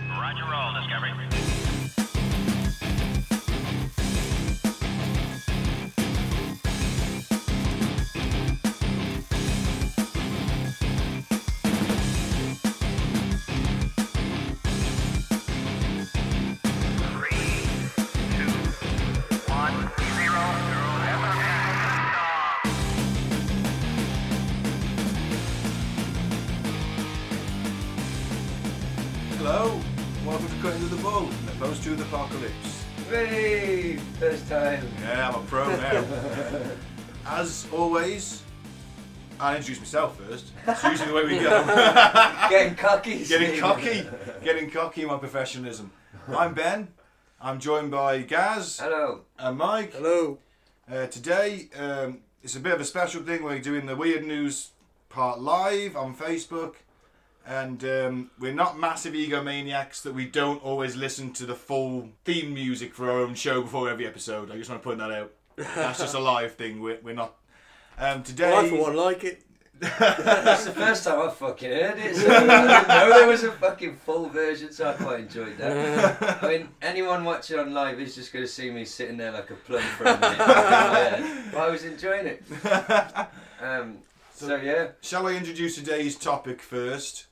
and roll, Discovery. Three, two, one, zero, zero, FM. Hello, welcome to Cutting to the Bull, the post to the apocalypse. Hey, first time. Yeah, I'm a pro now. As always, I'll introduce myself first. It's usually the way we go. Getting cocky. getting Steve. cocky, getting cocky in my professionalism. I'm Ben. I'm joined by Gaz Hello. and Mike. Hello. Uh, today, um, it's a bit of a special thing. We're doing the weird news part live on Facebook, and um, we're not massive egomaniacs that we don't always listen to the full theme music for our own show before every episode. I just want to point that out. That's just a live thing. We're, we're not. Um, today, I for one like it. That's the first time I fucking heard it. So I didn't know there was a fucking full version, so I quite enjoyed that. I mean, anyone watching on live is just going to see me sitting there like a plum for a minute. Yeah, but I was enjoying it. Um, so, yeah, Shall I introduce today's topic first?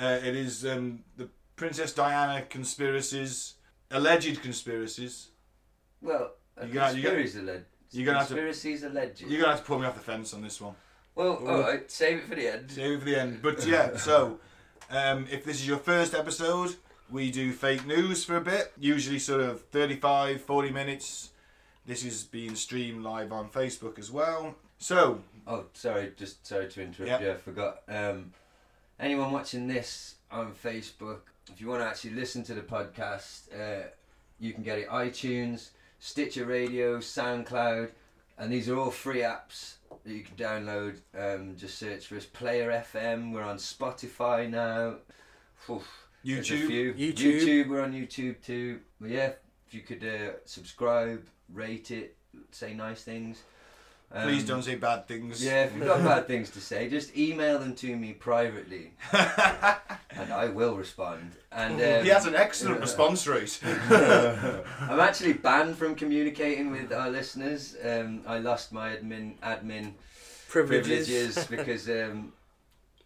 Uh, it is um, the Princess Diana conspiracies, alleged conspiracies. well, a You got- you got- conspiracy's alleged. you're gonna have to- Conspiracy's alleged. You're gonna have to pull me off the fence on this one. Well, alright, save it for the end. Save it for the end. But yeah, so um, if this is your first episode, we do fake news for a bit, usually sort of 35, 40 minutes. This is being streamed live on Facebook as well. So, Oh, sorry, just sorry to interrupt Yep. you. I forgot. Um, anyone watching this on Facebook, if you want to actually listen to the podcast, uh, you can get it iTunes, Stitcher Radio, SoundCloud, and these are all free apps that you can download. Um, just search for us, Player FM. We're on Spotify now. Oof, there's a YouTube. few. YouTube. YouTube. We're on YouTube too. But yeah, if you could uh, subscribe, rate it, say nice things. Um, please don't say bad things. yeah, if you've got bad things to say, just email them to me privately, and I will respond. And um, He has an excellent response rate. I'm actually banned from communicating with our listeners. Um, I lost my admin admin Privileges. privileges because um,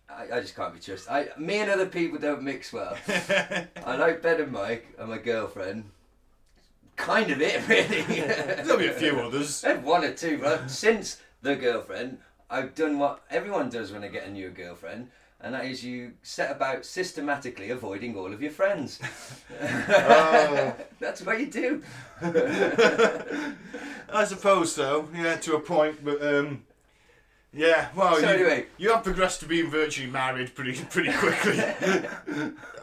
I, I just can't be trusted. I, me and other people don't mix well. I like Ben and Mike and my girlfriend. Kind of it, really. There'll be a few others. I've had one or two, but since the girlfriend, I've done what everyone does when they get a new girlfriend, and that is you set about systematically avoiding all of your friends. Oh. That's what you do. I suppose so. Yeah, to a point, but um, yeah. Well, So you, anyway. you have progressed to being virtually married pretty pretty quickly.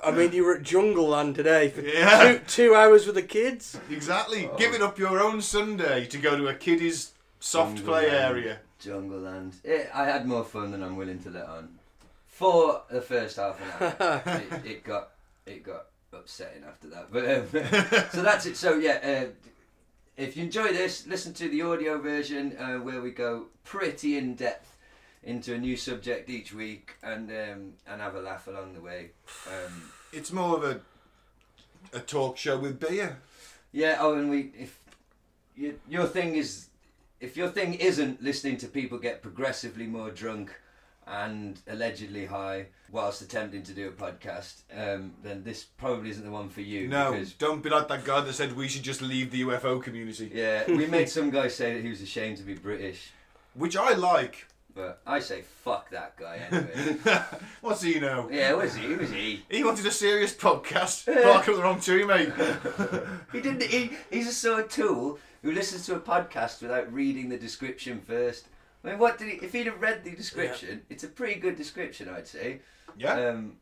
I mean, you were at Jungle Land today for Yeah. two, two hours with the kids. exactly, giving up your own Sunday to go to a kiddie's soft Jungle play land. area. Jungle Land. Eh, I had more fun than I'm willing to let on. For the first half an hour, it, it got it got upsetting after that. But um, so that's it. So yeah, uh, if you enjoy this, listen to the audio version uh, where we go pretty in depth into a new subject each week and um, and have a laugh along the way. Um, It's more of a a talk show with beer. yeah. Oh, and we if your, your thing is if your thing isn't listening to people get progressively more drunk and allegedly high whilst attempting to do a podcast, um, then this probably isn't the one for you. No, because don't be like that guy that said we should just leave the UFO community, yeah, we made some guy say that he was ashamed to be British, which I like. but I say fuck that guy anyway. What's he know? yeah, was he? Was he? He wanted a serious podcast. Bark up the wrong tree, mate. He didn't. He, he's a sort of tool who listens to a podcast without reading the description first. I mean, what did he? If he'd have read the description, it's a pretty good description, I'd say. Yeah. Um,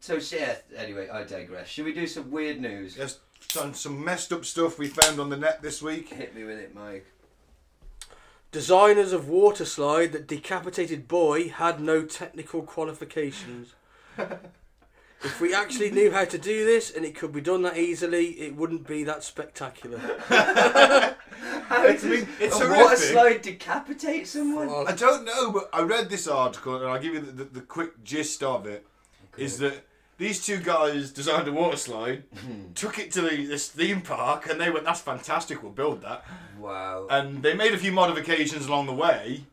so yeah. Anyway, I digress. Should we do some weird news? There's some, some messed up stuff we found on the net this week. Hit me with it, Mike. Designers of water slide that decapitated boy had no technical qualifications. if we actually knew how to do this and it could be done that easily, it wouldn't be that spectacular. How It's- does it's a water horrific. slide decapitate someone? Fuck. I don't know, but I read this article and I'll give you the, the, the quick gist of it. Is that these two guys designed a water slide, Hmm. took it to the, this theme park, and they went, "That's fantastic. We'll build that." Wow. And they made a few modifications along the way,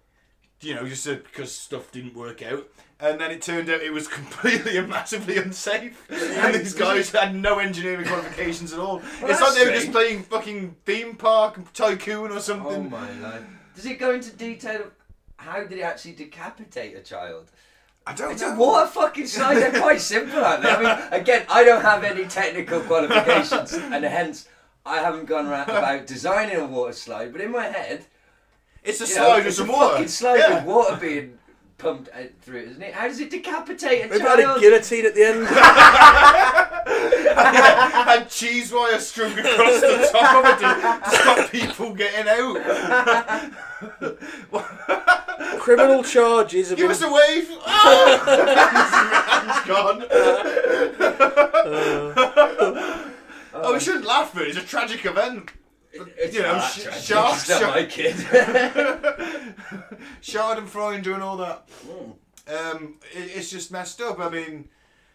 you know, just uh, because stuff didn't work out. And then it turned out it was completely and massively unsafe. And these guys had no engineering qualifications at all. it's like they were that's just strange. playing fucking theme park tycoon or oh something. my life. Does it go into detail of how did it actually decapitate a child? I don't It's know. a water fucking slide. They're quite simple, aren't they? I mean, again, I don't have any technical qualifications, and hence I haven't gone round about designing a water slide. But in my head, It's a you know, slide with it's a some water. fucking slide Yeah. with water being pumped out through it, isn't it? How does it decapitate a Maybe I had a child? guillotine at the end. had cheese wire strung across the top of it to, to stop people getting out. Criminal charges. Have Give been- us a wave! Oh! Man's gone. oh, we shouldn't laugh, but it's a tragic event. It's you know, not sh- tragic, shark- it's not shark- my kid. Schadenfreude and all that. Um, it, it's just messed up. I mean,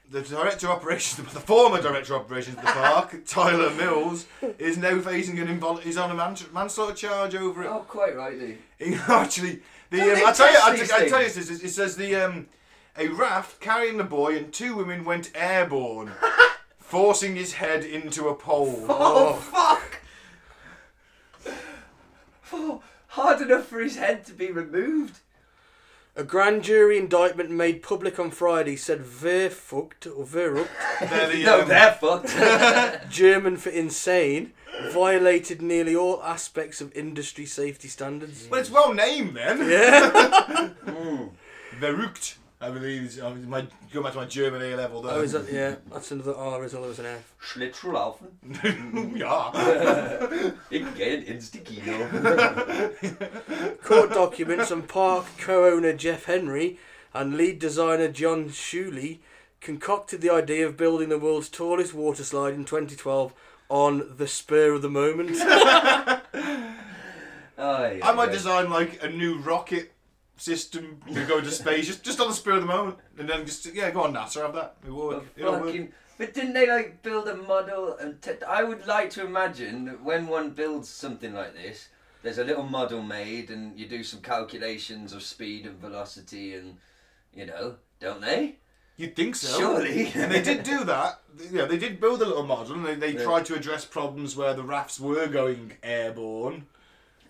the director of operations, the former director of operations of the park, Tyler Mills, is now facing an invol- he's on a mans- manslaughter charge over it. oh, quite rightly. He actually, the Don't um, they I tell you, test I, these t- I tell you things? this. It says the um, a raft carrying the boy and two women went airborne, forcing his head into a pole. Oh, fuck! Oh, hard enough for his head to be removed. A grand jury indictment made public on Friday said Verfugt or Verrucht, They're the, No, um, they're fucked. German for insane, violated nearly all aspects of industry safety standards. Well, it's well named then. Yeah. Verrückt. I believe is- I mean, my go back to my German A level though. Oh, is that, yeah, that's another R as well as an F. Schlittschuhlaufen. yeah. It can get an insta Court documents and park co-owner Jeff Henry and lead designer John Shuley concocted the idea of building the world's tallest water slide in 2012 on the spur of the moment. oh, yeah, I might design like a new rocket system to go into space just, just on the spur of the moment, and then just yeah, go on NASA, have that. It'll work. It'll work. Fucking, but didn't they like build a model? And t- I would like to imagine that when one builds something like this, there's a little model made, and you do some calculations of speed and velocity, and you know, don't they? You'd think so. Surely. and they did do that. Yeah, they did build a little model, and they, they tried to address problems where the rafts were going airborne,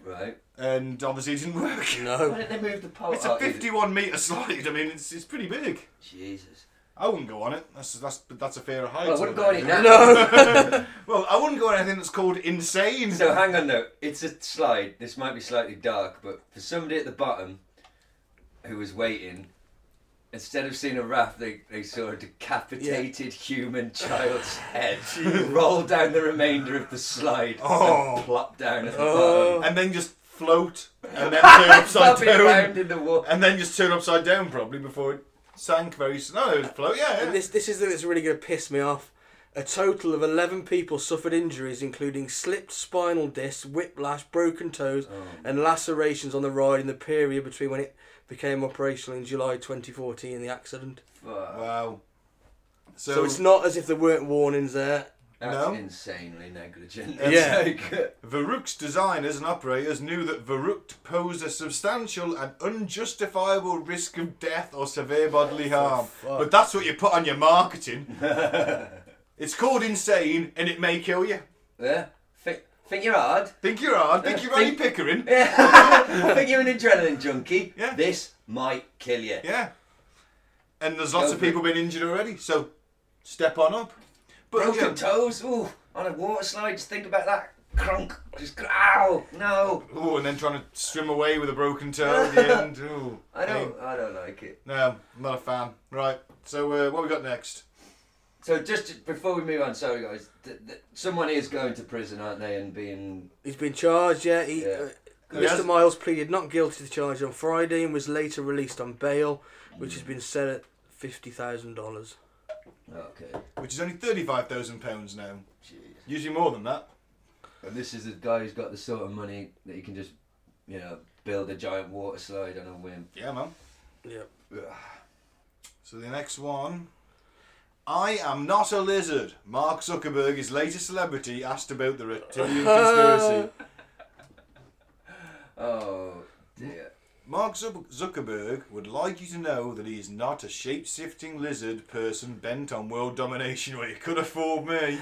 Right. and obviously it didn't work. Why No. didn't they move the pole? It's a oh, is it- 51 meter slide. I mean, it's, it's pretty big. Jesus. I wouldn't go on it. That's that's that's a fair height. Well, I wouldn't go on it now. No. Well, I wouldn't go on anything that's called insane. So hang on though, it's a slide. This might be slightly dark, but for somebody at the bottom who was waiting, instead of seeing a raft, they, they saw a decapitated human child's head roll down the remainder of the slide Oh. and plop down at the Oh. and then just float, and then turn bottom. upside Flopping around down, in the water. and then just turn upside down probably before it sank very slow. No, it would float. Yeah. yeah. And this this is the thing that's really going to piss me off. A total of 11 people suffered injuries, including slipped spinal discs, whiplash, broken toes, and lacerations on the ride in the period between when it became operational in July 2014 and the accident. Fuck. wow. So, So it's not as if there weren't warnings there. That's No. insanely negligent. Yeah. It's like- Verrucht's designers and operators knew that Verrucht posed a substantial and unjustifiable risk of death or severe bodily harm. But that's what you put on your marketing. it's called insane, and it may kill you. yeah. Think, think you're hard. Think you're hard. Think you're Ray Think- Pickering. I think you're an adrenaline junkie. Yeah. This might kill you. Yeah. And there's lots Go of for it. people been injured already, so step on up. But you Broken know, toes, ooh, on a water slide, just think about that. Crunk, just cr- ow, no. ooh, and then trying to swim away with a broken toe at the end. Ooh, I pain. don't, I don't like it. No, I'm not a fan. Right. So uh, what we got next? So just to- before we move on, sorry guys, th- th- someone is going to prison, aren't they, and being He's been charged, yeah. He, Yeah. Uh, Yes. Mr. Miles pleaded not guilty to the charge on Friday and was later released on bail, which has been set at $50,000. okay. Which is only thirty-five thousand pounds now. Jeez. Usually more than that. And this is a guy who's got the sort of money that he can just, you know, build a giant water slide on a whim. Yeah, man. Yep. So the next one I am not a lizard. Mark Zuckerberg, his latest celebrity, asked about the reptilian conspiracy. Oh dear. Mark Zuck- Zuckerberg would like you to know that he is not a shape shifting lizard person bent on world domination where he could afford me.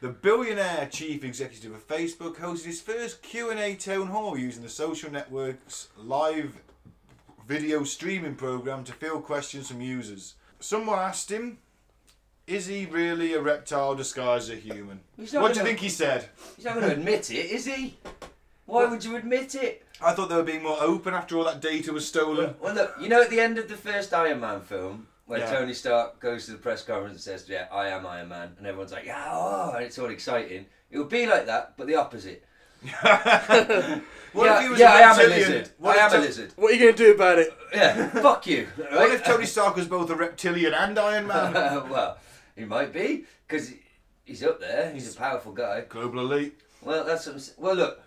the billionaire chief executive of Facebook hosted his first Q&A town hall using the social network's live video streaming program to field questions from users. Someone asked him, "Is he really a reptile disguised as a human?" He's not What do you gonna- think he said? He's not going to admit it, is he? Why would you admit it? I thought they were being more open after all that data was stolen. Well, look, you know, at the end of the first Iron Man film, where Yeah. Tony Stark goes to the press conference and says, "Yeah, I am Iron Man," and everyone's like, "Yeah, oh," and it's all exciting. It would be like that, but the opposite. What yeah, if he was yeah, a I am a reptilian? lizard. What I if am a Tony- lizard. What are you going to do about it? Yeah, fuck you. What right? Uh, if Tony Stark was both a reptilian and Iron Man? well, he might be because he's up there. He's a powerful guy. Global elite. Well, that's what I'm s- well. Look,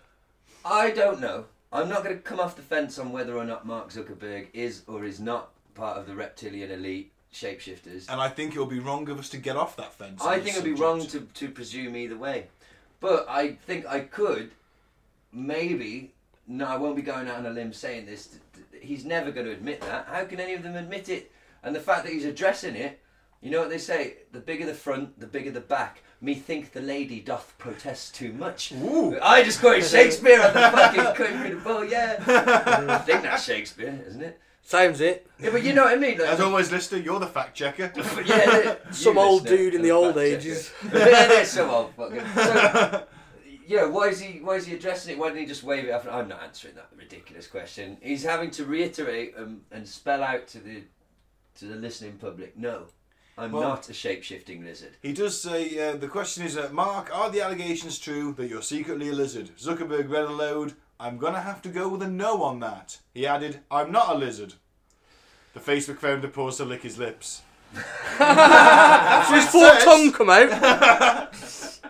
I don't know. I'm not going to come off the fence on whether or not Mark Zuckerberg is or is not part of the reptilian elite shapeshifters. And I think it would be wrong of us to get off that fence. on I this think it'd be subject. wrong to, to presume either way. But I think I could, maybe, no, I won't be going out on a limb saying this. th- th- He's never going to admit that. How can any of them admit it? And the fact that he's addressing it, you know what they say the bigger the front, the bigger the back. Me think the lady doth protest too much. Ooh. I just quoted Shakespeare on the fucking country the ball, yeah. I think that's Shakespeare, isn't it? Sounds it. Yeah, but you know what I mean? Like, As always, Lister, you're the fact checker. but yeah, the- you Some old listener dude in and the old fact checker. ages. yeah, they're so old fucking. So, yeah, why is he why is he addressing it? Why didn't he just wave it off? I'm not answering that ridiculous question. He's having to reiterate um, and spell out to the to the listening public. No, I'm Well- not a shape shifting lizard. he does say uh, the question is, uh, Mark, are the allegations true that you're secretly a lizard? Zuckerberg read aloud, I'm gonna have to go with a no on that. He added, I'm not a lizard. The Facebook founder paused to lick his lips. So his full tongue come out.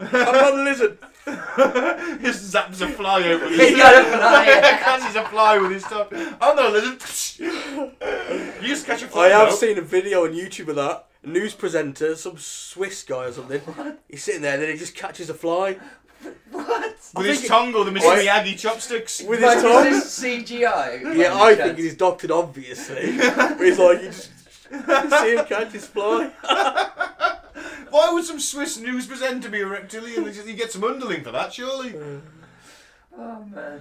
I'm not a lizard. He zaps a fly over He his got a fly. catches a fly with his tongue. I'm not a lizard. you just catch a fly. I have though. seen a video on YouTube of that. A news presenter, some Swiss guy or something. He's sitting there, and then he just catches a fly what? With I his think it- tongue or the I- Mr. chopsticks. with Like, his tongue. is this CGI? Yeah, I think he's doctored, obviously. but he's like, you just you see him catch his fly. Why would some Swiss news presenter be a reptilian? You get some underling for that, surely. Mm. Oh man.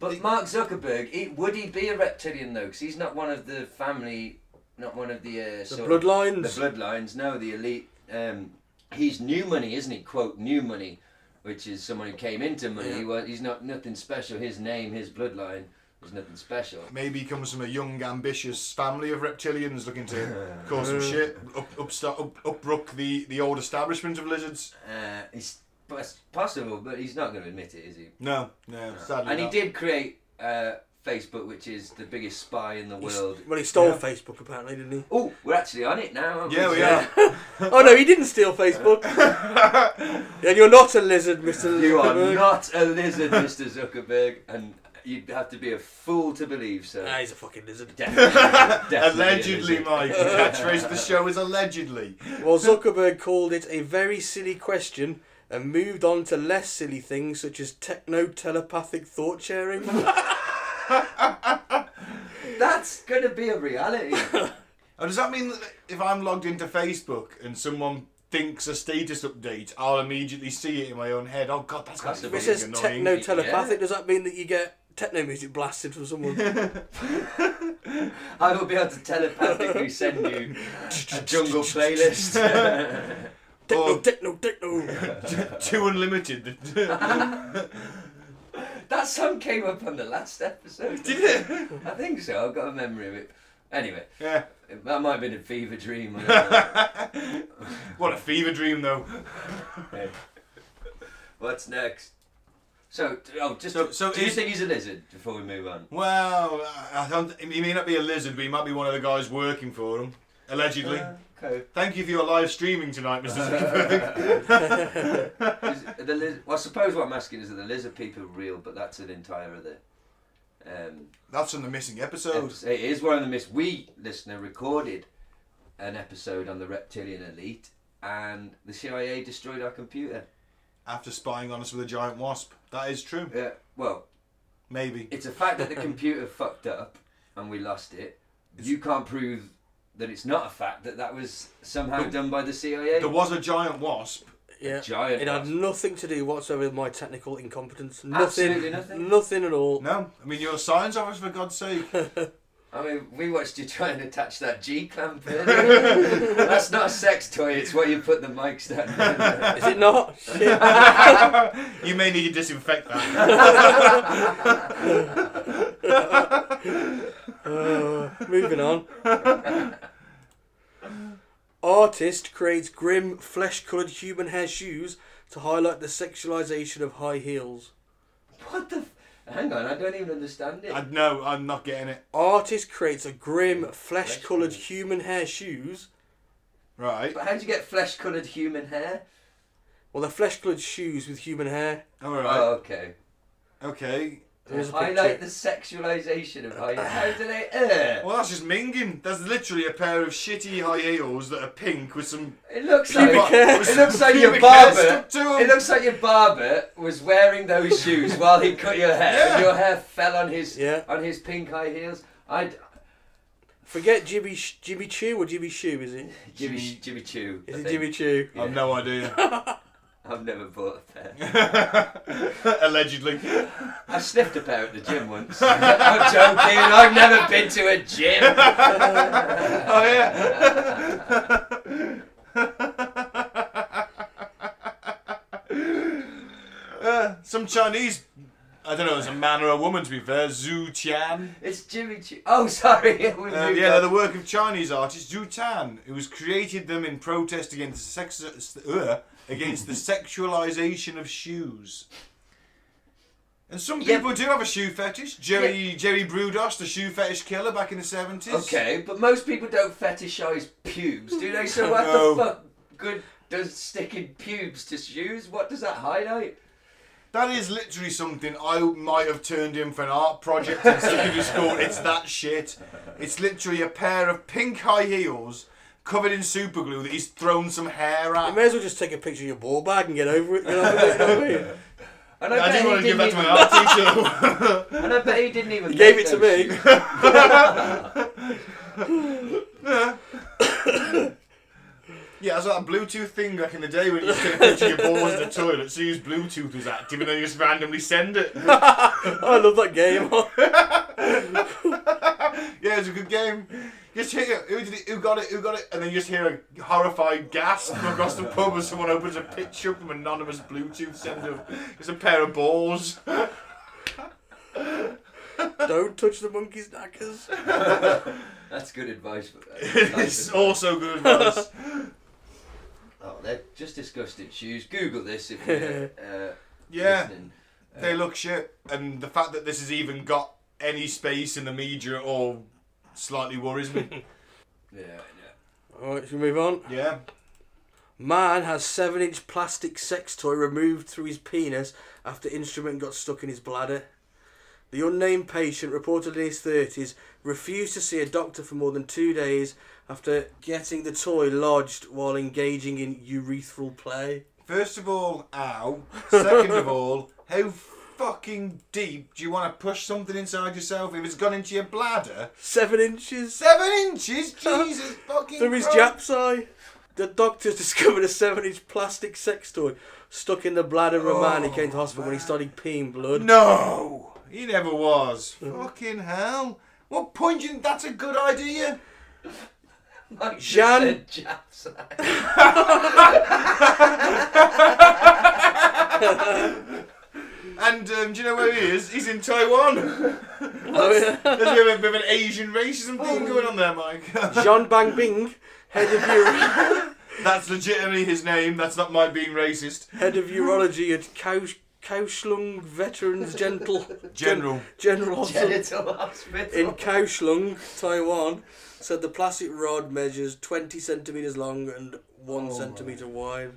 But Mark Zuckerberg, he, would he be a reptilian though? Because he's not one of the family, not one of the uh, The sort of- the bloodlines. bloodlines. No, the elite. Um, he's new money, isn't he? Quote new money, which is someone who came into money. He was, he's not nothing special. His name, his bloodline, was nothing special. Maybe he comes from a young, ambitious family of reptilians looking to cause some shit, up, upsta up, uprook the, the old establishment of lizards. Uh, it's, but it's possible, but he's not going to admit it, is he? No, no, sadly And he not. did create uh, Facebook, which is the biggest spy in the world. Well, he stole Yeah. Facebook apparently, didn't he? Oh, we're actually on it now. aren't Yeah, we Yeah. oh no, he didn't steal Facebook. and you're not a lizard, Mr. You are Zuckerberg. not a lizard, Mr. Zuckerberg, and you'd have to be a fool to believe so. Nah, he's a fucking lizard. Definitely- definitely a Allegedly, lizard. Mike. The catchphrase of the show is allegedly. Well, Zuckerberg called it a very silly question and moved on to less silly things such as techno telepathic thought sharing. That's gonna be a reality. Oh, does that mean that if I'm logged into Facebook and someone thinks a status update, I'll immediately see it in my own head? Oh, God, that's got That's to a be it bit says annoying. techno telepathic. Yeah. Does that mean that you get techno music blasted from someone? I will be able to telepathically send you a jungle playlist. techno, Oh. techno, techno. Too unlimited. that song came up on the last episode. Did it? I think so. I've got a memory of it. Anyway, yeah. that might have been a fever dream. I don't know. What a fever dream, though. What's next? So, oh, just So- so do you is- think he's a lizard? Before we move on, Well, I- I don't, he may not be a lizard, but he might be one of the guys working for him, allegedly. okay. Thank you for your live streaming tonight, Mr. Uh. Zuckerberg. Is the liz- well, I suppose what I'm asking is that the lizard people are real, but that's an entire other. Um, Oh. That's from the missing episode. It is one of the miss. We listener recorded an episode on the reptilian elite, and the CIA destroyed our computer. After spying on us with a giant wasp. That is true. Yeah, Uh, well, Maybe. it's a fact that the computer fucked up and we lost it. you can't prove that it's not a fact that that was somehow done by the CIA. There was a giant wasp. Yeah. giant it had wasp. nothing to do whatsoever with my technical incompetence. Nothing. Absolutely nothing. Nothing at all. No, I mean, you're a science officer, for God's sake. I mean, we watched you try and attach that G clamp in. That's not a sex toy, it's where you put the mic stand. in. Is it not? Shit. you may need to disinfect that. Uh, moving on. Artist creates grim, flesh-coloured human hair shoes to highlight the sexualization of high heels. What the? F- Hang on, I don't even understand it. I, no, I'm not getting it. Artist creates a grim, flesh-coloured human hair shoes. Right. But how do you get flesh coloured human hair? Well, they're flesh-coloured shoes with human hair. All right. Oh, okay. okay. There's a Highlight the picture. sexualization of high. How do they? Uh, Well, that's just minging. That's literally a pair of shitty high heels that are pink with some. it looks like Pubic hair. it looks like your Pubic hair barber. stuck to 'em. It looks like your barber was wearing those shoes while he cut your hair, and your hair fell on his Yeah. on his pink high heels. I Forget Jimmy Sh- Jimmy Choo or Jimmy Shoe, is it? Jimmy Jimmy Choo. I Is it think. Jimmy Choo? I've no idea. I've never bought a pair. Allegedly. I sniffed a pair at the gym once. I'm joking. I've never been to a gym. Oh yeah. Uh, some Chinese. I don't know. It's a man or a woman. To be fair, Zhu Tian. It's Jimmy Choo. Oh, sorry. We've Uh, moved yeah, on. they're the work of Chinese artist Zhu Tan, who has created them in protest against the sex, uh, against the sexualization of shoes. And some Yeah. people do have a shoe fetish. Jerry Jerry Brudos, the shoe fetish killer back in the seventies. Okay, but most people don't fetishize pubes, do they? So what No. the fuck good does sticking pubes to shoes? What does that highlight? That is literally something I might have turned in for an art project in secondary school. It's that shit. It's literally a pair of pink high heels covered in super glue that he's thrown some hair You at. may as well just take a picture of your ball bag and get over it. Get over it, you know what I mean? And I bet didn't he want to give that to even- my art teacher. And I bet he didn't even. You gave make it to those me. shoes. Yeah, that's like a Bluetooth thing back in the day when you used to picture your balls in the toilet, so you used Bluetooth was active and then you just randomly send it. I love that game. Yeah, it's a good game. You just hear who did it, who got it, who got it, and then you just hear a horrified gasp from across the pub as someone opens a picture from an anonymous Bluetooth sender. of- It's a pair of balls. Don't touch the monkey's knackers. That's good advice. For that. it's also good advice. Oh, they're just disgusting shoes. Google this if you're uh, Yeah, listening. they look shit, and the fact that this has even got any space in the media at all slightly worries me. Yeah, yeah. Alright, should we move on? Yeah. Man has seven inch plastic sex toy removed through his penis after instrument got stuck in his bladder. The unnamed patient, reported in his 30s, refused to see a doctor for more than two days after getting the toy lodged while engaging in urethral play. First of all, ow. Second of all, how fucking deep do you want to push something inside yourself if it's gone into your bladder? Seven inches? Seven inches? Jesus fucking Through his Christ. Jap's eye. The doctors discovered a seven inch plastic sex toy stuck in the bladder of a man who came to hospital when he started peeing blood. No! He never was. fucking hell. What point do you think that's a good idea? Mike just Jan- said Japs. And um, do you know where he is? He's in Taiwan. There's a bit of, bit of an Asian racism Oh. thing going on there, Mike. Jean Bang Bing, head of, uro- that's legitimately his name. That's not my being racist. head of urology at Kaosh- Kaohsiung Veterans Gentle, General. General Hospital Genital hospital. in Kaohsiung, Taiwan, said the plastic rod measures 20 centimetres long and 1 centimetre wide.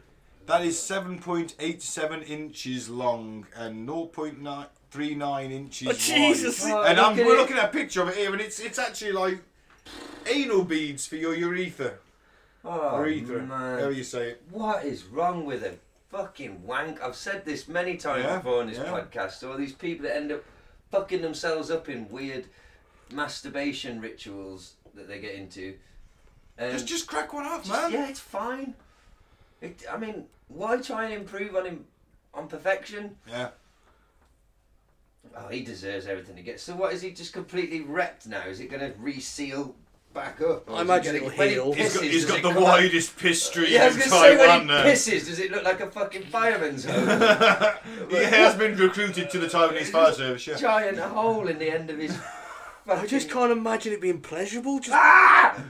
That is 7.87 inches long and 0.39 inches Oh, wide. Jesus. Oh, and I'm, look at we're it. looking at a picture of it here, and it's it's actually like anal beads for your urethra. Oh, or ether, however man. you say it. What is wrong with a fucking wank? I've said this many times Yeah, before on this yeah. podcast. All these people that end up fucking themselves up in weird masturbation rituals that they get into. Um, Just, just crack one up, just- man. yeah, it's fine. It, I mean, why try and improve on him on perfection? Yeah. Oh, he deserves everything he gets. So what is he just completely wrecked now? Is it going to reseal back up? Or I is imagine it gonna- it'll when he heal. He's got, pisses, he's does got it the come out- widest piss streak Yeah, I was in going to say when Taiwan he now. pisses, does it look like a fucking fireman's hose? he has been recruited to the Taiwanese fire service, yeah. Giant hole in the end of his. I just fucking- can't imagine it being pleasurable. Just, Ah! do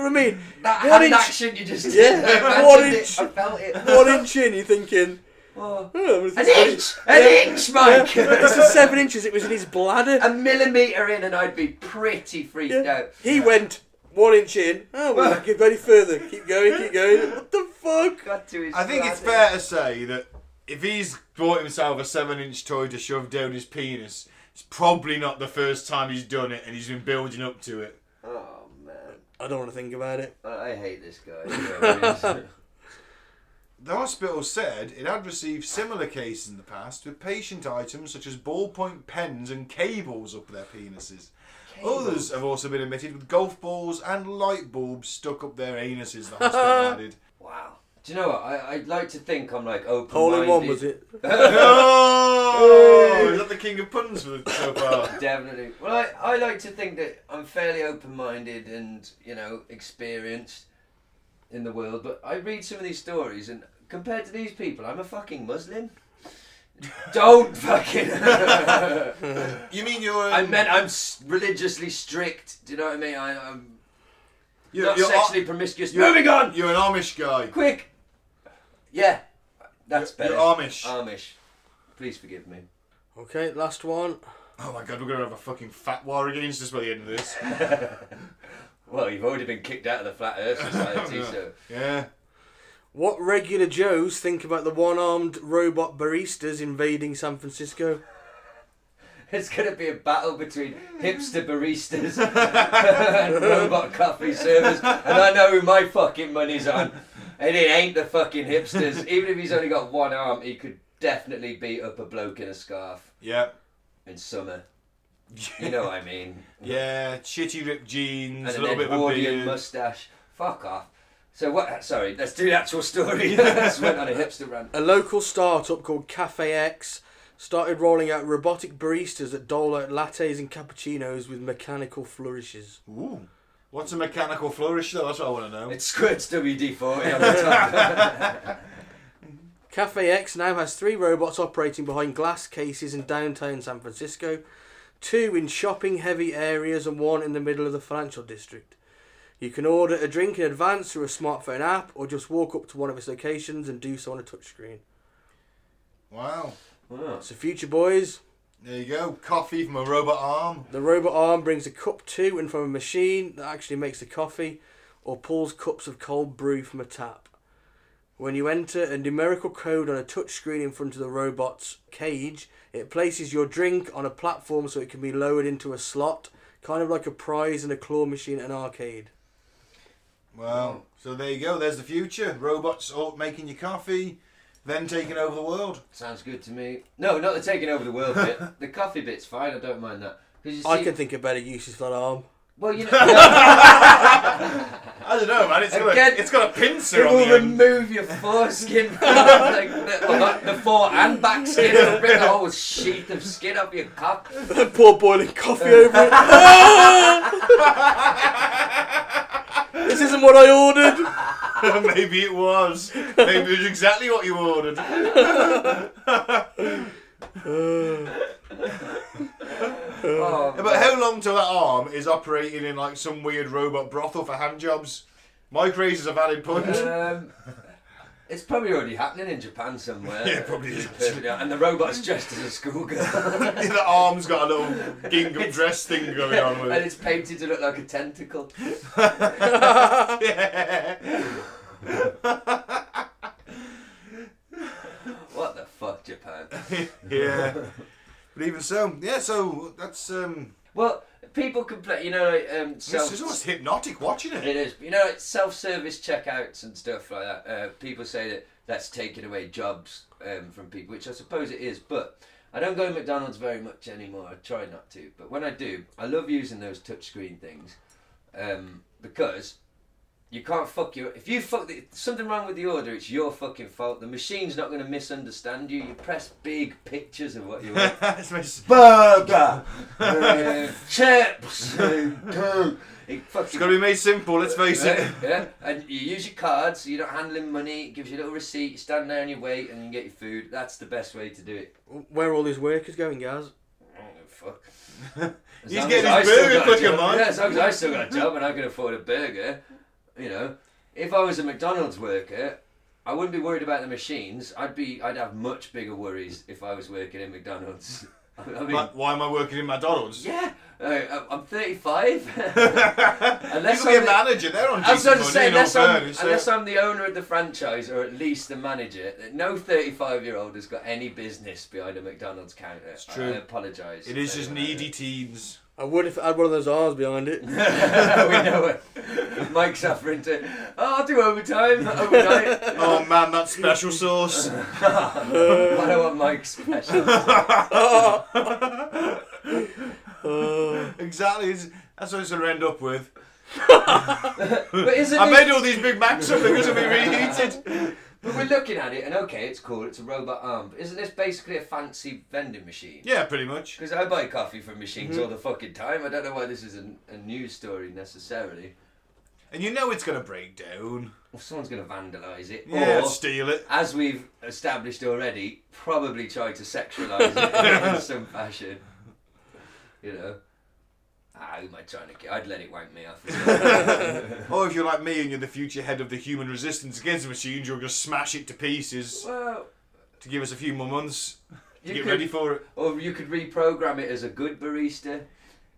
you know what I mean? That What hand inch- action you just Yeah, did. I imagined what it, inch- I felt it. One inch in, you're thinking. Oh. "Oh, I'm gonna An think about it." inch! An Yeah. inch, Mike! This is seven inches. It was in his bladder. a millimetre in and I'd be pretty freaked Yeah. out. He went one inch in. Oh, well, Well- keep going further. Keep going. Keep going. What the fuck? Got to his I think it's fair bladder. to say that if he's bought himself a seven-inch toy to shove down his penis, it's probably not the first time he's done it, and he's been building up to it. Oh, man. I don't want to think about it. I I hate this guy. The hospital said it had received similar cases in the past with patient items such as ballpoint pens and cables up their penises. Others have also been admitted with golf balls and light bulbs stuck up their anuses, the hospital added. wow. Do you know what? I, I'd like to think I'm like open Hole in one was it? Oh! Is that the king of puns for the, so far? Definitely. Well, I, I like to think that I'm fairly open minded and, you know, experienced in the world, but I read some of these stories and compared to these people, I'm a fucking Muslim. Don't fucking. You mean you're... I meant I'm s- religiously strict. Do you know what I mean? I, I'm you're, not you're- sexually promiscuous. you're- Moving on! You're an Amish guy. Quick! Yeah, that's You're better. Amish. Amish. Please forgive me. Okay, last one. Oh my god, we're gonna have a fucking fat war against us by the end of this. Well, you've already been kicked out of the Flat Earth Society, so. Yeah. What regular Joes think about the one-armed robot baristas invading San Francisco? It's going to be a battle between hipster baristas and robot coffee servers. And I know who my fucking money's on. And it ain't the fucking hipsters. Even if he's only got one arm, he could definitely beat up a bloke in a scarf Yeah. in summer. You know what I mean? Yeah, shitty ripped And jeans, a an little bit of a Edwardian beard. mustache. Fuck off. So what? Sorry, let's do the actual story. Let's went on a hipster rant. A local startup called Cafe X started rolling out robotic baristas that dole out lattes and cappuccinos with mechanical flourishes. Ooh. What's a mechanical flourish though? That's what I want to know. It squirts WD forty on the top. Cafe X now has three robots operating behind glass cases in downtown San Francisco, two in shopping heavy areas, and one in the middle of the financial district. You can order a drink in advance through a smartphone app or just walk up to one of its locations and do so on a touchscreen. Wow. Wow. So, future boys, There you go. Coffee from a robot arm. The robot arm brings a cup to and from a machine that actually makes the coffee or pulls cups of cold brew from a tap. When you enter a numerical code on a touchscreen in front of the robot's cage, it places your drink on a platform so it can be lowered into a slot, kind of like a prize in a claw machine at an arcade. Wow. So there you go. There's the future. Robots all making your coffee, then taking over the world. Sounds good to me. No, not the taking over the world bit. The coffee bit's fine. I don't mind that. 'Cause you see, I can think of better uses for that arm. well, you know, no, I don't know, man. It's got Again, a, it's got a pincer it on the will end. remove your foreskin, from, like the, well, not the fore and back skin. It'll rip a whole sheath of skin off your cock. Pour boiling coffee over it. this isn't what I ordered. Maybe it was. Maybe it was exactly what you ordered. Oh, Yeah, but how long till that arm is operating in like some weird robot brothel for hand jobs? My crazes have added punch. Um, it's probably already happening in Japan somewhere. Yeah, probably is. Perfectly- And the robot's dressed as a schoolgirl. the arm's got a little gingham dress thing going on with and it. it's painted to look like a tentacle. Yeah. What the fuck, Japan? yeah. But even so, yeah. So that's um. Well, people complain, you know, like, um, This self, is almost hypnotic watching it it. is, you know, like self-service checkouts and stuff like that. Uh, people say that that's taking away jobs um, from people, which I suppose it is, but I don't go to McDonald's very much anymore. I try not to, but when I do, I love using those touchscreen things um, because you can't fuck your. If you fuck the, if something wrong with the order, it's your fucking fault. The machine's not going to misunderstand you. You press big pictures of what you want. It's mis- burger, uh, chips, uh, it it's fucking. got to be made simple. Let's face it. Yeah, yeah, and you use your card, so you're not handling money. It gives you a little receipt. You stand there and you wait, and you get your food. That's the best way to do it. Where are all these workers going, guys? I don't give a fuck. As He's long getting his as I still burger got a quicker, job- man. Yeah, as long as I still got a job and I can afford a burger, you know. If I was a McDonald's worker, I wouldn't be worried about the machines. I'd be, I'd have much bigger worries if I was working in McDonald's. I mean, Like, why am I working in McDonald's? yeah, uh, I'm- I'm 35. Unless Unless you could I'm be a the- manager, they're on I was decent going to money. say, in all unless I'm, fairness, unless so- I'm the owner of the franchise or at least the manager, no 35 year old has got any business behind a McDonald's counter. It's true. I apologise. It is just needy teens. I would if it had one of those R's behind it. we know it. Mike's offering to, oh, I'll do overtime overnight. Oh man, that special sauce. I don't want Mike's special. Uh, exactly. it's- That's what it's going to end up with. But isn't I it? made all these Big Macs up because of me reheated. But we're looking at it, and okay, it's cool. It's a robot arm. But isn't this basically a fancy vending machine? Yeah, Mm-hmm. pretty much. Because I buy coffee from machines all the fucking time. I don't know why this is an, a news story necessarily. And you know it's going to break down. Well, someone's going to vandalise it. Yeah, Or, steal it. as we've established already, probably try to sexualise it in some fashion. You know? Ah, who am I trying to get? I'd let it wank me off. as well. Or if you're like me and you're the future head of the human resistance against the machines, you'll just smash it to pieces well, to give us a few more months to You get could- ready for it. or you could reprogram it as a good barista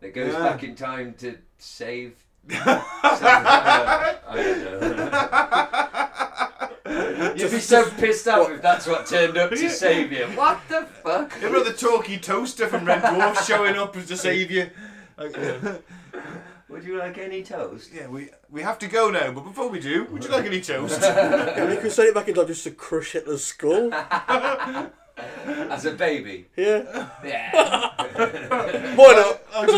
that goes Yeah. back in time to save. I don't know. You'd be so pissed off if that's what turned up to save you. What the fuck? Remember the talkie toaster from Red Dwarf showing up as the saviour? Like, Would you like any toast? yeah, we we have to go now, but before we do, would you like any toast? and you could send it back in time just to crush Hitler's skull. As a baby. Yeah. Yeah. Why not?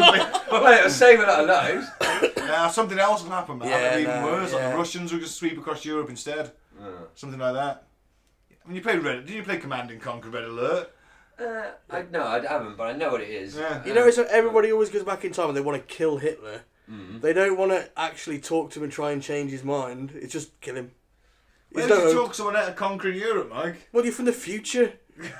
well, it'll save a lot of lives. now Uh, something else will happen, man. Yeah, That'll be even no, worse. Like yeah. the Russians will just sweep across Europe instead. Something like that. I mean, you played Red. Did you play Command and Conquer Red Alert? Uh, I, no, I haven't, but I know what it is. Yeah. You know, it's like everybody always goes back in time and they want to kill Hitler. They don't want to actually talk to him and try and change his mind. It's just kill him. Where He's did no- you talk someone out of conquering Europe, Mike? Well, you're from the future. Yeah,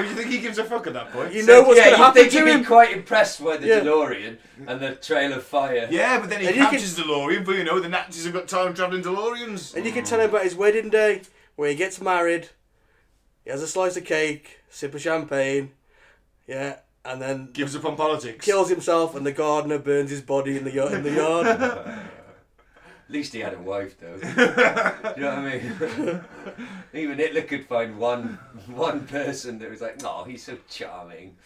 but you think he gives a fuck at that point? You know what's yeah, going to you'd happen think you'd to him. be quite impressed by the Yeah. DeLorean and the Trail of Fire. Yeah, but then he And you can- captures DeLorean, but you know, the Nazis have got time travelling DeLoreans. And you can tell him about his wedding day, where he gets married, he has a slice of cake, sip of champagne, yeah, and then Gives up on politics. kills himself, and the gardener burns his body in the yard. In the yard. At least he had a wife, though. Do you know what I mean? Even Hitler could find one one person that was like, oh, he's so charming.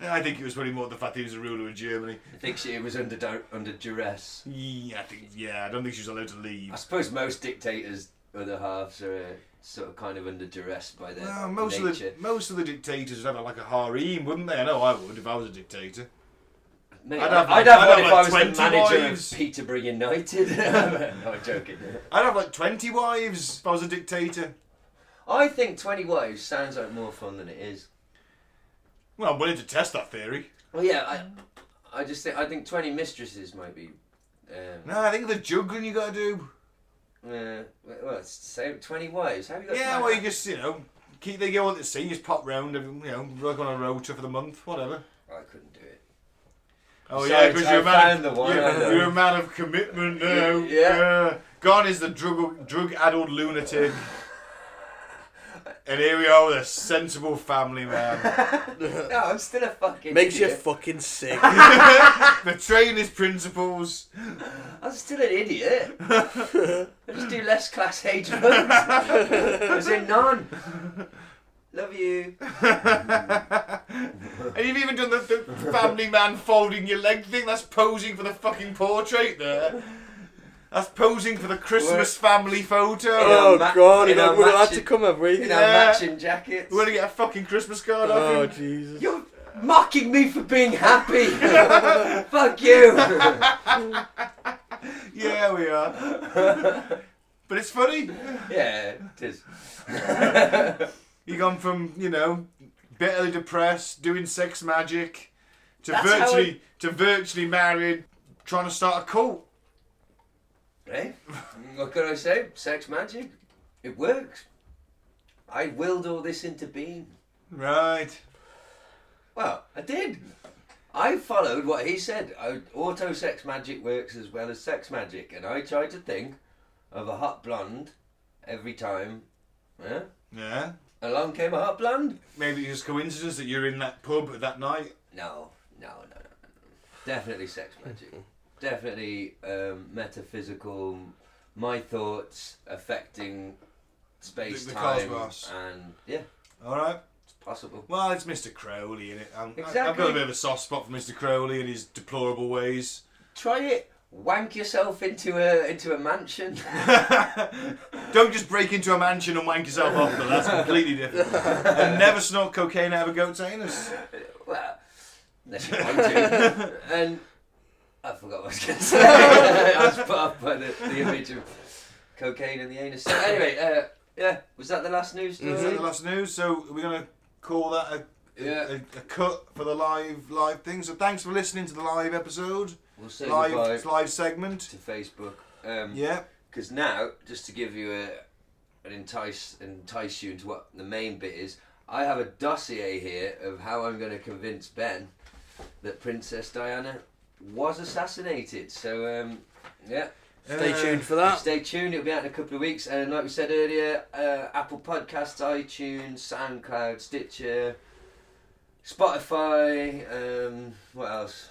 I think it was probably more the fact he was a ruler of Germany. I think she was under du- under duress. Yeah, I think, yeah, I don't think she was allowed to leave. I suppose most dictators' other halves are uh, sort of kind of under duress by their Well, most of nature. the most of the dictators would have like a harem, wouldn't they? I know I would if I was a dictator. Mate, I'd I'd have have, like- I'd one have like if I was the 20 manager wives. of Peterborough United. no, I'm joking. I'd have like twenty wives if I was a dictator. I think 20 wives sounds like more fun than it is. Well, I'm willing to test that theory. Well, yeah, I, I just think I think 20 mistresses might be. Um, No, I think the juggling you got to do. uh, well, it's the same. 20 wives. How have you got Yeah, time? well, you just you know keep they go on the scene, just pop round, every, you know, work on a rota for the month, whatever. I couldn't do it. Oh yeah, Besides, because you're a I man. found the one I you're, know. you're a man of commitment now. Y- yeah. Gone is the drug drug-addled lunatic. And here we are with a sensible family man. No, I'm still a fucking. Makes you idiot. fucking sick. Betraying his principles. I'm still an idiot. I just do less class A drugs. As in none. Love you. And you've even done the, the family man folding your leg thing. That's posing for the fucking portrait there. That's posing for the Christmas family photo. Yeah. Oh our ma- god, in you know, our we're allowed to matching- come, have we? In know- our Yeah. matching jackets. We're gonna get a fucking Christmas card off Oh him. Jesus. You're mocking me for being happy. Fuck you. Yeah, we are. but it's funny. yeah, it is. You gone from you know bitterly depressed, doing sex magic, to That's how virtually to virtually married, trying to start a cult. Hey, what can I say? Sex magic. It works. I willed all this into being. Right. Well, I did. I followed what he said. I, auto sex magic works as well as sex magic, and I tried to think of a hot blonde every time. Yeah. Yeah. Along came a hot blonde. Maybe it's just coincidence that you're in that pub at that night. No, no, no, no, no. Definitely sex magic. Definitely um, metaphysical. My thoughts affecting space time cosmos. and yeah, All right. it's possible. Well, it's Mr. Crowley in it. i I've got Exactly. a bit of a soft spot for Mr. Crowley and his deplorable ways. Try it. Wank yourself into a into a mansion. Don't just break into a mansion and wank yourself off, though. That's completely different. and never snort cocaine out of a goat's anus. Mm-hmm. well, unless you want to. and I forgot what I was going to say. I was put off by the, the image of cocaine in the anus. So anyway, uh, yeah, was that the last news story? Is that the last news? So we're gonna call that a, Yeah. a, a cut for the live live thing. So thanks for listening to the live episode, We'll say goodbye live live segment. to Facebook. Um, Yeah, Because now, just to give you a, an entice entice you into what the main bit is, I have a dossier here of how I'm going to convince Ben that Princess Diana was assassinated. So um, yeah, Stay Uh, tuned for that. stay tuned. It'll be out in a couple of weeks. And like we said earlier, uh, Apple Podcasts, iTunes, SoundCloud, Stitcher, Spotify. Um, what else?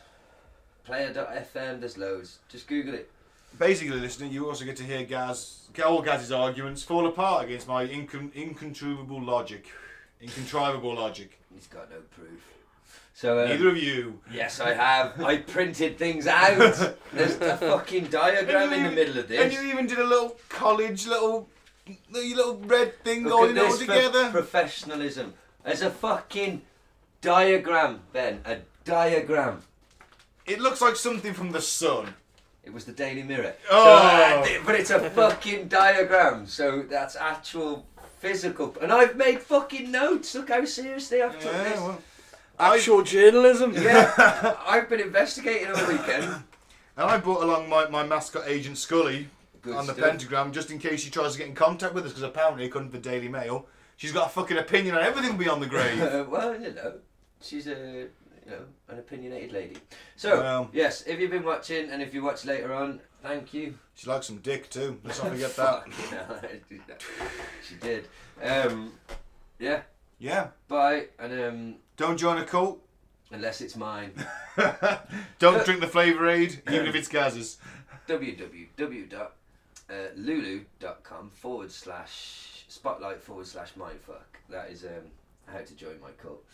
Player.fm. There's loads. Just Google it. Basically, listening, you also get to hear Gaz, all Gaz's arguments fall apart against my incon- incontrovertible logic, incontrivable logic. He's got no proof. So um, Neither of you. Yes, I have. I printed things out. There's a fucking diagram in the middle And of this. you even did a little college little, little red thing Look all at in all this for together. professionalism. There's a fucking diagram, Ben. A diagram. it looks like something from the sun. It was the Daily Mirror. Oh. So, uh, but it's a fucking diagram. So that's actual physical. And I've made fucking notes. Look how seriously I've took Yeah, this. well, Actual journalism. Yeah, I've been investigating all weekend. and I brought along my, my mascot agent Scully Good on the stuff. pentagram just in case she tries to get in contact with us because apparently according to the Daily Mail, she's got a fucking opinion on everything beyond the grave. Uh, well, you know, she's a you know an opinionated lady. So Well. yes, if you've been watching and if you watch later on, thank you. she likes some dick too. Let's not forget that. Fucking hell, I did that. she did. Um, yeah. Yeah. Bye. And um, Don't join a cult. unless it's mine. Don't drink the flavour aid, even if it's Gaz's. uh, www.lulu.com forward slash spotlight forward slash mindfuck. That is um, how to join my cult.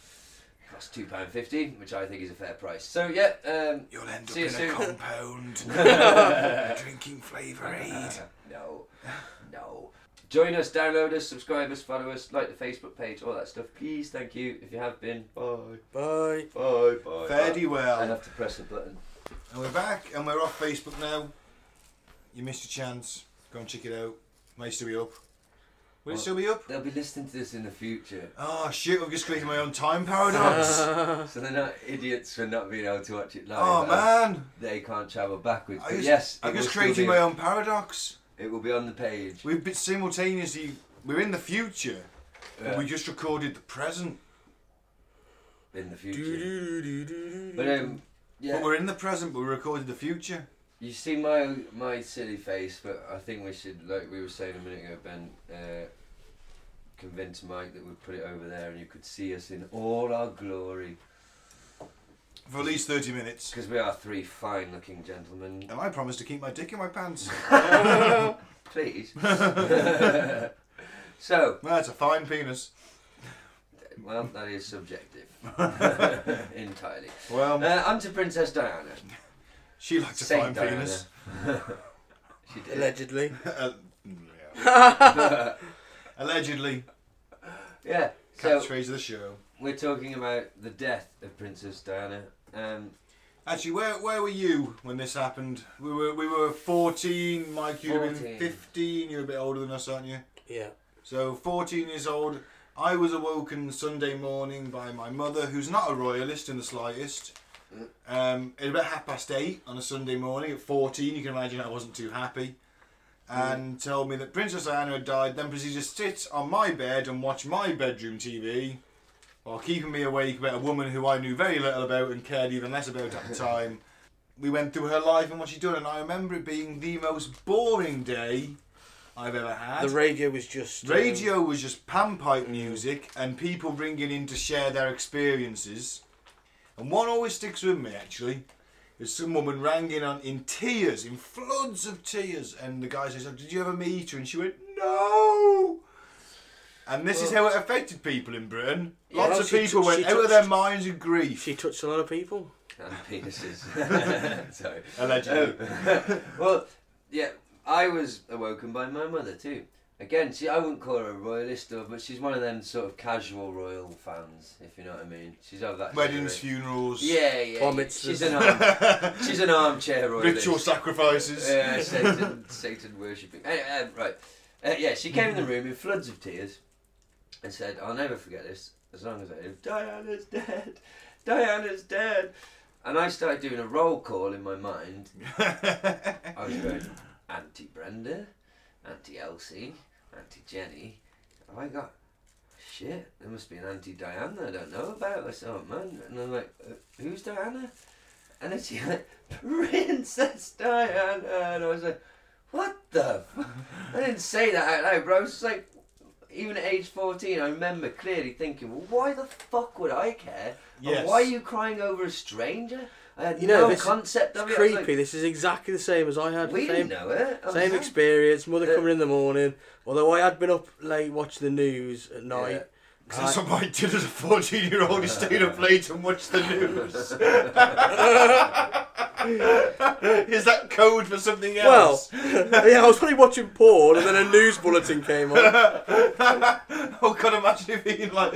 Costs two pound fifty, which I think is a fair price. So yeah, um, You'll end up See you in soon. a compound drinking flavour aid. No, no. Join us, download us, subscribe us, follow us, like the Facebook page, all that stuff. Please, thank you if you have been. Bye, Bye. bye, bye. Fairly I well. have to press the button. And we're back and we're off Facebook now. You missed your chance. Go and check it out. May still be up. Will it still be up? They'll be listening to this in the future, Oh shit, I've just created my own time paradox. so they're not idiots for not being able to watch it live. oh as man. They can't travel backwards. I But just, yes, I'm it just will still creating be- my own paradox. It will be on the page. We've been simultaneously, we're in the future, Yeah. but we just recorded the present. in the future. But But um, yeah, But we're in the present, but we recorded the future. you see my my silly face, but I think we should, like we were saying a minute ago, Ben, uh, convince Mike that we'd put it over there and you could see us in all our glory. For at least 30 minutes. Because we are three fine looking gentlemen. And I promised to keep my dick in my pants. Please. so, well, that's a fine penis. Well, that is subjective entirely. Well, Uh, on to Princess Diana. she likes to Saint find Diana. penis. she did. Allegedly. Uh, yeah. Allegedly, Yeah. So catchphrase of the show. we're talking about the death of Princess Diana. Um, Actually, where where were you when this happened? We were we were fourteen. Mike, you'd have been 14. fifteen. You're a bit older than us, aren't you? Yeah. So fourteen years old. I was awoken Sunday morning by my mother, who's not a royalist in the slightest. Um, at about half past eight on a Sunday morning at fourteen, you can imagine I wasn't too happy, and told me that Princess Diana had died. Then proceeded to sit on my bed and watch my bedroom TV, while keeping me awake about a woman who I knew very little about and cared even less about at the time. We went through her life and what she'd done, and I remember it being the most boring day I've ever had. The radio was just. um, Radio was just panpipe music and people ringing in to share their experiences. And one always sticks with me actually is some woman rang in on in tears, in floods of tears, and the guy says, oh, "Did you ever meet her?" And she went, "No." And this is how it affected people in Britain. Yeah, Lots well, of she people t- went she out of touched- their minds with grief. she touched a lot of people. and penises. Sorry. Allegedly. Oh. well, yeah, I was awoken by my mother too. Again, she, I wouldn't call her a royalist, though, but she's one of them sort of casual royal fans, if you know what I mean. She's of that. Weddings, genre. funerals, Yeah, yeah. Vomits She's an, and- arm, she's an armchair royalist. ritual sacrifices. Yeah, Uh, Satan, Satan worshipping. Anyway, um, right. Uh, yeah, she came in the room in floods of tears and said, I'll never forget this as long as I live. Diana's dead. Diana's dead. And I started doing a roll call in my mind. I was going, Auntie Brenda, Auntie Elsie, Auntie Jenny. Have I got. Shit, there must be an Auntie Diana I don't know about or something, man. And I'm like, uh, who's Diana? And then she like, Princess Diana. And I was like, what the? F-? I didn't say that out loud, bro. I was just like, even at age 14, I remember clearly thinking, well, why the fuck would I care? Yes. And why are you crying over a stranger? I had You know, no this is- concept It's of it. I was creepy. like, this is exactly the same as I had. we same, didn't know Oh, it. I was Same like, experience. Mother Uh, coming in the morning. Although I had been up late watching the news at night. 'Cause That's what Mike did as a 14 year old. He stayed up late and watched the news. Is that code for something Well, else? yeah, I was probably watching porn, and then a news bulletin came on. oh, God, imagine if he, like,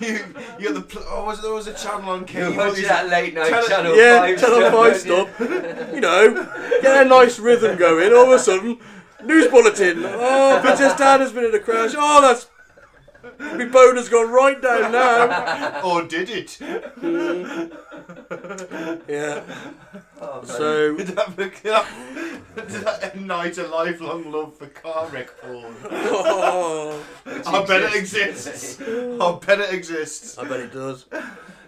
you, you're the. Pl- oh, was, there was a channel on You cable. watch he's- that late night Tele- channel. yeah, five Channel stuff, Five don't you? stuff. You know, get a nice rhythm going. All of a sudden, news bulletin. Oh, Princess Diana's been in a crash. Oh, that's my boner's gone right down now. Or "Oh, did it? Yeah. Oh, man. So Did that, did that, did that ignite a lifelong love for car wreck porn? oh, I bet it exists. I bet it exists. I bet it does.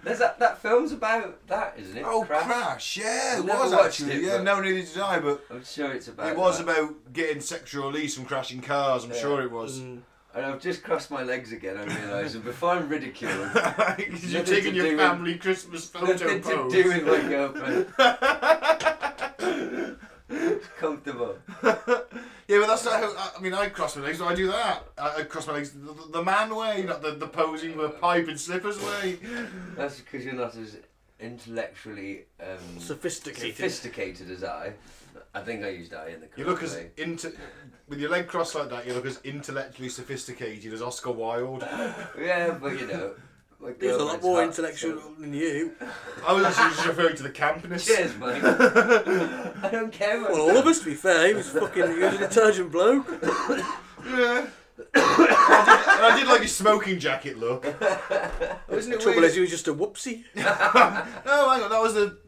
There's that, that film's about that, isn't it? Oh, Crash. Crash, yeah, I it never was watched actually. it, yeah, but- no, neither did I, but. I'm sure it's about. It was that. about getting sexual release from crashing cars. I'm Yeah. sure it was. Mm. And I've just crossed my legs again. I realise, and before I'm ridiculed, Because you're Nothing taking to your do with- family Christmas photo nothing pose. to do with my girlfriend. It's comfortable. Yeah, but that's not how. I- I mean, I cross my legs. So I do that. I, I cross my legs the, the- the man way, not the, the posing with a pipe and slippers way. That's because you're not as intellectually um, Sophisticated. sophisticated as I. I think I used I in the correct You look as way. into with your leg crossed like that. You look as intellectually sophisticated as Oscar Wilde. Yeah, but you know. my It was a lot girlfriend's more hot, intellectual so- than you. I was actually just referring to the campness. Cheers, mate. I don't care. What Well, all of us, to be fair, he was fucking. He was a detergent bloke. Yeah. and I did like his smoking jacket look. Wasn't The it trouble weird? is, he was just a whoopsie. No, hang on, that was the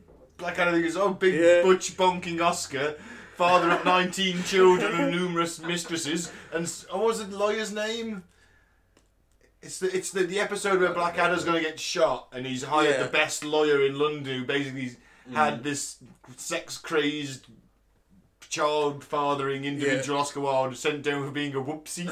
like kind of thing. It's oh, big Yeah. butch bonking Oscar, father of nineteen children and numerous mistresses, and s- oh, what was the lawyer's name? It's the it's the, the episode where Blackadder's going to get shot, and he's hired Yeah. the best lawyer in London, who basically had this sex crazed. Child fathering individual Oscar Wilde sent down for being a whoopsie.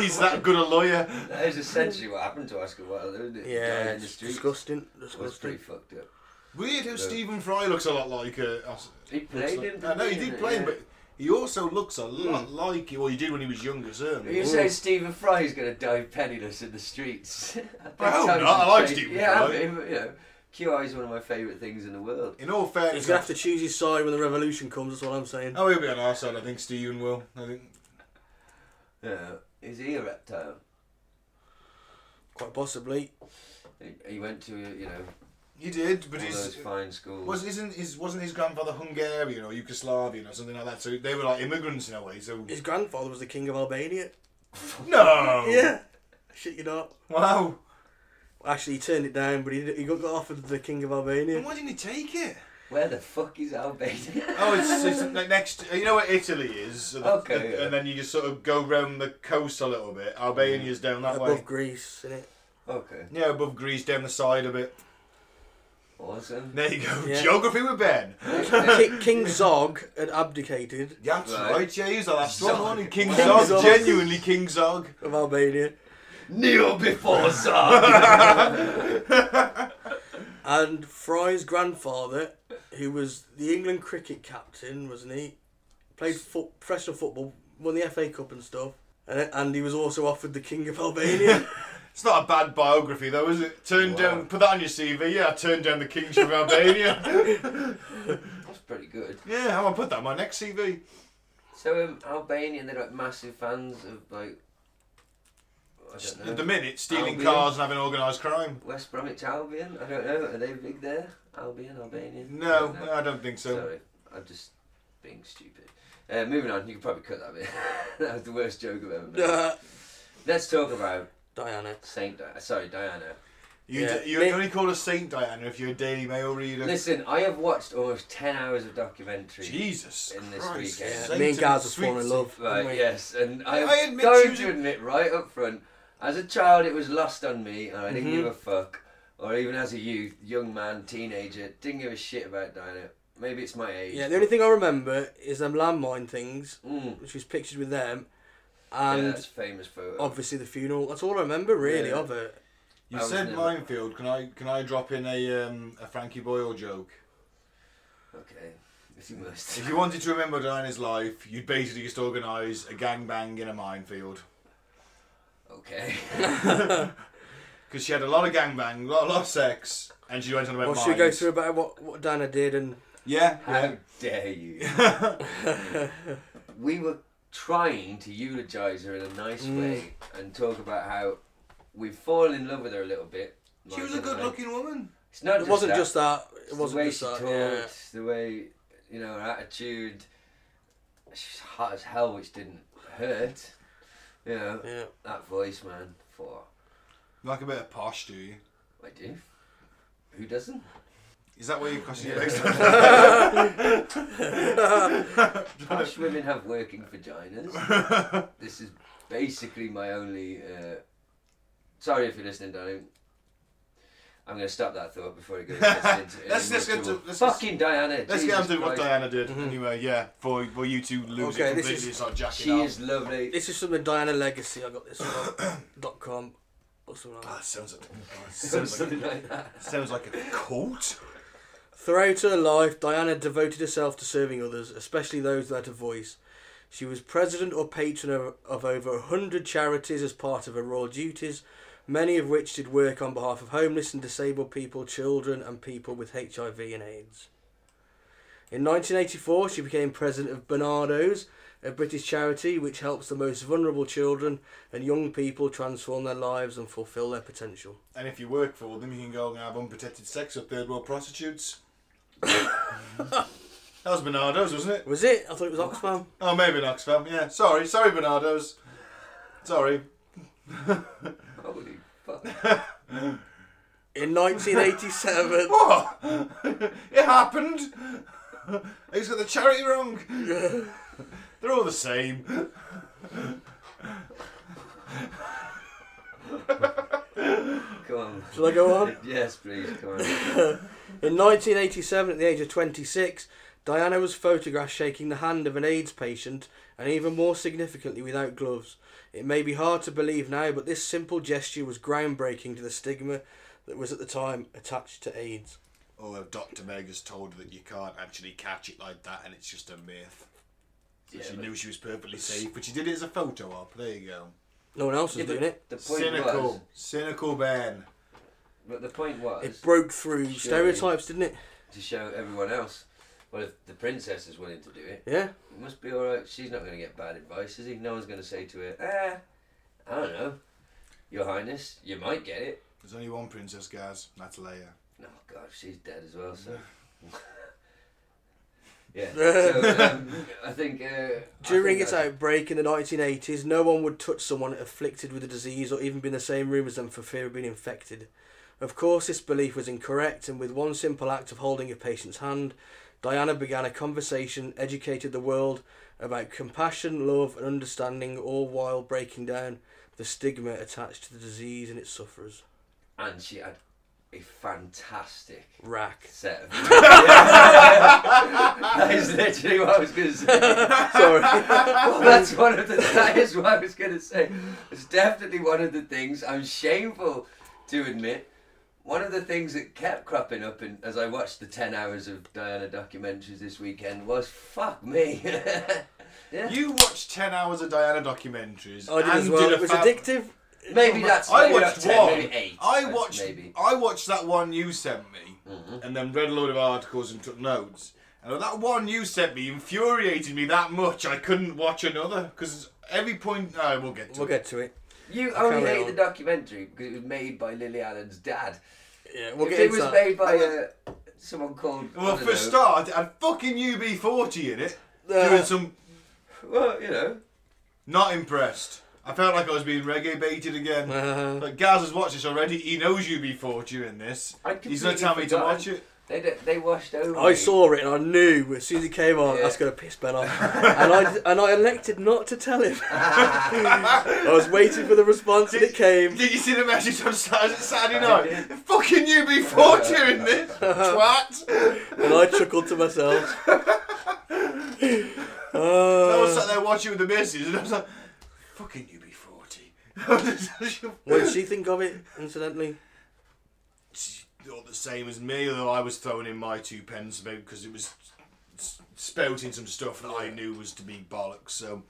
He's that good a lawyer. That is essentially what happened to Oscar Wilde, isn't it? He died Yeah, in the it's street. disgusting. was pretty Disgusting. fucked up. Weird how Stephen Fry looks a lot like uh, Os- He Looks played like- him. I know he didn't did play him, Yeah. but He also looks a lot like you, or you did when he was younger, certainly. You say Stephen Fry's going to die penniless in the streets. I think I hope not. Tony's I like great. Stephen yeah, Fry. I mean, you know, QI is one of my favourite things in the world. In all fairness, He's gonna have to choose his side when the revolution comes. That's what I'm saying. Oh, he'll be on our side, I think. Steven will. I think. Yeah. Uh, Is he a reptile? Quite possibly. He, he went to, you know, He did, but all those his fine schools. was isn't his wasn't his grandfather Hungarian or Yugoslavian or something like that? So they were like immigrants in a way. So His grandfather was the king of Albania. no. Yeah. Shit, you not. Wow. Actually, he turned it down, but he, he got offered the king of Then Albania. why didn't he take it? Where the fuck is Albania? Oh, it's, it's ne- next. You know where Italy is, so the- Okay, the- yeah. and then you just sort of go round the coast a little bit. Albania's down that Above way. Greece, innit? okay. Yeah, above Greece, down the side a bit. Awesome. There you go. Yeah. Geography with Ben. Ki- King Zog had abdicated That's Right. right. Yeah, he's the last Zog. one. wasn't he? King King Zog. Zog. Genuinely King Zog. of Albania, Kneel before Zog! and Fry's grandfather, who was the England cricket captain, wasn't he? Played foot, professional football, won the FA Cup and stuff, and, and he was also offered the king of Albania. It's not a bad biography though, is it? Turn Wow. down, put that on your CV. Yeah, I turned down the kingship of Albania. That's pretty good. yeah, I'm gonna put that on my next CV. So, um, Albania, they're like massive fans of, like, I don't know. At the minute, stealing Albion. cars and having organised crime. West Bromwich Albion? I don't know. Are they big there? Albion, Albania? I No, don't know. I don't think so. Sorry, I'm just being stupid. Uh, moving on, you can probably cut that bit. that was the worst joke I've ever made. Uh, Let's talk about Diana. Saint. Di- sorry, Diana. You, Yeah. d- you Me- only call us Saint Diana if you're a Daily Mail reader. Listen, I have watched almost ten hours of documentary. Jesus In this Christ, weekend. Yeah, Saint me and Gaz was sweet falling in love. Right, weren't we? yes, and I, I admit going you- to admit right up front, as a child, it was lost on me, and I didn't Mm-hmm. give a fuck. Or even as a youth, young man, teenager, didn't give a shit about Diana. Maybe it's my age. Yeah, the only thing I remember is them landmine things, Mm, which was pictured with them, yeah, and that's a famous photo. obviously the funeral. That's all I remember really Yeah. of it. You I was said never- minefield. Can I can I drop in a um, a Frankie Boyle joke? Okay, if you must. If you wanted to remember Diana's life, you'd basically just organise a gangbang in a minefield. Okay. Because she had a lot of gangbang, a lot, a lot of sex, and she went on about Well, mines. should we go through about what what Diana did and Yeah, yeah. How dare you? we were trying to eulogise her in a nice Mm. way and talk about how we've fallen in love with her a little bit. She was a Martin and I. good-looking woman. It's not it wasn't that. just that. It It's wasn't the way just she that. talked, Yeah. the way you know her attitude. She's hot as hell, which didn't hurt. You know Yeah. that voice, man. For Like a bit of posh, do you? I do. Who doesn't? Is that where you cross your Yeah. legs? Posh women have working vaginas. this is basically my only. Uh, sorry if you're listening, darling. I'm going to stop that thought before it goes. into Let's- any let's get more to- let's- fucking Diana. Let's Jesus get on to what Christ. Diana did. Anyway, yeah, for for you two lose Okay, it this completely, is- start jacking She off. is lovely. This is from the Diana Legacy. I got this from dot com or something like Ah, that. sounds like, oh, sounds, like Something like that. sounds like a cult. Throughout her life, Diana devoted herself to serving others, especially those without a voice. She was president or patron of, of over 100 charities as part of her royal duties, many of which did work on behalf of homeless and disabled people, children, and people with HIV and AIDS. In 1984, she became president of Bernardo's, a British charity which helps the most vulnerable children and young people transform their lives and fulfill their potential. And if you work for them, you can go and have unprotected sex with third world prostitutes. that was Bernardo's, wasn't it? Was it? I thought it was Oxfam. Oh, maybe an Oxfam. Yeah, sorry, sorry, Bernardo's. Sorry. Holy fuck. In 1987, What? it happened. He's got the charity wrong. They're all the same. Come on. Shall I go on? Yes, please, come on. In 1987, at the age of 26, Diana was photographed shaking the hand of an AIDS patient, and even more significantly, without gloves. It may be hard to believe now, but this simple gesture was groundbreaking to the stigma that was at the time attached to AIDS. Although Dr. Meg has told her that you can't actually catch it like that and it's just a myth. So Yeah, she but- knew she was perfectly safe, but she did it as a photo op. There you go. No one else was Yeah, but doing it. The point Cynical, was, cynical Ben. but the point was It broke through Surely. stereotypes, didn't it? to show everyone else. Well, if the princess is willing to do it, Yeah. it must be all right. She's not going to get bad advice, is he? No one's going to say to her, "Ah, I don't know, Your Highness, you might get it." There's only one princess, guys. and That's Leia. Oh God, she's dead as well. So. yeah. So, um, I think. Uh, I During think its I- outbreak in the 1980s, no one would touch someone afflicted with the disease or even be in the same room as them for fear of being infected. Of course, this belief was incorrect, and with one simple act of holding a patient's hand, Diana began a conversation, educated the world about compassion, love, and understanding, all while breaking down the stigma attached to the disease and its sufferers. and she had a fantastic Rack. set of. that is literally what I was going to say. Sorry. Well, that's one of the. That is what I was going to say. It's definitely one of the things I'm shameful to admit. One of the things that kept cropping up in, as I watched the ten hours of Diana documentaries this weekend was fuck me. Yeah. You watched ten hours of Diana documentaries. I did and as well. did a it was fab- addictive. maybe that's. I maybe watched that's 10, one. Maybe eight, I that's watched. Maybe. Mm-hmm. I watched that one you sent me, and then read a load of articles and took notes. And that one you sent me infuriated me that much. I couldn't watch another because every point. I will get to. We'll it. get to it. You I'll only carry hate on. the documentary because it was made by Lily Allen's dad. Yeah, we'll if get it into was that. made by uh, someone called. I Well, don't for a know. start, it had fucking UB40 in it. Uh, doing some. Well, you know. Not impressed. I felt like I was being reggae baited again. Uh, But Gaz has watched this already. He knows UB40 in this. I He's gonna completely tell me to forgotten. watch it. They, d- they washed over. I me. saw it and I knew as soon as he came on, Yeah. that's going to piss Ben off. and I and I elected not to tell him. I was waiting for the response and it came. Did you see the message on Saturday, Saturday night? did. Fucking UB40 in this twat. And I chuckled to myself. I Uh, was sat there watching with the missus, and I was like, "Fucking UB40." what did she think of it, incidentally? She's Not the same as me, although I was throwing in my two pence because it was s- spouting some stuff that I knew was to be bollocks. So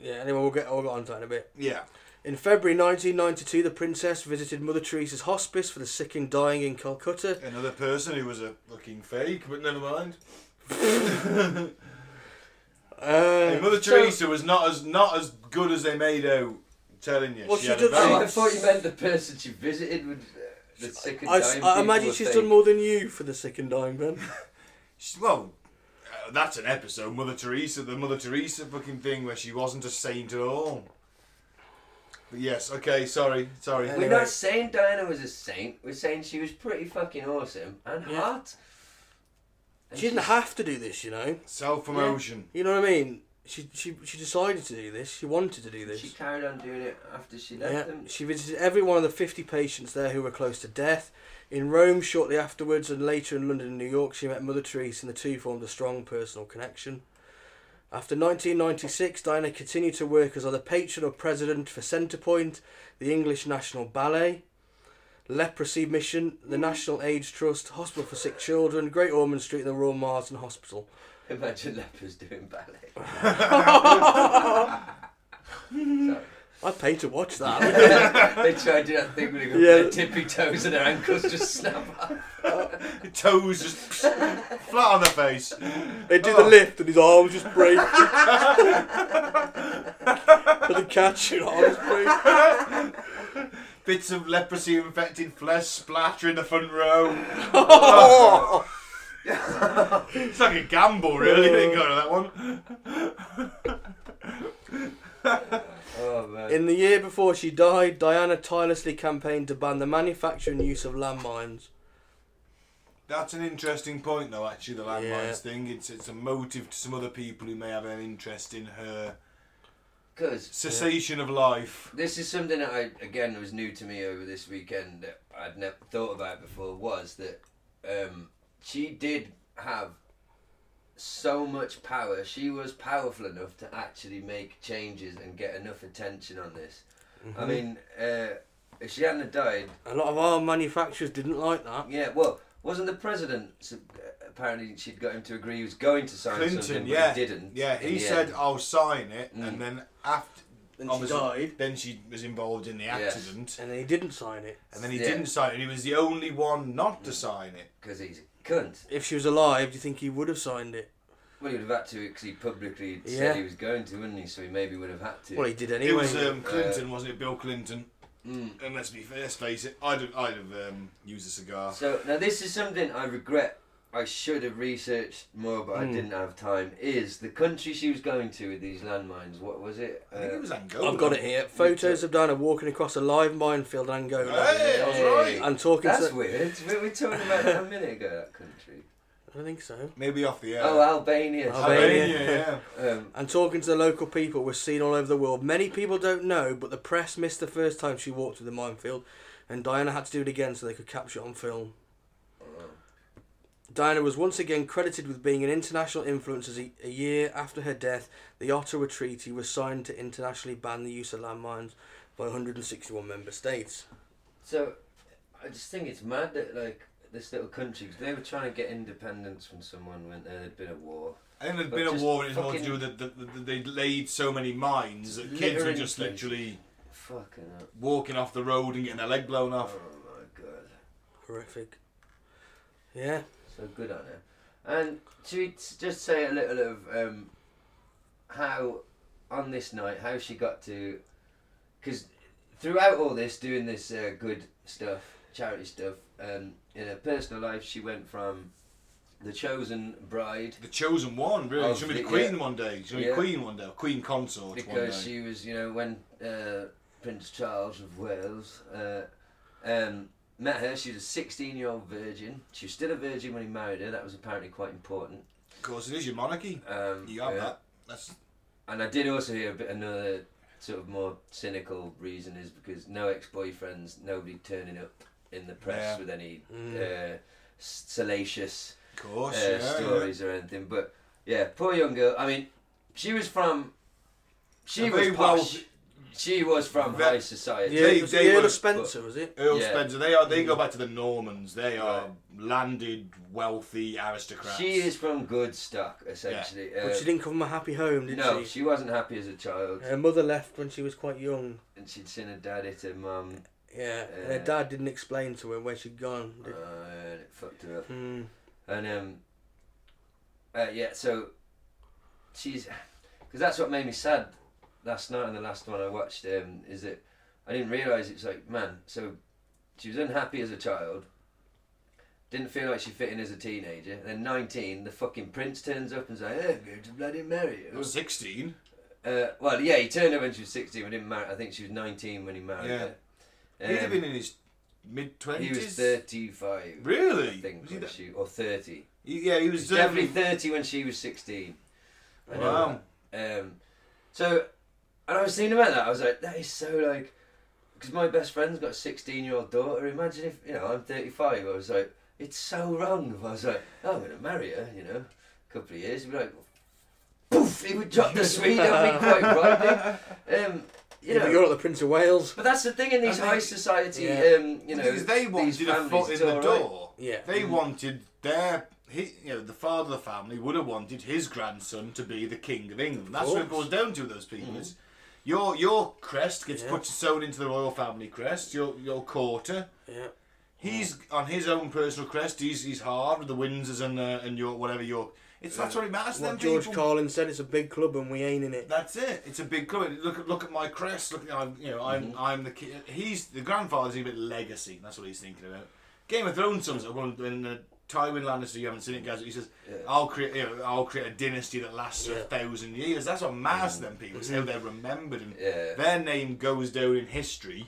Yeah, anyway, we'll get, we'll get on to that in a bit. yeah, In February 1992, the princess visited Mother Teresa's hospice for the sick and dying in Calcutta. another person who was a fucking fake, but never mind. Uh, Hey, Mother So- Teresa was not as not as good as they made out. Telling you, Well, she had a did- Oh, I very- thought you meant the person she visited with uh, the sick and I, dying I people imagine were she's fake. done more than you for the sick and dying, Ben. She- well, uh, that's an episode, Mother Teresa, the Mother Teresa fucking thing where she wasn't a saint at all. But yes, okay, sorry, sorry. Yeah. We're Anyway. not saying Diana was a saint. We're saying she was pretty fucking awesome and Yeah. hot. And She didn't she's- have to do this, you know. Self promotion. You know what I mean? She she she decided to do this. She wanted to do this. She carried on doing it after she left yeah. them. She visited every one of the 50 patients there who were close to death. In Rome shortly afterwards, and later in London and New York, she met Mother Teresa, and the two formed a strong personal connection. After 1996, Diana continued to work as either patron or president for Centrepoint, the English National Ballet, Leprosy Mission, the National AIDS Trust, Hospital for Sick Children, Great Ormond Street, and the Royal Marsden Hospital. Imagine lepers doing ballet. Sorry. I'd pay to watch that. they try to do that thing where they go Yeah. their tippy toes and their ankles just snap up. Toes just flat on the face. They do Oh. the lift and his arms just break. For the catch, your arms break. Bits of leprosy infected flesh splatter in the front row. Oh, It's like a gamble, really. They go to that one. Oh man. In the year before she died, Diana tirelessly campaigned to ban the manufacture and use of landmines. That's an interesting point, though. Actually, the landmines Yeah. thing. It's it's a motive to some other people who may have an interest in her Because cessation of life. this is something that I again was new to me over this weekend that I'd never thought about before was that um, she did have so much power. She was powerful enough to actually make changes and get enough attention on this. Mm-hmm. I mean, uh, if she hadn't have died, A lot of our manufacturers didn't like that. yeah. Well, wasn't the president s- uh, apparently she'd got him to agree he was going to sign something, Clinton, but yeah, he didn't. yeah, in he the said end. Mm. I'll sign it, and then after. Then she obviously- died. Then she was involved in the accident, and then he didn't sign it. and then he Yeah. Mm. didn't sign it. He was the only one not to sign it. because he's a cunt. If she was alive, do you think he would have signed it? Well, he would have had to because he publicly said Yeah. he was going to, wouldn't he? So he maybe would have had to. Well, he did anyway. It was um, Clinton, wasn't it? Bill Clinton. Mm. And let's be let's face it, I'd have, I'd have um, used a cigar. So now this is something I regret. I should have researched more, but I Hmm. didn't have time. Is the country she was going to with these landmines? What was it? I think Uh, it was Angola. I've got it here. Photos of Diana walking across a live minefield in Angola. Hey, I was right. And talking Uh, That's to. weird. We were talking about that a minute ago. That country. I don't think so. Maybe off the air. Oh, Albania. Albania. Albania, yeah. Um, And talking to the local people was seen all over the world. Many people don't know, but the press missed the first time she walked through the minefield, and Diana had to do it again so they could capture it on film. Diana was once again credited with being an international influence as a, a year after her death, the Ottawa Treaty was signed to internationally ban the use of landmines by 161 member states. so I just think it's mad that like this little country 'cause they were trying to get independence from someone when there had been a war. I think there'd But been a just war, and it's more to fucking- do with the, the, the, they laid so many mines that kids were Littering just place. literally Fucking hell. walking off the road and getting their leg blown Oh off. my god. Horrific. Yeah. So good on her. And should we t- just say a little of um, how, on this night, how she got to. Because throughout all this, doing this uh, good stuff, charity stuff, um, in her personal life, she went from the chosen bride The chosen one, really. Oh, She's gonna be the yeah. queen one day. She's gonna be Yeah. queen one day. or Queen consort one day. because she was, you know, when uh, Prince Charles of Wales uh, um, met her, she was a 16 year old virgin. She was still a virgin when he married her, that was apparently quite important. Of course, it is your monarchy. Um, You have yeah. that. That's And I did also hear a bit another sort of more cynical reason is because no ex-boyfriends, nobody turning up in the press Yeah. with any uh, s- salacious of course. yeah, uh, Oh, yeah. stories or anything. But yeah, poor young girl. I mean, she was from. She A was very posh. wealthy- she was from Ve- high society. Yeah, They- it was they the Earl were- of Spencer, was it? Earl Yeah. Mm. Spencer. They are. They go back to the Normans. They are Right. landed, wealthy aristocrats. She is from good stock, essentially. Uh, But she didn't come from a happy home, did no, she? she wasn't happy as a child, Her mother left when she was quite young. and she'd seen her dad hit her mum, Yeah, and her Yeah. dad didn't explain to her where she'd gone. uh, Did. and it fucked her up. Mm. And um, uh, yeah, so she's because that's what made me sad last night and the last one I watched um, is that I didn't realise it's like man, so she was unhappy as a child, didn't feel like she fit in as a teenager. And then nineteen, the fucking prince turns up and says, "Hey, I'm going to bloody marry It you." was sixteen. Uh, well, yeah, he turned up when she was sixteen. But didn't marry. I think she was nineteen when he married Yeah. her. He'd have Um, been in his mid he was twenties. thirty-five. Really? I think Was he when that- she or thirty. he- yeah, he was She's definitely um, 30 when she was 16. I know Wow. that. Um, so, and I was thinking about that. I was like, that is so like, because my best friend's got a 16 year old daughter. Imagine if, you know, I'm 35. I was like, it's so wrong. I was like, oh, I'm going to marry her, you know, a couple of years. He'd be like, poof, he would drop the sweet on me quite rightly. Um, you Yeah, but you're know. not the Prince of Wales. But that's the thing in these I think- high society, Yeah. um, you know, because they wanted these a families, Mm. foot in it's the all right. door. Yeah. They wanted their he, you know, the father of the family would have wanted his grandson to be the king of England. That's what it course. goes down to. Those Mm. people is your your crest gets Yeah. put sewn into the royal family crest. Your your quarter. Yeah. He's on his own personal crest. He's he's hard with the Windsors and uh, and your whatever your. It's that's what it matters. to What them George people. Carlin said, it's a big club and we ain't in it. That's it. It's a big club. Look at look at my crest. Look, I'm you know I'm Mm-hmm. I'm the ki- he's the grandfather's a bit legacy. That's what he's thinking about. Game of Thrones sums it up when when, uh, Tywin Lannister. You haven't seen it, guys. He says, "I'll create you know, I'll create a dynasty that lasts for a Yeah. Mm-hmm. thousand years." That's what matters to them people. It's how they're remembered and Yeah. their name goes down in history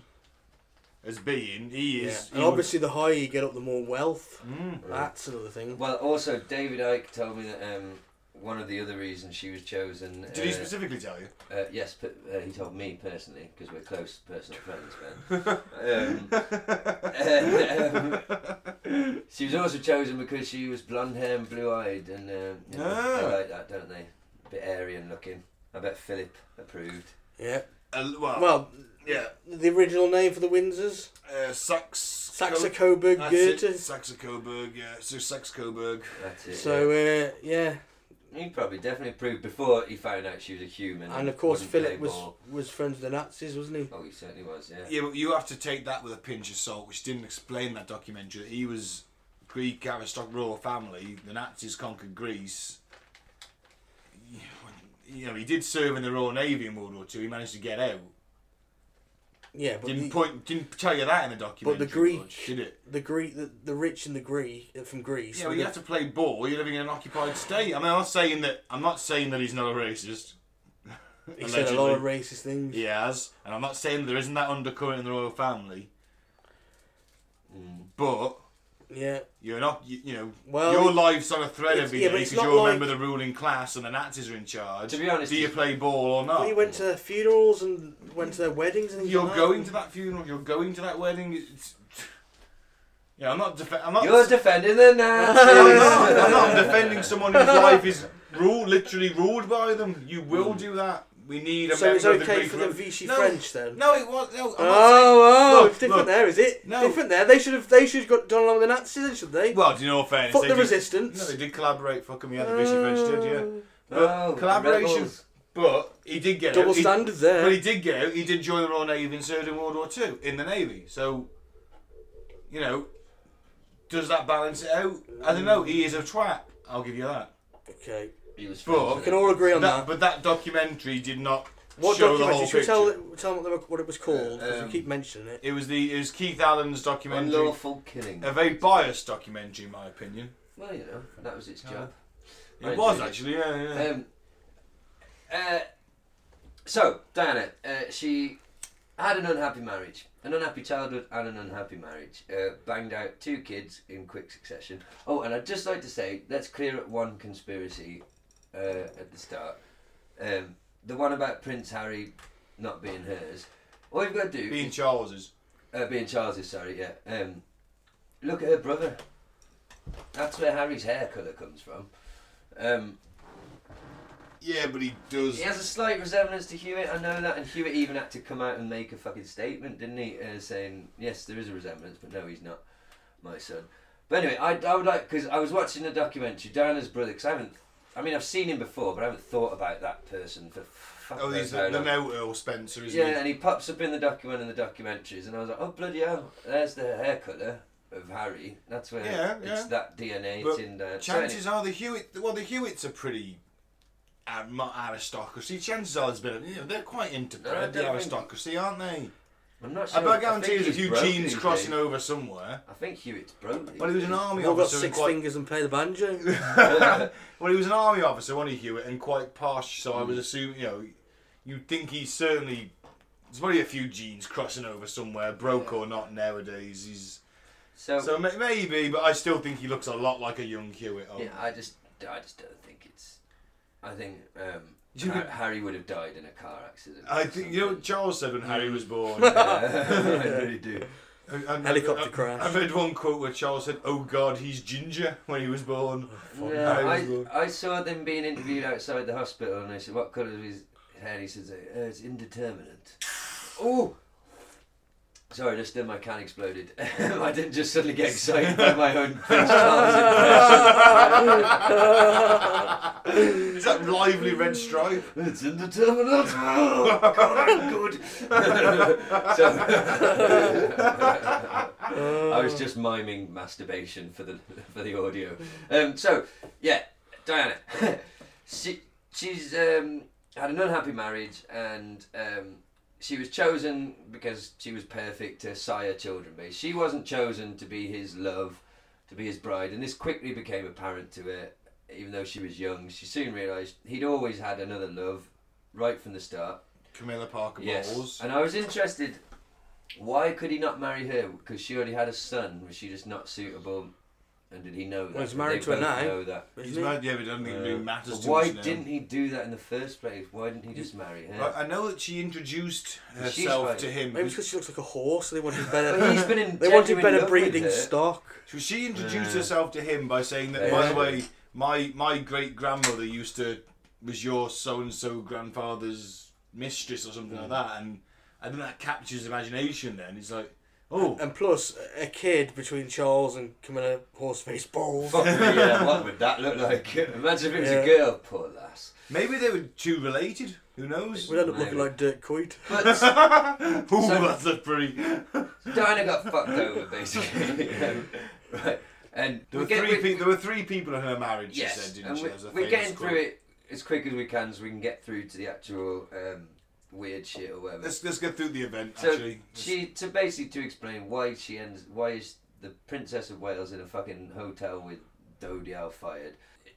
as being he Yeah. is. he Mm. And would- obviously, the higher you get up, the more wealth. That's another thing. Well, also David Icke told me that um, one of the other reasons she was chosen. did he uh, specifically tell you? uh, yes, but uh, he told me personally because we're close personal friends, Ben. um, uh, um, she was also chosen because she was blonde hair and blue eyed, and um, you know, Ah. they like that, don't they? A bit Aryan looking. I bet Philip approved. Yeah. uh, well, Well, yeah, the original name for the Windsors? uh, Sax Saxe Coburg That's it, Goethe. Saxe Coburg, yeah, so Saxe Coburg. That's it. So, uh, yeah. yeah. he probably definitely proved before he found out she was a human. And of course, wouldn't Philip play was, ball. was friends with the Nazis, wasn't he? Oh, he certainly was. Yeah. Yeah, but you have to take that with a pinch of salt, which didn't explain that documentary. that He was Greek aristocrat royal family. The Nazis conquered Greece. You know, he did serve in the Royal Navy in World War Two. He managed to get out. Yeah, but didn't the, point, didn't tell you that in the documentary. Greek- much, did it? the Greek, the, the rich and the Greek uh, from Greece. Yeah, well, were you the- have to play ball. You're living in an occupied state. I mean, I'm not saying that. I'm not saying that he's not a racist. he said a lot of Allegedly. racist things. He has, and I'm not saying there isn't that undercurrent in the royal family, but Yeah. you're not. You, you know, Mm. Well, your life's on a thread it's- every yeah, day but it's because not you're a like- member of the ruling class and the Nazis are in charge. To be honest, do you it's- play ball or But he not? went to their funerals and went to their weddings and things Oh. You're like going to that funeral. You're going to that wedding. It's, yeah, I'm not. Def- I'm not. You're defending the I'm not, I'm Nazis. not defending someone whose life is ruled, literally ruled by them. You will do that. We need a Mm. So it's member of the okay Greek for the ru- Vichy No, French then? No, it was. No, I'm not saying- Oh, oh, Look, it's different look. there, is it? No. Different there. They should have. They should have got done along with the Nazis, then, should they? Well, do you know what fairness? Fuck they the did- resistance. No, they did collaborate. Fucking me out the Vichy French did, yeah. Oh, But collaboration. rebels. But he did get Double out. He- standards there. But he did get out. He did join the Royal Navy and served in World War Two in the Navy. So, you know, does that balance it out? I don't know. He is a twat. I'll give you that. Okay. He was. But- We friends with We can them. all agree on that that. but that documentary did not What show the documentary? whole Should we picture. tell tell them what, the- what it was called? 'Cause Um, we keep mentioning it. It was the it was Keith Allen's documentary. Unlawful killing. A very biased documentary, in my opinion. Well, you know, that was its job. It Right, was dude. actually, yeah, yeah. Um, uh, so, Diana, uh, she had an unhappy marriage, an unhappy childhood, and an unhappy marriage. Uh, banged out two kids in quick succession. Oh, and I'd just like to say, let's clear up one conspiracy uh, at the start. Um, the one about Prince Harry not being hers. All you've got to do Being Charles's. uh, being Charles's, sorry, yeah. Um, look at her brother. That's where Harry's hair colour comes from. Um, Yeah, but he does. he has a slight resemblance to Hewitt, I know that, and Hewitt even had to come out and make a fucking statement, didn't he? Uh, saying, yes, there is a resemblance, but no, he's not my son. But anyway, I, I would like, because I was watching the documentary, Diana's brother, because I haven't, I mean, I've seen him before, but I haven't thought about that person for fuck Oh, knows he's how the, the long. no Earl Spencer, isn't Yeah, he? and he pops up in the document and the documentaries, and I was like, oh bloody hell, there's the hair colour of Harry. That's where Yeah, it's yeah. that DNA. But it's in there. So anyway, Chances are the Hewitt, well, the Hewitts are pretty ar- not aristocracy. Chances are there's been, a- you know, they're quite No, I interbred, don't the think- aristocracy, aren't they? I'm not I sure. bet I guarantee think there's a he's few Brody genes these crossing days. over somewhere. I think Hewitt's Brody. Well, he was an army We've all got officer. and six quite, fingers and play the banjo. Well, he was an army officer, wasn't he, Hewitt, and quite posh. So I was assuming, you know, you'd think he's certainly. There's probably a few genes crossing over somewhere, broke or not nowadays. He's so so ma- maybe, but I still think he looks a lot like a young Hewitt. Oh, yeah, I just, I just don't think it's. I think um, Do you Har- think- Harry would have died in a car accident. I or think you know what something. Charles said when Harry was born. Yeah, I really do. And- and- Helicopter I- crash. I read one quote where Charles said, "Oh God, he's ginger" when he was born. Harry was Yeah, born. I, I saw them being interviewed outside the hospital, and I said, "What colour is his hair?" And he says, "Uh, "It's indeterminate." oh, sorry, just then my can exploded. I didn't just suddenly get excited by my own Prince Charles Is that lively red stripe? impression. It's indeterminate. Oh, God, I'm good. so, I was just miming masturbation for the for the audio. Um, so yeah, Diana, she she's um, had an unhappy marriage and um, she was chosen because she was perfect to sire children. But she wasn't chosen to be his love, to be his bride, and this quickly became apparent to her. Even though she was young, she soon realised he'd always had another love right from the start. Camilla Parker Bowles. Yes. And I was interested, why could he not marry her? Because she already had a son. Was she just not suitable? And did he know that? Well, he's Did married they to her both now. Know that. He's isn't it? married. Yeah, but I don't think it really matters Uh, But to why us now. didn't he do that in the first place? Why didn't he just marry her? I I know that she introduced She's herself right. to him. Maybe it's because she looks like a horse. So they wanted But he's better. been in they wanted genuine better love with breeding her. stock. So she introduced Yeah. herself to him by saying that, by the way, my my great grandmother used to was your so and so grandfather's mistress or something like that, and I think that captures his imagination. Then it's like, oh, And plus, a kid between Charles and Camilla Horseface Bowles. Fuck me, yeah, what would that look like? Imagine if it was Yeah. a girl, poor lass. maybe they were too related. Who knows? We'd end up Maybe. looking like Dirk Coit. But Oh, that's a pretty. Diana got fucked over, basically. Um, right. And There we were get- three. we- Pe- there were three people in her marriage. she Yes, said, and didn't she? we, That was a we're famous getting quote. through it as quick as we can, so we can get through to the actual um, weird shit or whatever. Let's let's get through the event. so actually, she to basically to explain why she ends why is the Princess of Wales in a fucking hotel with Dodial fired.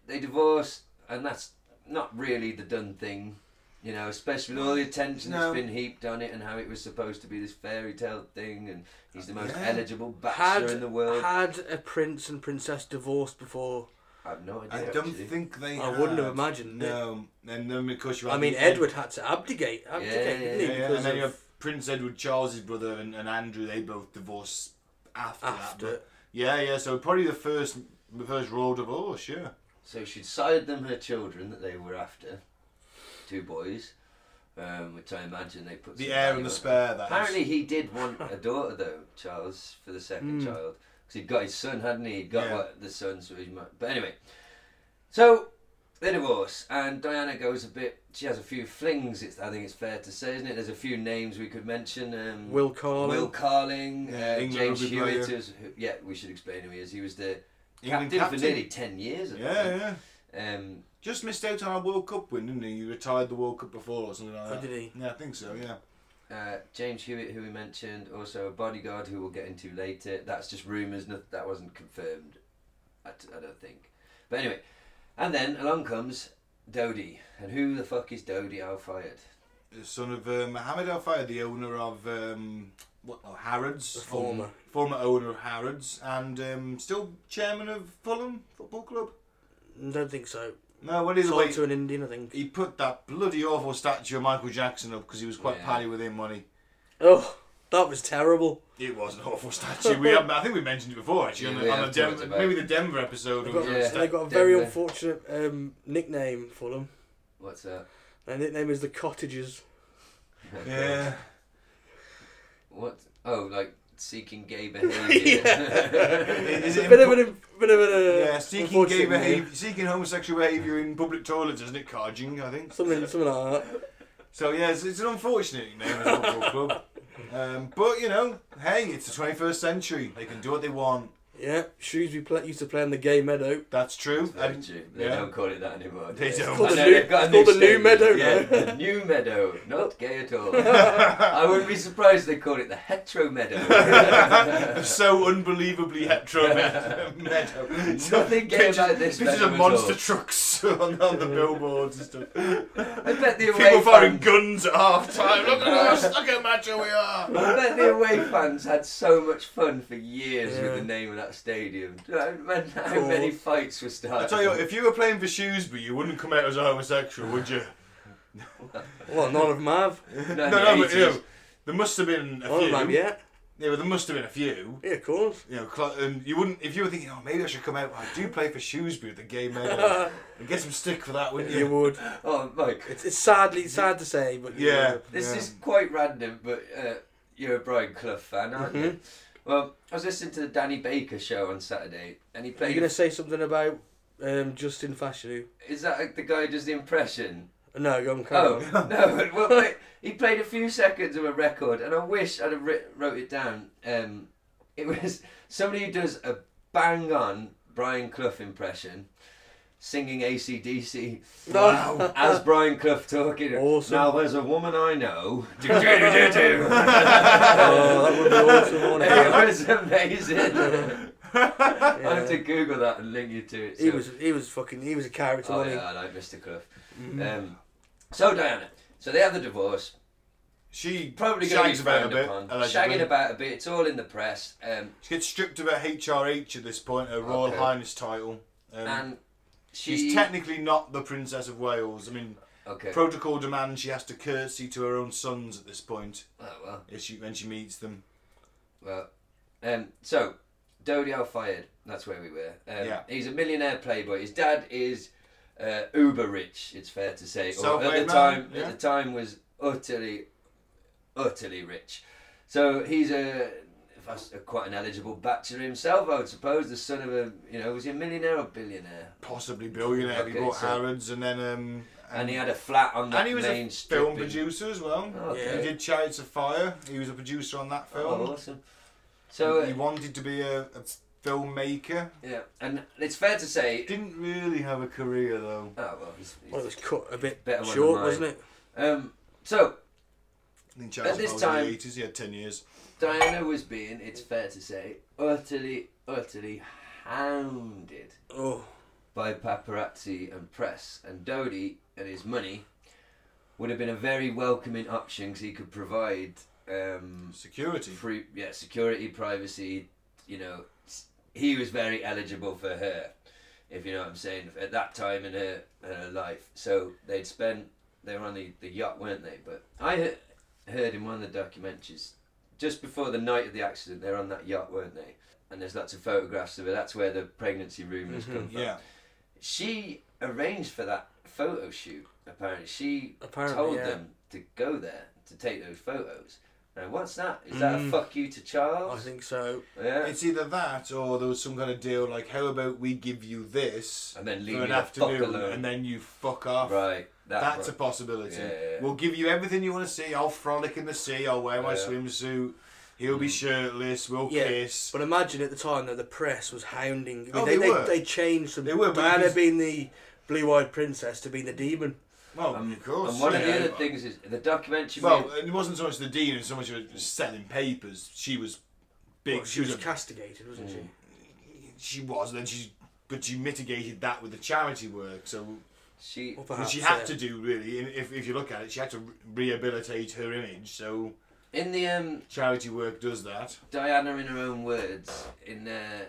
They divorce, and that's not really the done thing. You know, especially with all the attention No. that's been heaped on it and how it was supposed to be this fairy tale thing, and he's the most Yeah. eligible bachelor Had, in the world. had a prince and princess divorced before. I've no idea. I don't actually. think they. I wouldn't have had. imagined it. No, and then because you. I had mean, the- Edward had to abdicate, abdicate Yeah, didn't Yeah, he? yeah, because and then of- you have Prince Edward Charles's brother and, and Andrew. They both divorced after, After. that. But yeah, yeah. So probably the first, the first oh, royal divorce. Yeah. So she'd sired them her children that they were after, two boys, um, which I imagine they put. The some heir value and the on. spare. That is. Apparently, he did want a daughter though, Charles, for the second child. child, because he'd got his son, hadn't he? He'd got Hmm. Yeah. what, the son, so he might. But anyway, so they divorce, and Diana goes a bit. She has a few flings. It's I think it's fair to say, isn't it? There's a few names we could mention. Um, Will Carling. Will Carling, Yeah, uh, England James rugby Hewitt. player. who's- who- yeah, we should explain who he is. He was the England captain, captain. for nearly ten years. I Yeah, think. yeah. Um, Just missed out on our World Cup win, didn't he? You retired the World Cup before or something like Oh, that. did he? Yeah, I think so. Yeah. uh, James Hewitt, who we mentioned, also a bodyguard who we'll get into later. That's just rumours, no, that wasn't confirmed, I, t- I don't think. But anyway, and then along comes Dodie. And who the fuck is Dodie Al Fayed? The son of uh, Mohammed Al Fayed, the owner of um, what oh, Harrods, The former. Um, former owner of Harrods, and um, still chairman of Fulham Football Club. Don't think so. No, what is Sold it? to an Indian, I think. He put that bloody awful statue of Michael Jackson up because he was quite Yeah. paddy with him when he. Oh, that was terrible. It was an awful statue. We haven't- I think we mentioned it before actually Yeah, on, we the, on have the talked Denver, about maybe the Denver episode. They we got, did a Yeah. sta- they got a very Denver. unfortunate um, nickname for them. What's that? Their nickname is the Cottagers. yeah. What? Oh, like seeking gay behaviour. Is It's a it bit impo- of an, bit of an uh, Yeah, seeking gay unfortunate name. behavior, seeking homosexual behavior in public toilets, isn't it, Carjing? I think. Something, something like that. So yeah, it's, it's an unfortunate name as a football club, um, but you know, hey, it's the twenty first century. They can do what they want. Yeah, Shrewsbury play, used to play in the Gay Meadow. That's true. Very And- true. They yeah. don't call it that anymore. do They don't. It's I called the know new- they've got a it's called the new stadium. meadow Yeah, now. the new meadow. Not gay at all. I wouldn't be surprised if they called it the hetero meadow. so unbelievably hetero me- meadow. Nothing gay pictures, about this Pictures meadow of at monster all. trucks on, on the billboards and stuff. I bet the away People firing fans, guns at half time. Look at us! Look how macho we are! I bet the away fans had so much fun for years Yeah. with the name of that stadium. Do you know how Cool. many fights were started? I tell you, what, if you were playing for Shrewsbury, you wouldn't come out as a homosexual, would you? Well, none of them have. in No, the no, but you 80s. know, there must have been a Oh, None of few. them have yet. Yeah, but there must have been a few. Yeah, of course. You know, cl- and you wouldn't if you were thinking, oh, maybe I should come out. I do play for Shrewsbury, the gay men, and get some stick for that, wouldn't You you? would. Oh, Mike, It's, it's sadly sad to say, but you Yeah. would. This yeah. is quite random, but uh, you're a Brian Clough fan, aren't Mm-hmm. you? Well, I was listening to the Danny Baker show on Saturday, and he Are you played. going to say something about um, Justin Fashanu? Is that like the guy who does the impression? No, go on, carry Oh on. no! Well, wait, he played a few seconds of a record, and I wish I'd have writ- wrote it down. Um, it was somebody who does a bang on Brian Clough impression, singing ACDC. No. As Brian Clough talking. Awesome. Now there's a woman I know. Do, do, do, do. oh, that would be awesome. wouldn't it? it was amazing. I have to Google that and link you to it. He so- was he was fucking he was a character. Oh wasn't yeah, I like Mr. Clough. Mm-hmm. Um, so Diana, so they have the divorce. She Probably going shags to be about a frowned bit. upon. allegedly. Shagging about a bit. It's all in the press. Um, She gets stripped of her HRH at this point, her Royal Okay. Highness title. Um, and she. she's technically not the Princess of Wales. I mean, okay. protocol demands she has to curtsy to her own sons at this point oh well. if she when she meets them. Well, um, so Dodie Al Fayed, that's where we were. Um, Yeah. He's a millionaire playboy. His dad is uh, uber rich. It's fair to say. Or at Self-made man, the time, yeah. at the time was utterly, utterly rich. So he's a, a quite an eligible bachelor himself, I would suppose. The son of a, you know, was he a millionaire or billionaire? Possibly billionaire. he Okay, bought so- Harrods and then. Um, And he had a flat on the and he was main a film strip in- Oh, producer as well. Okay. He did Chariots of Fire. He was a producer on that film. Oh, awesome. So he uh, wanted to be a, a filmmaker. yeah, and it's fair to say. Didn't really have a career though. Oh well, he's, he's- Well, it was cut a bit Better one than short, mine. wasn't it? um. So I think Chariots At this of Fire was in time- the eighties. He had ten years. Diana was being, it's fair to say, utterly, utterly hounded Oh, by paparazzi and press, and Dodie and his money would have been a very welcoming option because he could provide um, Security. free, yeah, security, privacy. You know, s- he was very eligible for her, if you know what I'm saying. At that time in her in her life, so they'd spent they were on the, the yacht, weren't they? But I he- heard in one of the documentaries just before the night of the accident, they were on that yacht, weren't they? And there's lots of photographs of her. That's where the pregnancy rumours come from. Mm-hmm. Yeah. She arranged for that photo shoot. Apparently, she Apparently, told yeah. them to go there to take those photos. Now, what's that? Is that a Mm. fuck you to Charles? I think so. Yeah. It's either that or there was some kind of deal like, how about we give you this and then leave for an me the fuck afternoon alone. and then you fuck off. right. That That's a one. possibility. Yeah, yeah, yeah. We'll give you everything you want to see. I'll frolic in the sea. I'll wear my Yeah. Mm. swimsuit. He'll be shirtless. We'll Yeah, kiss. but imagine at the time that the press was hounding. I mean, Oh, they, they they, were. they changed from They were, but Diana because- being the blue-eyed princess to being the demon. Well, Um, of course. And one of the yeah. other things is the documentary. Well, made- it wasn't so much the dean, it was so much of selling papers. She was big. Well, she was castigated, wasn't Mm. she? she was. Then she, but she mitigated that with the charity work. So she Well, what perhaps, she had yeah. to do really, and if if you look at it, she had to re- rehabilitate her image. So in the um, charity work does that. Diana, in her own words, in uh,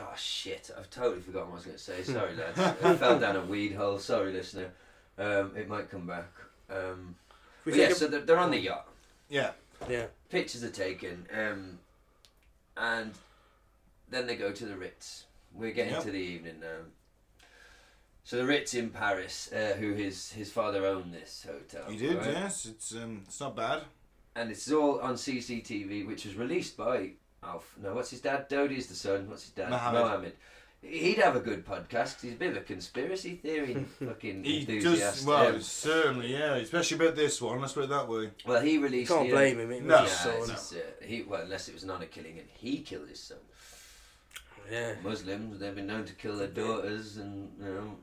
oh shit, I've totally forgotten what I was going to say. Sorry, lads, I fell down a weed hole. Sorry, listener. Um, it might come back. Um, We but yeah, think so they're, they're on the yacht. Yeah. of- yeah. Pictures are taken, um, and then they go to the Ritz. We're getting Yep. to the evening now. So the Ritz in Paris, uh, who his his father owned this hotel. You did, right? yes. It's um, it's not bad. and it's all on CCTV, which was released by Alf. No, what's his dad? Dodie's the son. What's his dad? Mohammed. He'd have a good podcast. 'cause He's a bit of a conspiracy theory fucking He enthusiast. does well, Um, certainly, yeah. Especially about this one. Let's put it that way. well, he You released. can't the, uh, blame him. It was No. Yeah, his son. it's, uh, he, well, unless it was not a killing, and he killed his son. Yeah. Muslims, they've been known to kill their daughters, and you know,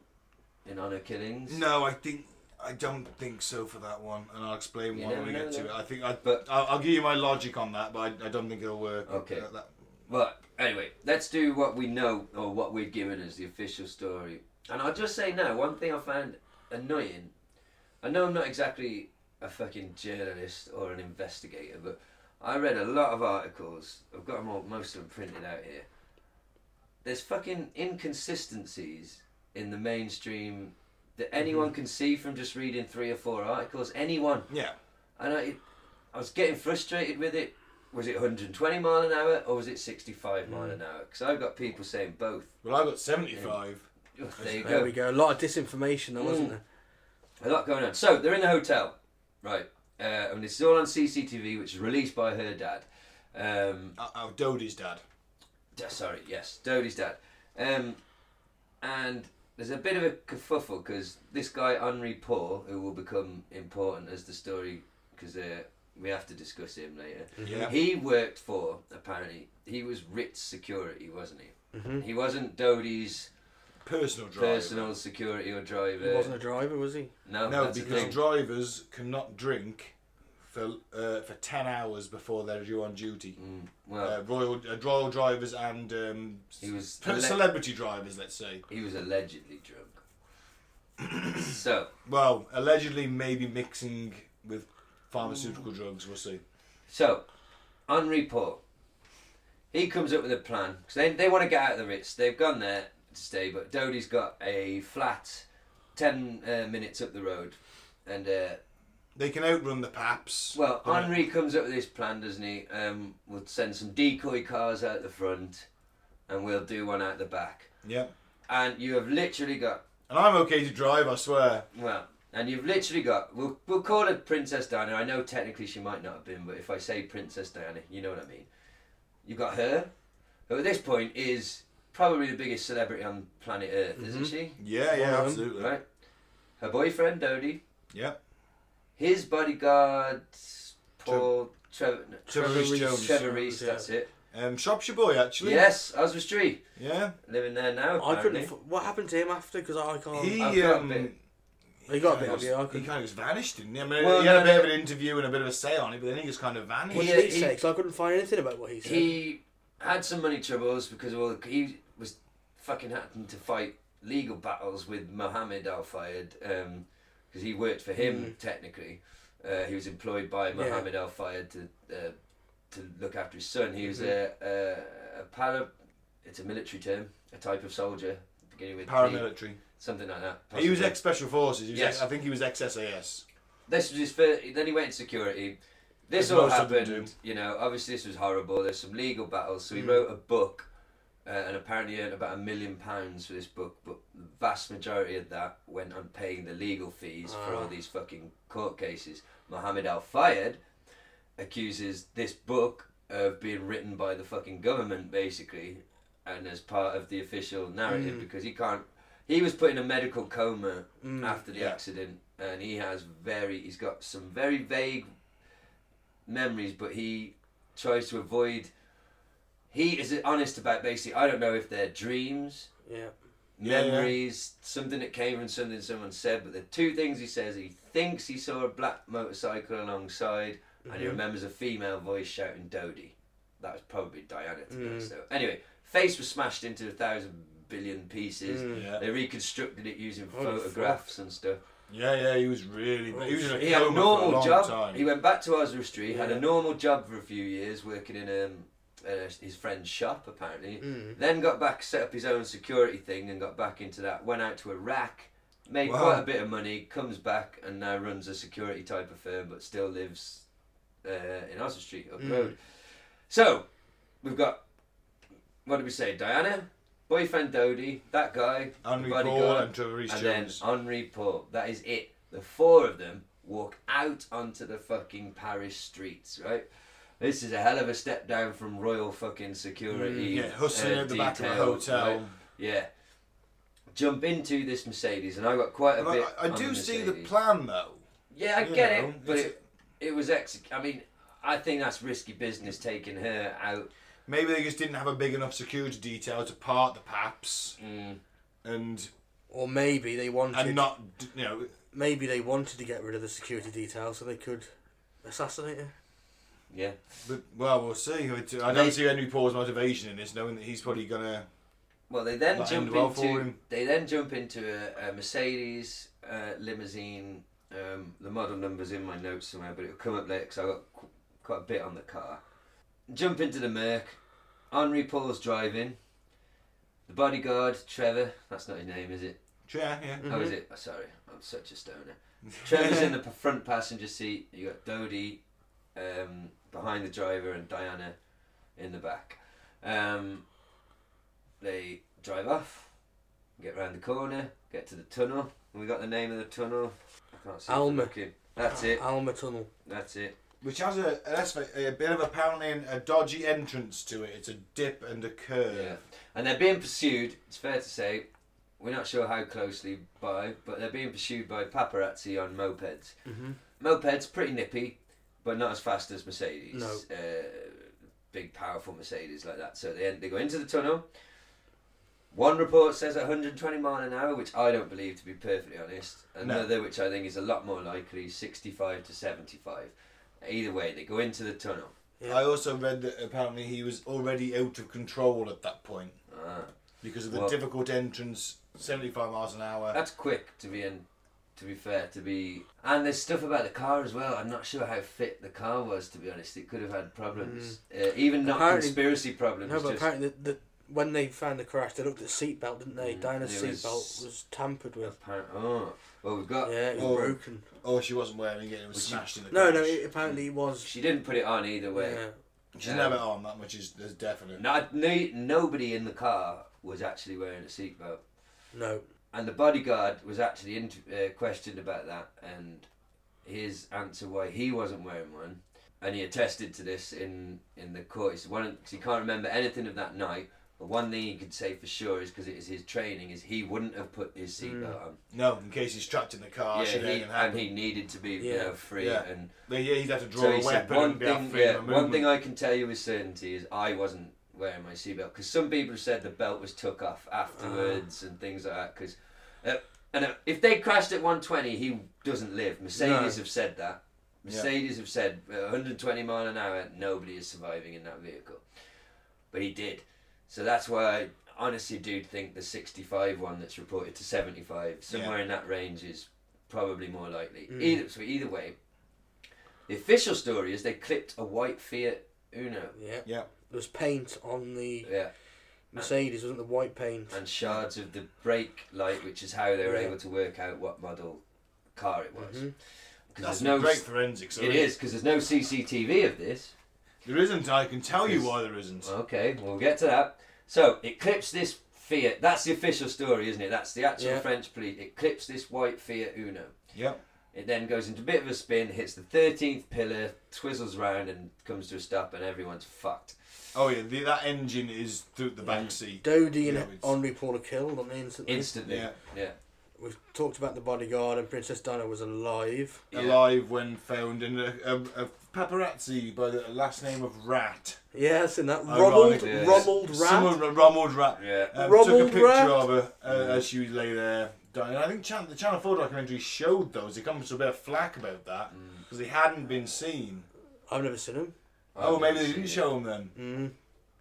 in honor killings. No, I think I don't think so for that one, and I'll explain You why when never we know, get to though. it. I think I, But- but I'll, I'll give you my logic on that, but I, I don't think it'll work. Okay. Uh, that- Well, anyway, let's do what we know or what we're given as the official story. And I'll just say now, one thing I found annoying. I know I'm not exactly a fucking journalist or an investigator, but I read a lot of articles. I've got them all, most of them printed out here. There's fucking inconsistencies in the mainstream that anyone can see from just reading three or four articles. Anyone. yeah, And I, I was getting frustrated with it. Was it 120 mile an hour or was it 65 mile an hour? Because I've got people saying both. well, I got seventy-five. Ugh, There you There go. we go. A lot of disinformation, though, wasn't Mm. A there? lot going on. So they're in the hotel, right? Uh, and this is all on CCTV, which is released by her dad. Um, Oh, oh Dodie's dad. d- sorry, yes, Dodie's dad. Um, and there's a bit of a kerfuffle because this guy Henri Paul, who will become important as the story, because uh, we have to discuss him later. Mm-hmm. Yeah, He worked for apparently. He was Ritz security, wasn't he? Mm-hmm. He wasn't Dodie's personal driver. personal security or driver. He wasn't a driver, was he? No, No, that's the because thing. drivers cannot drink for uh, for ten hours before they're due on duty. Mm, well, Uh, royal, uh, royal drivers and um, He was pe- ele- celebrity drivers, let's say. he was allegedly drunk. so Well, allegedly, maybe mixing with Mm. pharmaceutical drugs. We'll see. So, Henri Paul, he comes up with a plan because they, they want to get out of the Ritz. They've gone there to stay, but Dodie's got a flat 10 uh, minutes up the road. And, uh, They can outrun the paps. well, They're- Henri comes up with this plan, doesn't he? Um, we'll send some decoy cars out the front and we'll do one out the back. Yeah. And you have literally got, And I'm okay to drive, I swear. well, And you've literally got, we'll, we'll call her Princess Diana. I know technically she might not have been, but if I say Princess Diana, you know what I mean. You've got her, who at this point is probably the biggest celebrity on planet Earth, isn't Mm-hmm. she? Yeah, yeah, Well, um, absolutely. Right? Her boyfriend, Dodie. Yeah. His bodyguard, Paul Trevor, no, Trevor Rees Jones. Trevor Rees, Yeah. that's it. Um, Shropshire boy, actually. Yes, Oswald Street. Yeah. Living there now. I Apparently. couldn't. f- What happened to him after? Because I can't. He Oh, I've got a um, bit. He got a kind bit of of you. I he couldn't. kind of just vanished, didn't he? I mean, Well, he had no, a bit no. of an interview and a bit of a say on it, but then he just kind of What vanished. did he, he- say? 'Cause I couldn't find anything about what he said. He had some money troubles because well, he was fucking having to fight legal battles with Mohammed Al Fayed because he worked for him Mm. technically. Uh, he was employed by Mohammed Al Fayed to uh, to look after his son. He was Mm-hmm. a, a, a para. It's a military term, a type of soldier beginning with P, Paramilitary. something like that. He was possibly. ex special forces. He was Yes. ex- I think he was ex SAS. this was his first. Then he went in security. This As all most of them happened, you know. Obviously, this was horrible. There's some legal battles. So he wrote a book, uh, and apparently earned about a million pounds for this book. But the vast majority of that went on paying the legal fees for all these fucking court cases. Mohammed Al Fayed accuses this book of being written by the fucking government, basically, and as part of the official narrative because he can't. He was put in a medical coma after the yeah. accident, and he has very. He's got some very vague memories, but he tries to avoid. He is honest about basically. I don't know if they're dreams, yeah. Yeah, yeah. memories, something that came from something someone said. But the two things he says, he thinks he saw a black motorcycle alongside, and he Mm-hmm. remembers a female voice shouting "Dodie." That was probably Diana, to be Mm. honest. Though. Anyway, face was smashed into a thousand billion pieces. Yeah. They reconstructed it using Holy photographs and stuff. Yeah, yeah, he was really. He was in a He had a coma for a normal long job. time. He went back to Oswald Street, had Yeah. a normal job for a few years, working in um, uh, his friend's shop apparently. Hmm. Then got back, set up his own security thing, and got back into that. Went out to Iraq, made Wow. quite a bit of money, comes back, and now runs a security type of firm, but still lives uh, in Oswald Street Hmm. up the road. So we've got what did we say? Diana, boyfriend Dodie, that guy, the Henry Paul bodyguard, and Trevor Rees and Jones. then Henri Paul. That is it. The four of them walk out onto the fucking Paris streets, right? This is a hell of a step down from royal fucking security. Mm, yeah, hustling uh, at the back of a detail, hotel. right? Yeah. Jump into this Mercedes, and I got quite a And I- bit. I, I on do the see the Mercedes. plan though. Yeah, I you get know, it, but it's- it, it was ex. I mean, I think that's risky business taking her out. Maybe they just didn't have a big enough security detail to part the paps Mm. and Or maybe they wanted. and not you know Maybe they wanted to get rid of the security detail so they could assassinate her. Yeah. But well, we'll see. It- I They- don't see Henry Paul's motivation in this, knowing that he's probably gonna. Well, they then That jump ended well for into him. they then jump into a, a Mercedes uh, limousine. Um, the model number's in my notes somewhere, but it'll come up later because I got qu- quite a bit on the car. Jump into the Merc. Henri Paul's driving. The bodyguard Trevor. That's not his name, is it? Yeah, yeah. Oh, Mm-hmm. is it? Oh, sorry, I'm such a stoner. Trevor's in the p- front passenger seat. You got Dodie um, behind the driver and Diana in the back. Um, they drive off, get round the corner, get to the tunnel. We got the name of the tunnel. I can't see. for Alma. looking. That's it. Alma Tunnel. That's it. Which has a, a, let's face it, a bit of apparently an- a dodgy entrance to it. It's a dip and a curve. Yeah. And they're being pursued. It's fair to say. We're not sure how closely by, but they're being pursued by paparazzi on mopeds. Mopeds, pretty nippy, but not as fast as Mercedes. No. Uh, big, powerful Mercedes like that. So they, en- they go into the tunnel. One report says 120 mile an hour, which I don't believe to be perfectly honest. Another, which I think is a lot more likely, 65 to 75. Either way, they go into the tunnel. Yeah. I also read that apparently he was already out of control at that point Ah. because of the Well- Uh, difficult entrance, seventy-five miles an hour. That's quick to be in. To be fair, to be and there's stuff about the car as well. I'm not sure how fit the car was. To be honest, it could have had problems, uh, even not Mm. Apparently- conspiracy problems. No, but just, apparently the, the, when they found the crash, they looked at the seatbelt, didn't they? Diana's It Mm, was- seatbelt was tampered with. apparent- oh, well, we've got. Yeah, it was Oh. broken. Oh, she wasn't wearing it; it was Was she- smashed in the. No, no, crash. it, apparently it was. Mm. She didn't put it on either way. Yeah. she didn't have it on. That much is, is definite. Not, no, nobody in the car was actually wearing a seatbelt. No. and the bodyguard was actually inter- uh, questioned about that, and his answer why he wasn't wearing one, and he attested to this in in the court. He said one, cause he can't remember anything of that night, but one thing he could say for sure is because it is his training is he wouldn't have put his seatbelt Mm. on. No, in case he's trapped in the car, yeah, Oh, shit he, ain't gonna happen. and he needed to be you Yeah. know, free Yeah. and But yeah, he'd have to draw so a he said weapon one and be out thing. freedom Yeah, of one thing movement. I can tell you with certainty is I wasn't wearing my seatbelt because some people have said the belt was took off afterwards Ah. and things like that. Because uh, and uh, if they crashed at 120, he doesn't live. Mercedes have said that. Mercedes have said uh, 120 mile an hour, nobody is surviving in that vehicle. But he did. So that's why I honestly do think the 65 one that's reported to 75, somewhere in that range, is probably more likely. Either, so either way, the official story is they clipped a white Fiat Uno. Yeah. Yeah. There was paint on the Yeah, Mercedes, wasn't the white paint? and shards of the brake light, which is how they were Yeah. able to work out what model car it was. Mhm. Because That's there's no, great forensics. it is because there's no CCTV of this. There isn't. I can tell you why there isn't. Okay, we'll get to that. So it clips this Fiat. That's the official story, isn't it? That's the actual Yeah. French police. It clips this white Fiat Uno. Yep. It then goes into a bit of a spin, hits the 13th pillar, twizzles round, and comes to a stop, and everyone's fucked. Oh yeah, the, that engine is through the back seat. Dodie Yeah, and it's- Henri Paul are killed on the instant. Instantly. Yeah. yeah. We've talked about the bodyguard and Princess Diana was alive. Yeah. Alive when found in a, a, a paparazzi by the last name of Rat. Yeah, I've seen that. Ironic, Rommel, yeah. Rommel Oh, Someone Rat. Ro- Ronald Rat. Yeah. Um, took a Ronald picture Rat. of her uh, as she was lay there dying. And I think Chan- the Channel Four documentary showed those. It comes to a bit of flack about that Mm. because they hadn't been seen. I've never seen him. Oh, I've maybe never they didn't seen show them then.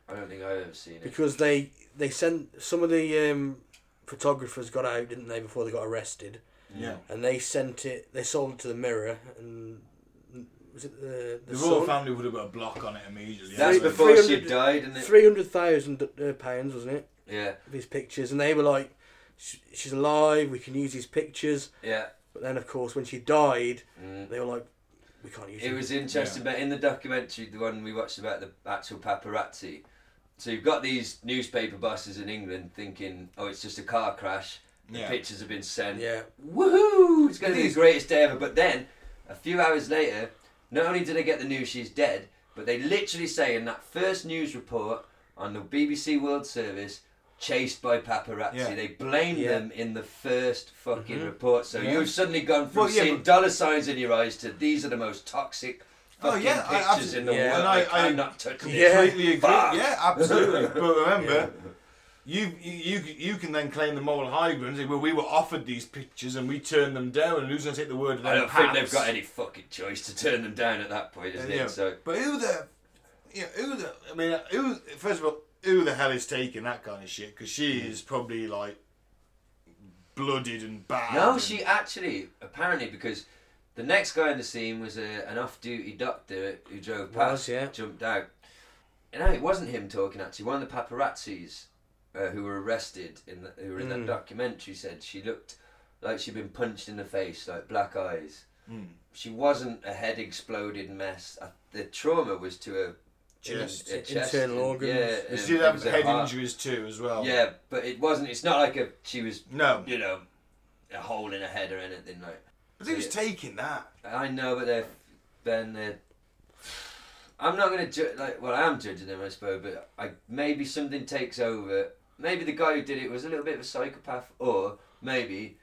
it. I don't think I've ever seen it. because they they sent some of the um, photographers got out, didn't they, before they got arrested, Yeah. and they sent it. They sold it to the Mirror, and was it the the, The royal Sun? family would have put a block on it immediately. That's anyway. before she 300 died, and it? Three hundred thousand uh, pounds, wasn't it? Yeah, Of his pictures, and they were like, "Sh- "She's alive. We can use these pictures." yeah. But then, of course, when she died, Mm. they were like, "We can't use It them." was interesting, but in the documentary, the one we watched about the actual paparazzi, so you've got these newspaper bosses in England thinking, oh, it's just a car crash. The Yeah. pictures have been sent. Yeah, Woohoo! It's going to be the greatest day ever. But then, a few hours later, not only do they get the news she's dead, but they literally say in that first news report on the BBC World Service, chased by paparazzi. Yeah. Mm-hmm. They blame Yeah. them in the first fucking report. So Yeah. you've suddenly gone from Well, yeah, seeing but- dollar signs in your eyes to these are the most toxic Oh, fucking yeah, I pictures in the world. absolutely- yeah. I, And I- I- cannot touch this. Yeah. completely agree. Fuck. Yeah, absolutely. but remember, you you you you can then claim the moral high ground. and Say, well, we were offered these pictures and we turned them down. And who's going to take the word? of I them don't think paps? they've got any fucking choice to turn them down at that point, isn't Uh, Yeah. it? So but who the, yeah, who the? I mean, who? First of all, who the hell is taking that kind of shit? Because she Mm. is probably like blooded and bad. No, and- she actually apparently because the next guy in the scene was a, an off-duty doctor who drove past, yeah. jumped out. And no, it wasn't him talking. Actually, one of the paparazzis uh, who were arrested in the, who were in that Hmm. documentary said she looked like she'd been punched in the face, like black eyes. Hmm. She wasn't a head exploded mess. Uh, The trauma was to her Chest. her chest Internal and- organs. Yeah, And um, she did it have was her head heart. injuries too, as well. Yeah, but it wasn't. It's not like a she was No, you know, a hole in her head or anything like. but who's taking that? I know, but they've been there. I'm not gonna ju- like. Well, I am judging them, I suppose, but I maybe something takes over. Maybe the guy who did it was a little bit of a psychopath, or maybe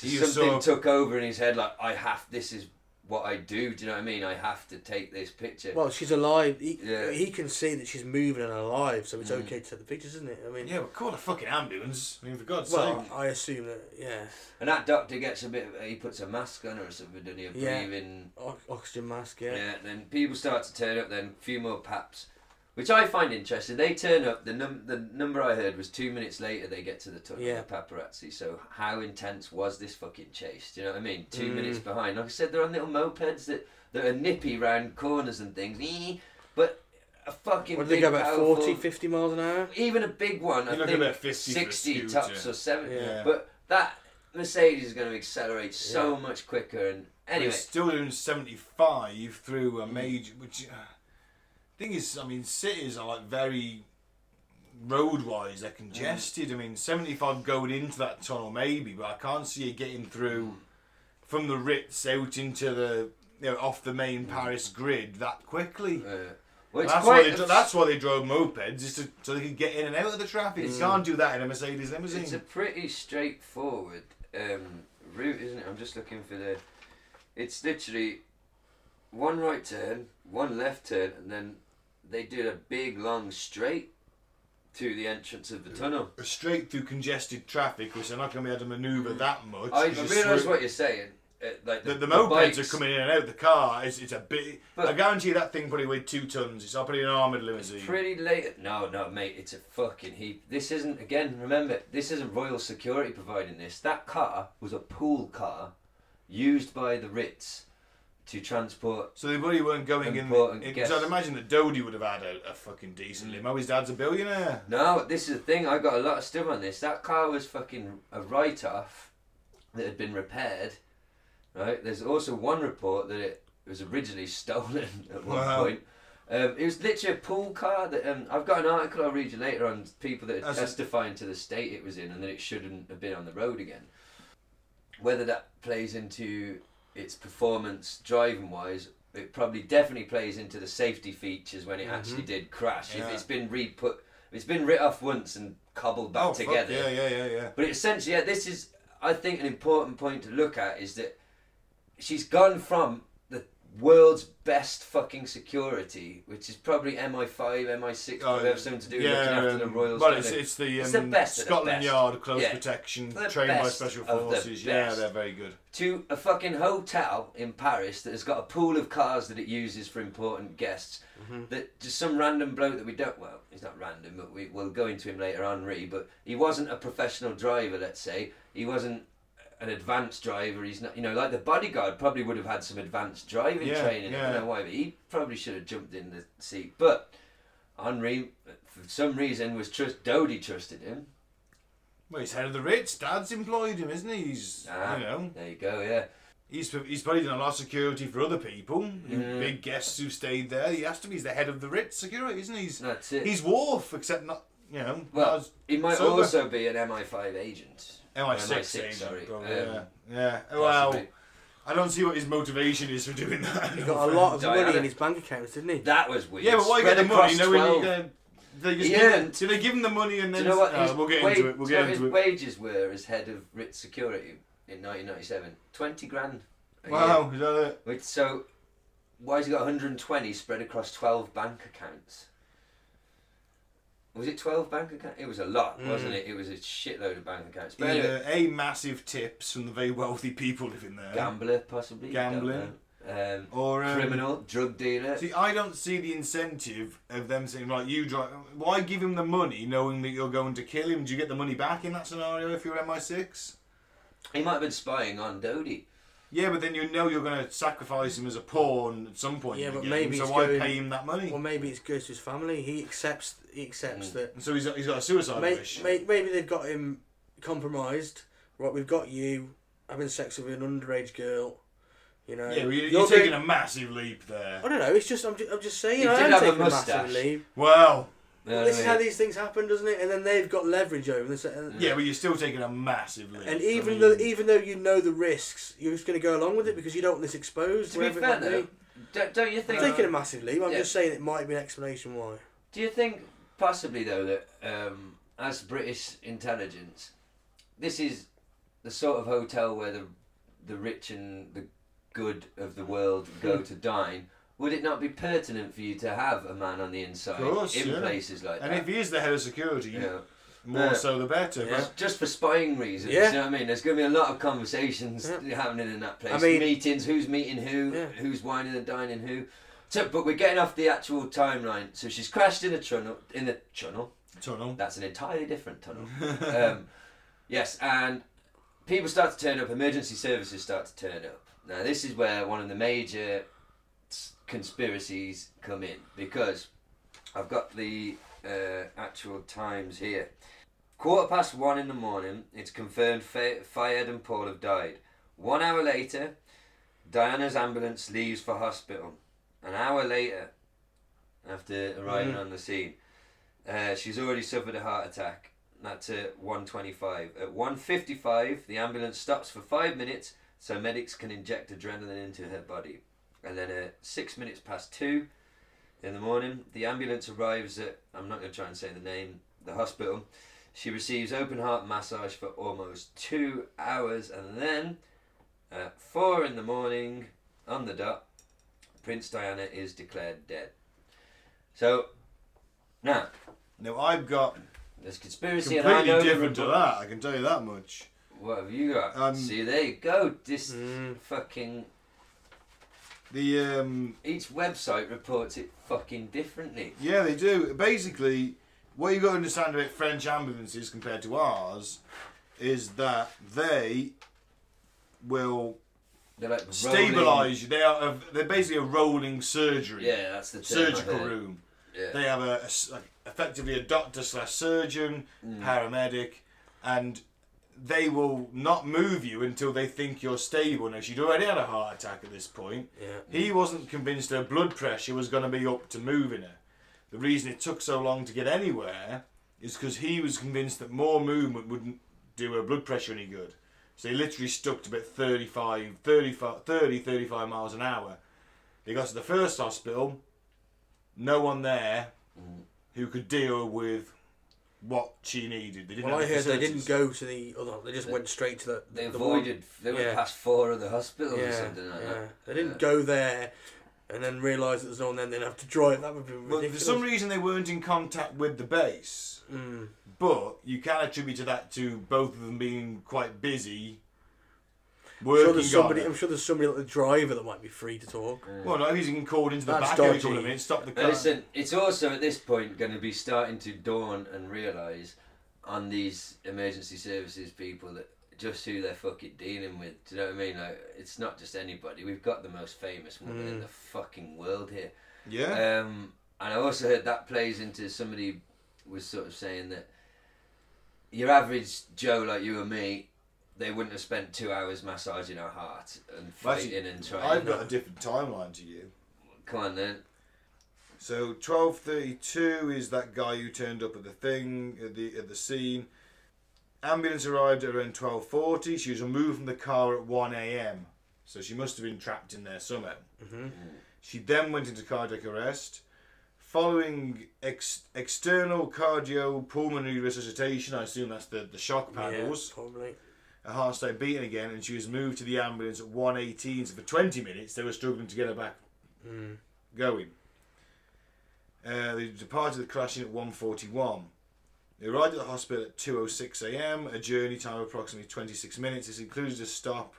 He something was sort of- took over in his head. Like I have. This is what I do. Do you know what I mean? I have to take this picture. well, she's alive. He, Yeah. Mm. he can see that she's moving and alive, so it's okay to take the pictures, isn't it? I mean, Yeah, but call a fucking ambulance. I mean, for God's well, sake. I assume that yeah, and that doctor gets a bit. Of, he puts a mask on her or something, doesn't he? A Yeah. breathing. o- oxygen mask. Yeah, then people start to turn up. Then a few more paps, which I find interesting. They turn up. The num the number I heard was two minutes later. They get to the tunnel. Yeah. The paparazzi. So how intense was this fucking chase? Do you know what I mean? Two Mm. minutes behind. Like I said, they're on little mopeds that that are nippy round corners and things. Eh, But a fucking. What do they big, go about powerful- 40, 50 miles an hour? Even a big one. I You're looking think about 50 for a 60 scooter. tops or 70. Yeah. But that Mercedes is going to accelerate so much quicker. And anyway, Mm-hmm. But he's still doing 75 through a major. Which uh, thing is, I mean, cities are like very road wise, Mm. they're congested. I mean, 75 going into that tunnel, maybe, but I can't see it getting through Mm. from the Ritz out into the, you know, off the main Paris grid that quickly. Uh, well, Mm. it's That's why, quite. they, dro- that's why they drove mopeds, is to, so they could get in and out of the traffic. You can't do that in a Mercedes limousine. Mm. It's a pretty straightforward um, route, isn't it? I'm just looking for the. It's literally one right turn, one left turn, and then they did a big long straight to the entrance of the tunnel. straight through congested traffic, which they're not going to be able to manoeuvre that much. Mm. I, I 'cause it's realise through- what you're saying. Uh, like The, the the, mopeds are bikes. coming in and out the car. It's, it's a bit. But- I guarantee that thing probably weighed two tons. It's probably an armored limousine. Pretty late. No, no, mate. It's a fucking heap. This isn't. Again, remember, this isn't Royal Security providing this. That car was a pool car, used by the Ritz, to transport so they probably weren't going in. Important in guess. Mm. so I'd imagine that Dodie would have had a, a fucking decent limo. His dad's a billionaire. No, this is the thing. I got a lot of stuff on this. That car was fucking a write-off that had been repaired. Right. There's also one report that it was originally stolen at one Wow. point. Um, it was literally a pool car that um, I've got an article I'll read you later on people that are That's- testifying to the state it was in and that it shouldn't have been on the road again. Whether that plays into its performance driving wise, it probably definitely plays into the safety features when it actually did crash. If Mm-hmm. Yeah. it's been re put, it's been writ off once and cobbled back oh, fuck, together. Yeah, yeah, yeah, yeah. But essentially, yeah, this is, I think, an important point to look at is that she's gone from the world's best fucking security, which is probably MI5, MI6, Oh, probably have something to do with yeah, looking after the um, royals. Well, don't it's, they? it's the, um, It's the best of the Scotland best. Yard close Yeah. protection, The trained by best special of the forces. Yeah, best. they're very good. to a fucking hotel in Paris that has got a pool of cars that it uses for important guests. Mm-hmm. That just some random bloke that we don't. Well, he's not random, but we will go into him later, Henri. But he wasn't a professional driver. Let's say he wasn't an advanced driver. He's not. You know, like the bodyguard probably would have had some advanced driving Yeah, training. I yeah. don't know why, but he probably should have jumped in the seat. But Henri, for some reason, was trust. Dodie trusted him. Well, he's head of the Ritz. Dad's employed him, isn't he? He's, Ah, you know, There you go. Yeah. He's, he's probably done a lot of security for other people, big guests who stayed there. He has to be. He's the head of the Ritz security, isn't he? He's, That's it. he's Wharf, except not, you know. not Well, as he might sober. also be an MI5 agent. MI6, MI6, sorry. sorry. Probably, Um, yeah. yeah. Well, possibly. I don't see what his motivation is for doing that. He got a lot of Diana. money in his bank accounts, didn't he? That was weird. Yeah, but why get Spread the money? across You know, when 12. you go, uh, they just He give him, earned- do they give him the money and then Do you know what? Ah, his we'll get wage- into it. We'll do you know get what into it. his wages were as head of Ritz Security in 1997. 20 grand. a year. Wow, is that it? Which, so, why's he got 120 spread across 12 bank accounts? Was it 12 bank accounts? It was a lot, wasn't it? It was a shitload of bank accounts. But anyway, Hmm. Yeah, a uh, massive tips from the very wealthy people living there. gambler possibly. don't Gambling. know. Um, Or um, criminal, drug dealer. See, I don't see the incentive of them saying, right, you drive. Why give him the money knowing that you're going to kill him? Do you get the money back in that scenario if you're MI6? He might have been spying on Dodie. Yeah, but then you know you're going to sacrifice him as a pawn at some point. Yeah, in the but game, maybe So he's why going- pay him that money? Well, maybe it's good to his family. He accepts. He Mm. accepts that. And so he's, he's got a suicide May, wish. may, maybe they've got him compromised. Right, we've got you having sex with an underage girl. You know. yeah, well, you're, You're you're taking doing- a massive leap there. I don't know. It's just I'm just, I'm just saying. He I did am have a taking a moustache. massive leave. Well, You know this what is I how mean? these things happen, doesn't it? And then they've got leverage over this. And, yeah, but you're still taking a massive leap. and I mean- even though even though you know the risks, you're just going to go along with it because you don't want this exposed. To be wherever it fair might though, be. don't, don't you think? I'm taking a massive leave. I'm Yeah. just saying it might be an explanation why. Do you think possibly though that um, as British intelligence, this is the sort of hotel where the the rich and the good of the world Hmm. go to dine? Would it not be pertinent for you to have a man on the inside Of course, in yeah. places like And that? if he is the head of security, you know, more Yeah. so the better. Yeah. But just for spying reasons, Yeah. you know what I mean? There's going to be a lot of conversations happening in that place. I mean- Meetings, who's meeting who, Yeah. who's whining and dining who. So, but we're getting off the actual timeline. So she's crashed in a tunnel. In the tunnel. tunnel. That's an entirely different tunnel. um, yes, and people start to turn up. Emergency services start to turn up. Now, this is where one of the major s- conspiracies come in because I've got the uh, actual times here. Quarter past one in the morning, it's confirmed Fa- Fayed and Paul have died. One hour later, Diana's ambulance leaves for hospital. An hour later, after arriving on the scene, Uh, she's already suffered a heart attack. That's at 125. At 155, the ambulance stops for five minutes so medics can inject adrenaline into her body. And then at six minutes past two in the morning, the ambulance arrives at, I'm not going to try and say the name, the hospital. She receives open heart massage for almost two hours. And then at four in the morning, on the dot, Prince Diana is declared dead. So, now, Now I've got there's conspiracy and I completely know the different to report. that. I can tell you that much. What have you got? Um, See, there you go. This Mm. fucking The um, each website reports it fucking differently. Yeah, they do. Basically, what you've got to understand about French ambulances compared to ours is that they will They're like rolling- stabilise you. They are a, they're basically a rolling surgery, Yeah, that's the term I surgical heard. room. Yeah. They have a, a s- like, effectively a doctor slash surgeon, paramedic, and they will not move you until they think you're stable. Now she'd already had a heart attack at this point. Yeah. He wasn't convinced her blood pressure was going to be up to moving her. The reason it took so long to get anywhere is because he was convinced that more movement wouldn't do her blood pressure any good. So he literally stuck to about 35, 35, 30, 35 miles an hour. They got to the first hospital, no one there Mm. who could deal with what she needed. They didn't Well, I have the heard they didn't facilities. go to the other. They just went straight to the. They the avoided. They went Yeah. past four of the hospitals One. or Yeah, something like yeah. that. They didn't go there, and then realise that there's no one. Then they'd have to drive. That would be Well, ridiculous. Mm. for some reason, they weren't in contact with the base. But you can attribute to that to both of them being quite busy I'm working sure there's somebody. on I'm it. sure there's somebody like the driver that might be free to talk. Well, no, he's getting called into the That's back every couple dodgy. of minutes, stop the But car. Listen, it's also at this point going to be starting to dawn and realise on these emergency services people that just who they're fucking dealing with. Do you know what I mean? Like, it's not just anybody. We've got the most famous woman Mm. in the fucking world here. yeah. Um, and I also heard that plays into somebody was sort of saying that your average Joe like you and me, they wouldn't have spent two hours massaging our heart and Well, actually, fighting and trying. I've got a different timeline to you. Come on then. So twelve thirty-two is that guy who turned up at the thing at the at the scene. Ambulance arrived at around twelve forty. She was removed from the car at one a.m. So she must have been trapped in there somehow. She then went into cardiac arrest. Following ex- external cardiopulmonary resuscitation, I assume that's the, the shock panels, Yeah, probably. her heart started beating again and she was moved to the ambulance at 118 so for 20 minutes they were struggling to get her back going uh, they departed the crashing at 141 they arrived at the hospital at 2.06am a journey time of approximately 26 minutes this included a stop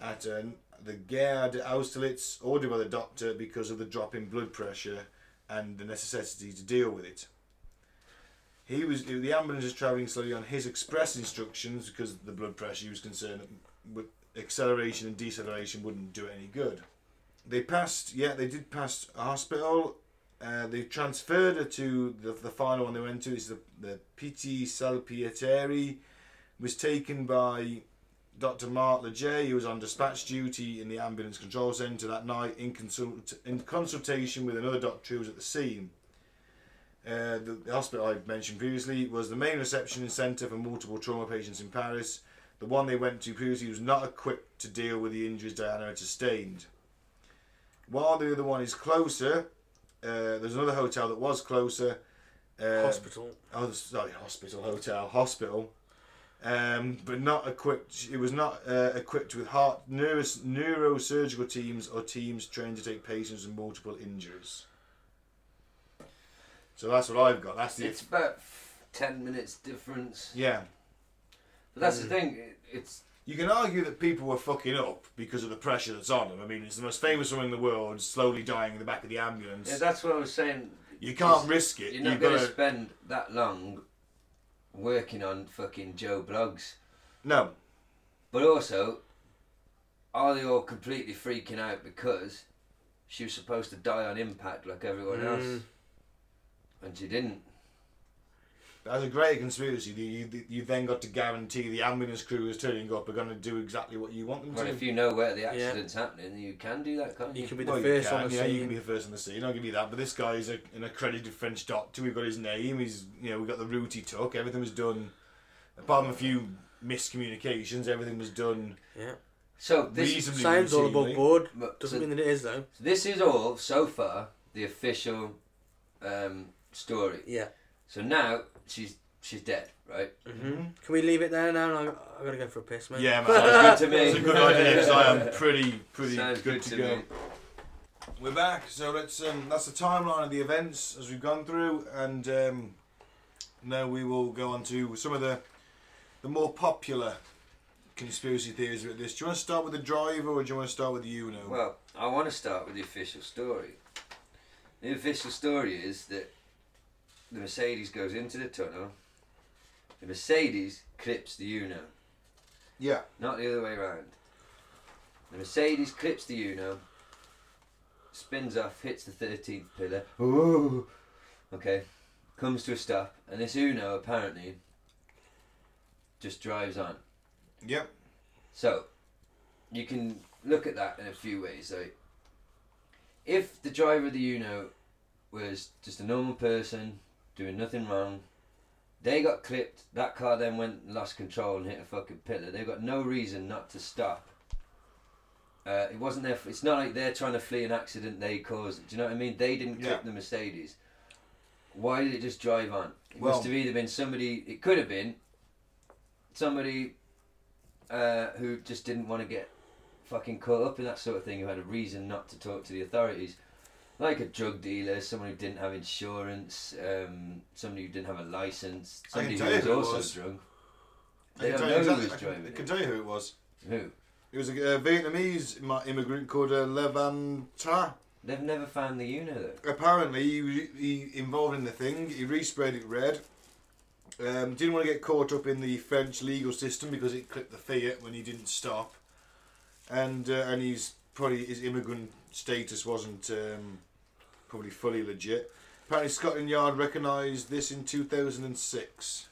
at uh, the Gerd Austerlitz ordered by the doctor because of the drop in blood pressure and the necessity to deal with it he was the ambulance was travelling slowly on his express instructions because of the blood pressure. He was concerned that with acceleration and deceleration wouldn't do it any good. They passed, yeah, they did pass a hospital. Uh, they transferred her to the, the final one they went to is the the Pitti Salpieteri. Was taken by Dr. Mark Leger, who was on dispatch duty in the ambulance control centre that night, in consult in consultation with another doctor who was at the scene. Uh, the, the hospital I've mentioned previously was the main reception and centre for multiple trauma patients in Paris. The one they went to previously was not equipped to deal with the injuries Diana had sustained. While the other one is closer, uh, there's another hotel that was closer. Uh, Hospital. Oh, sorry, hospital, hotel, hospital. Um, but not equipped. It was not uh, equipped with heart neuros, neurosurgical teams or teams trained to take patients with multiple injuries. So that's what I've got. That's the It's about ten minutes difference. yeah. But that's the thing. It, it's You can argue that people were fucking up because of the pressure that's on them. I mean, it's the most famous woman in the world, slowly dying in the back of the ambulance. yeah, that's what I was saying. you can't risk it. You're not You've going got to to spend that long working on fucking Joe Blogs. no. But also, are they all completely freaking out because she was supposed to die on impact like everyone else? And she didn't. That's a great conspiracy. that You, that you then got to guarantee the ambulance crew is turning up are going to do exactly what you want them Well, to. if you know where the accident's happening, you can do that, can't you? You can be the Well, you first can, on the yeah, scene. you can be the first on the scene. I'll give you that. But this guy is a, an accredited French doctor. We've got his name. He's you know we got the route he took. Everything was done, apart from a few miscommunications. Everything was done yeah. So this, reasonably. Sounds all routinely. above board. But- Doesn't so- mean that it is though. this is all so far the official um, story. Yeah. So now she's she's dead, right? Mm-hmm. Can we leave it there now? No, I gotta go for a piss, mate. Mm-hmm. Yeah, man. That's Sounds good to me. a good idea because I am pretty pretty Sounds good, to, go. me. We're back, so let's. Um, that's the timeline of the events as we've gone through, and um, now we will go on to some of the the more popular conspiracy theories with this. Do you want to start with the driver, or do you want to start with you? No. Well, I want to start with the official story. The official story is that the Mercedes goes into the tunnel. The Mercedes clips the Uno, yeah. not the other way around. The Mercedes clips the Uno, spins off, hits the 13th pillar. Ooh. Okay, comes to a stop, and this Uno apparently just drives on. Yep. So, you can look at that in a few ways. Like, if the driver of the Uno was just a normal person doing nothing wrong, they got clipped. That car then went and lost control and hit a fucking pillar. They got no reason not to stop. Uh, it wasn't their. It's not like they're trying to flee an accident they caused. Do you know what I mean? They didn't clip Yeah. the Mercedes. Why did it just drive on? It Well- must have either been somebody. It could have been somebody uh, who just didn't want to get fucking caught up in that sort of thing, who had a reason not to talk to the authorities, like a drug dealer, someone who didn't have insurance, um, somebody who didn't have a I license, can somebody who tell you was who it also was. drunk. I can They don't tell you know who exactly. I was can, driving I it. can tell you who it was. Who? It was a, uh Vietnamese mi- immigrant called uh, Levan Ta. They've never found the Uno though. Apparently, he, re- he involved in the thing. He resprayed it red. Um, didn't want to get caught up in the French legal system because it clipped the Fiat when he didn't stop, and uh, and he's probably his immigrant status wasn't um, probably fully legit. Apparently, Scotland Yard recognised this in two thousand and six.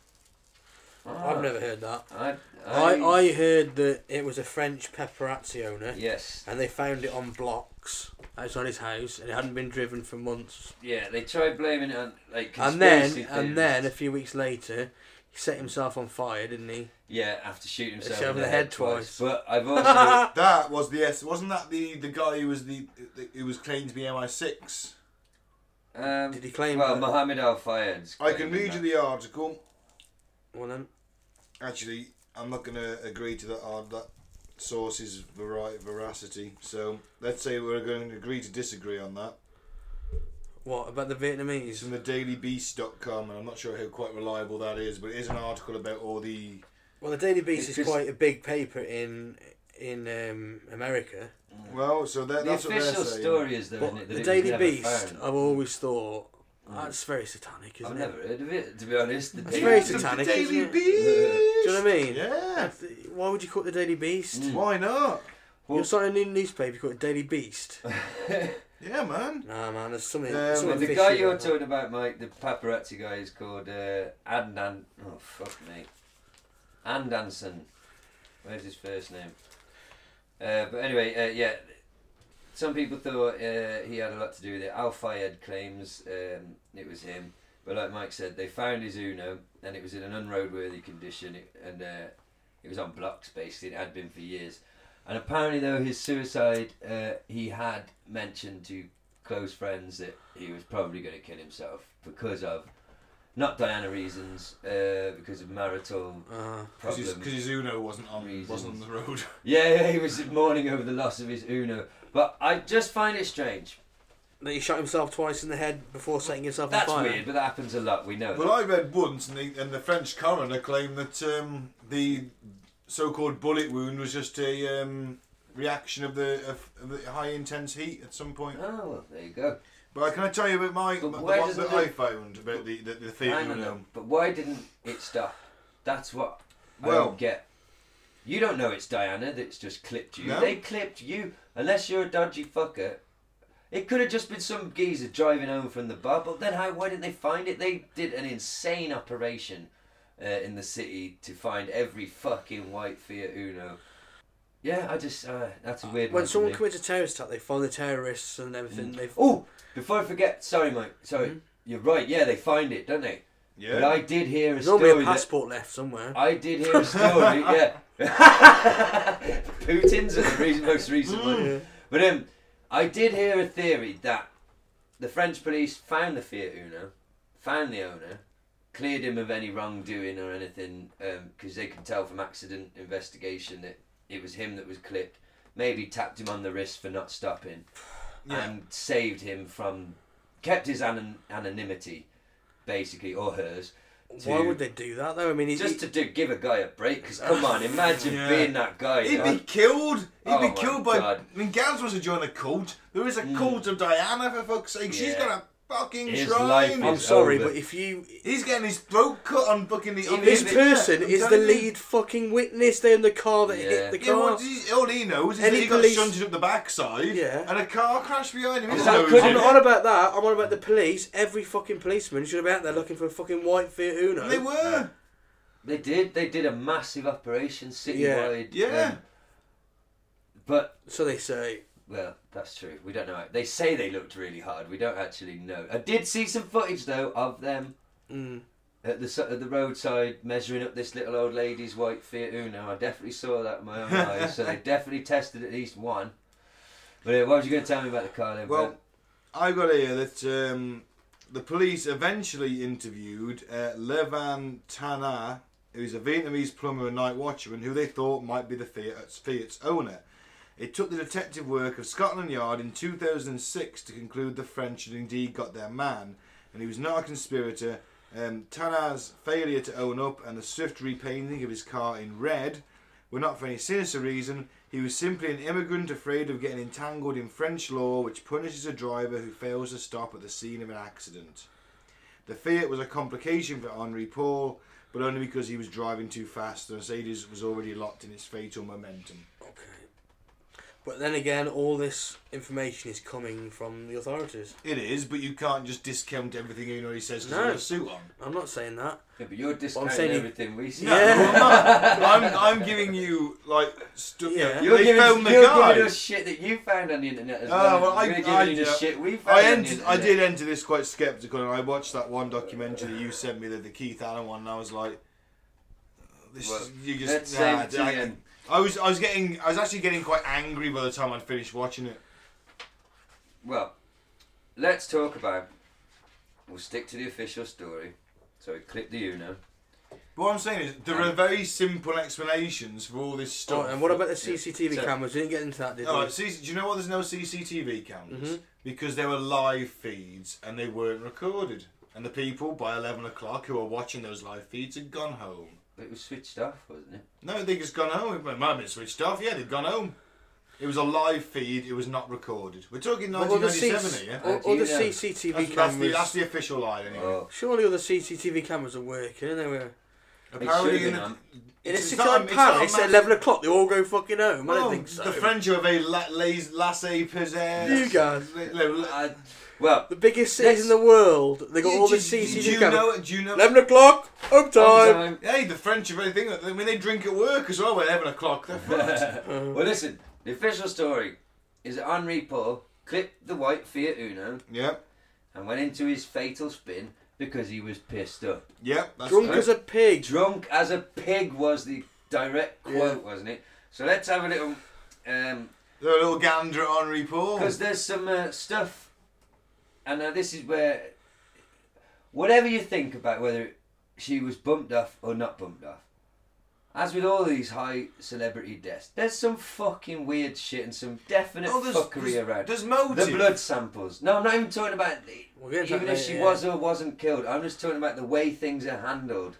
Ah, I've never heard that. I, I, I heard that it was a French paparazzi owner, Yes. and they found it on blocks outside his house, and it hadn't been driven for months. Yeah, they tried blaming it on like And then, conspiracy and theories. then a few weeks later, he set himself on fire, didn't he? yeah, after shooting himself shot in the head twice. But I've also That was the S. Wasn't that the the guy who was the who was claimed to be MI six? um, Did he claim Well, that? Mohammed Al Fayed's. I can claiming read that. you the article. Well then, Actually, I'm not going to agree to that ar- that source's veri- veracity. So let's say we're going to agree to disagree on that. what about the It's Vietnamese? from the dailybeast.com, and I'm not sure how quite reliable that is, but it is an article about all the. Well, the Daily Beast It's is just- quite a big paper in in um, America. Well, so that, The that's what they're official saying. story is though, But isn't it, that the it was Daily never Beast, found? Mm. I've always thought that's very satanic, isn't I've it? never heard of it, to be honest. The That's Daily very Beast. It's the satanic, Daily isn't it? Beast. Do you know what I mean? Yeah. Why would you call it the Daily Beast? Mm. Why not? You're starting a new newspaper called Daily Beast. Yeah, man. nah, man, there's something. Um, something Well, the fishy guy you're about that. talking about, Mike, the paparazzi guy, is called uh, Adnan. Oh fuck me, Andanson. Where's his first name? Uh, but anyway, uh, yeah. Some people thought uh, he had a lot to do with it. Al Fayed claims um, it was him, but like Mike said, they found his Uno and it was in an unroadworthy condition, it, and uh, it was on blocks basically. It had been for years, and apparently though his suicide, uh, he had mentioned to close friends that he was probably going to kill himself because of not Diana reasons, uh, because of marital Uh, Because problems. his Uno wasn't on Reasons. wasn't on the road. Yeah, yeah, he was mourning over the loss of his Uno. But I just find it strange. that he shot himself twice in the head before setting himself That's on fire. weird, but that happens a lot. We know. Well, I read once, and the, and the French coroner claimed that um, the so-called bullet wound was just a um, reaction of the of, of the high intense heat at some point. oh, well, there you go. But can I tell you about my But the why one does that it do- I found about the the, the theatre? Hang on a minute. room? But why didn't it stop? That's what I Well- don't get. You don't know it's Diana that's just clipped you. No. They clipped you. Unless you're a dodgy fucker It could have just been some geezer driving home from the bar, but then how? Why didn't they find it? They did an insane operation uh, in the city to find every fucking white Fiat Uno. Yeah, I just uh, that's a weird. one When for someone me. commits a terrorist attack, they find the terrorists and everything. They Oh, before I forget, sorry, Mike. Sorry, Hmm? you're right. Yeah, they find it, don't they? Yeah. But I did hear a there's normally story. a that- passport left somewhere. I did hear a story. yeah, Putin's the reason, most recent one. But um, I did hear a theory that the French police found the Fiat Uno, found the owner, cleared him of any wrongdoing or anything, because they could tell from accident investigation that it was him that was clipped. Maybe tapped him on the wrist for not stopping, and saved him from, kept his anon- anonymity, basically, or hers. Why to- would they do that though? I mean, he, just to do, give a guy a break, because come on, imagine Yeah. being that guy. He'd huh? be killed. He'd Oh be my killed by. God. Hmm. I mean, Gaz was to join a cult. There is a cult of Diana, for fuck's sake. She's Yeah. got a fucking His shrine. life I'm is sorry, over. but if you He's getting his throat cut on fucking the. on the this if internet, it- I'm person is the telling you. lead fucking witness. They're in the car that Yeah. hit the Yeah, car. well, he- all he knows is Any that he got police- shunted up the backside Yeah. and a car crashed behind him. He That doesn't know couldn't- who I'm did not it. on about that. I'm on about the police. Every fucking policeman should be out there looking for a fucking white Fiat Uno. They were. They did. They did a massive operation citywide. Yeah. um, but So they say. well, that's true. We don't know. They say they looked really hard. We don't actually know. I did see some footage though of them Mm. at the so- at the roadside measuring up this little old lady's white Fiat Uno. I definitely saw that with my own eyes. So they definitely tested at least one. But uh, what was you going to tell me about the car then? Well, Ben? I've got here that um, the police eventually interviewed uh, Levan Tana, who's a Vietnamese plumber and night watchman, who they thought might be the Fiat's, Fiat's owner. It took the detective work of Scotland Yard in 2006 to conclude the French had indeed got their man, and he was not a conspirator. Um, Tana's failure to own up and the swift repainting of his car in red were not for any sinister reason. He was simply an immigrant afraid of getting entangled in French law, which punishes a driver who fails to stop at the scene of an accident. The Fiat was a complication for Henri Paul, but only because he was driving too fast. The Mercedes was already locked in its fatal momentum. Okay. But then again, all this information is coming from the authorities. It is, but you can't just discount everything even though he says because No. he's got a suit on. I'm not saying that. yeah, but you're discounting saying you- everything we see. No, I'm, not. I'm, I'm giving you like stu- Yeah. You're You're, they giving, filmed the you're guy. giving us shit that you found on the internet as Oh, well. well, I- We're giving I- you the yeah. shit we I found on the entered, internet. I did enter this quite sceptical, and I watched that one documentary that you sent me, the, the Keith Allen one, and I was like, "This Well, is, you let's just." save it to I, the end. I was, I was getting, I was actually getting quite angry by the time I'd finished watching it. Well, let's talk about. We'll stick to the official story. So we clip the Uno. But what I'm saying is, there are very simple explanations for all this stuff. Oh, and what about the CCTV So- cameras? We didn't get into that, did we? All right, CC do you know what? There's no CCTV cameras Mm-hmm. because they were live feeds and they weren't recorded. And the people by eleven o'clock who were watching those live feeds had gone home. It was switched off, wasn't it? No, they've just gone home. It might have been switched off. Yeah, they've gone home. It was a live feed. It was not recorded. We're talking But all the 1997 C- here. all- How do all you the know? CCTV That's, cameras. that's the, that's the official line, anyway. Oh. Surely all the CCTV cameras are working. They were. It Apparently, should in, have the, been In a It's city not a- like it's not a Paris at massive- 11 o'clock, they all go fucking home. I Well, don't think so. Oh, the French are very la- laissez- laissez-faire. You guys. Li- li- li- I- Uh, well, The biggest cities Let's- in the world. They got Do- all the do- Do CCTV you cameras. know? Do you know? Eleven o'clock, home time. sometime- Hey, the French are very thing. I mean, they drink at work as well. At eleven o'clock, they're fucked. well, listen. The official story is that Henri Paul clipped the white Fiat Uno yep, and went into his fatal spin because he was pissed up. yep. That's Drunk right. as a pig. Drunk as a pig was the direct quote, wasn't it? So let's have a little. Um, They're a little gander at Henri Paul. Because there's some uh, stuff, and uh, this is where, whatever you think about whether she was bumped off or not bumped off, as with all these high celebrity deaths, there's some fucking weird shit and some definite Oh, there's- fuckery there's- around. there's motive. The blood samples. No, I'm not even talking about the, We'll get into even that if later, she yeah. was or wasn't killed. I'm just talking about the way things are handled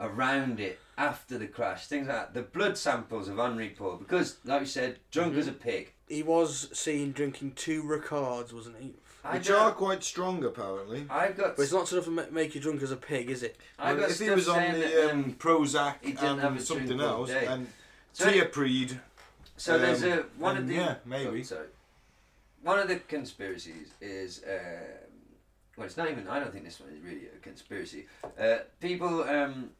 around it after the crash, things like that. The blood samples of Henri Paul, because like you said, drunk as a pig. He was seen drinking two Ricards, wasn't he? I Which don't- are quite strong, apparently. I've got. But it's not enough to ma- make you drunk as a pig, is it? I've got if he stuff was on saying the that, um, um, Prozac he didn't have and a something drink all else, day. and So- Tiapreed, so there's um, a one um, of the yeah, maybe. Oh, sorry. one of the conspiracies is um, well, it's not even. I don't think this one is really a conspiracy. Uh, people um,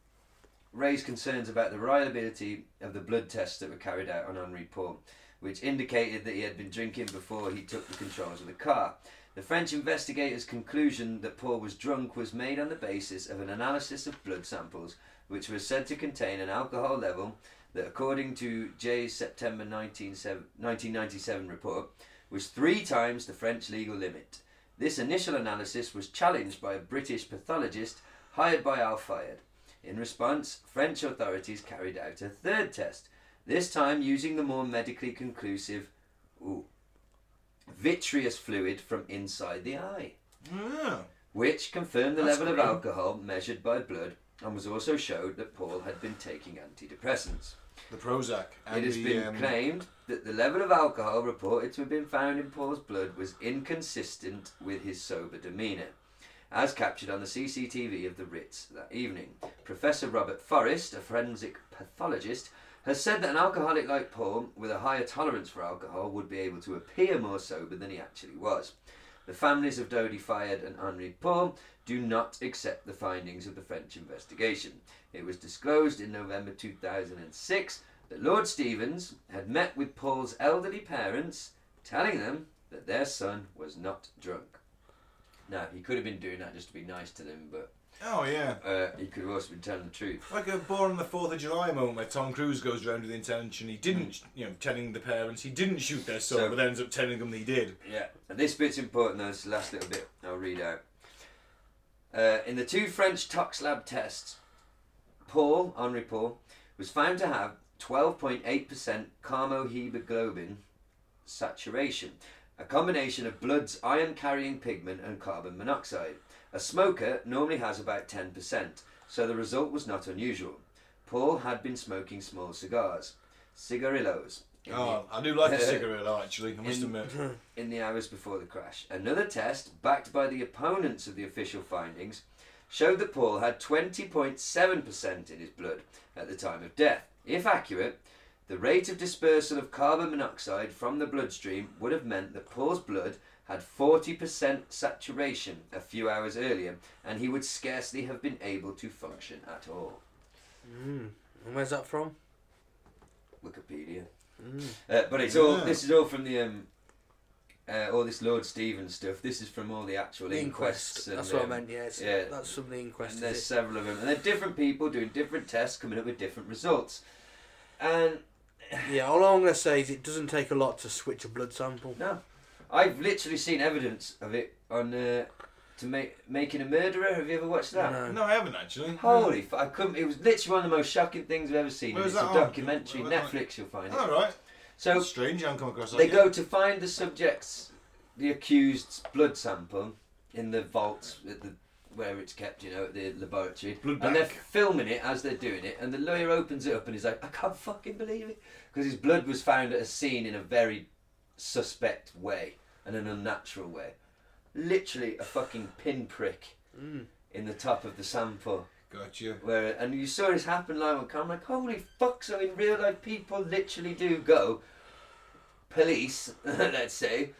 raise concerns about the reliability of the blood tests that were carried out on Henri Paul, which indicated that he had been drinking before he took the controls of the car. The French investigators' conclusion that Paul was drunk was made on the basis of an analysis of blood samples, which was said to contain an alcohol level that, according to Jay's September 19, sev- 1997 report, was three times the French legal limit. This initial analysis was challenged by a British pathologist hired by Al Fayed. In response, French authorities carried out a third test, this time using the more medically conclusive ooh, vitreous fluid from inside the eye, Yeah. which confirmed the That's level grim. of alcohol measured by blood and was also showed that Paul had been taking antidepressants. The Prozac. It has the, been um, claimed that the level of alcohol reported to have been found in Paul's blood was inconsistent with his sober demeanour, as captured on the CCTV of the Ritz that evening. Professor Robert Forrest, a forensic pathologist, has said that an alcoholic like Paul, with a higher tolerance for alcohol, would be able to appear more sober than he actually was. The families of Dodi Fayed and Henri Paul do not accept the findings of the French investigation. It was disclosed in November 2006 that Lord Stevens had met with Paul's elderly parents, telling them that their son was not drunk. Now, he could have been doing that just to be nice to them, but Oh yeah. uh, he could have also been telling the truth. Like a born on the Fourth of July moment where Tom Cruise goes round with the intention he didn't, you know, telling the parents he didn't shoot their son, Mm. So- but ends up telling them he did. Yeah, and this bit's important though, this last little bit I'll read out. Uh, in the two French tox lab tests, Paul, Henri Paul, was found to have 12.8% carmohemoglobin saturation, a combination of blood's iron carrying pigment and carbon monoxide. A smoker normally has about 10%, so the result was not unusual. Paul had been smoking small cigars, cigarillos. in the- Oh, I do like a cigarillo actually. I must In- admit. in the hours before the crash. Another test, backed by the opponents of the official findings, showed that Paul had 20.7% in his blood at the time of death. If accurate, the rate of dispersal of carbon monoxide from the bloodstream would have meant that Paul's blood had 40% saturation a few hours earlier, and he would scarcely have been able to function at all. And where's that from? Wikipedia. Mm. Uh, but it's all. Yeah. This is all from the um, uh, all this Lord Stevens stuff. This is from all the actual The inquests. inquest. and, That's what I um, meant. Yeah, it's, yeah. that's from the inquest. And is there's it? several of them, and they're different people doing different tests, coming up with different results. And Yeah, all I'm gonna say is it doesn't take a lot to switch a blood sample. no, I've literally seen evidence of it on uh, to make making a murderer. Have you ever watched that? No. No, I haven't actually. Holy f I couldn't. It was literally one of the most shocking things I've ever seen. Where was and it's a that on? Oh, documentary. Where was that? Netflix, you'll find it. All right. So That's strange. I haven't come across that. They yet. go to find the subject's, the accused's blood sample in the vaults at the, where it's kept, you know, at the laboratory. Blood and they're bank. filming it as they're doing it, and the lawyer opens it up and he's like, I can't fucking believe it. Because his blood was found at a scene in a very suspect way and an unnatural way. Literally a fucking pinprick Mm. in the top of the sample. Got you. Where and you saw this happen live on camera. Like, holy fuck! So in real life, people literally do go. Police, let's say,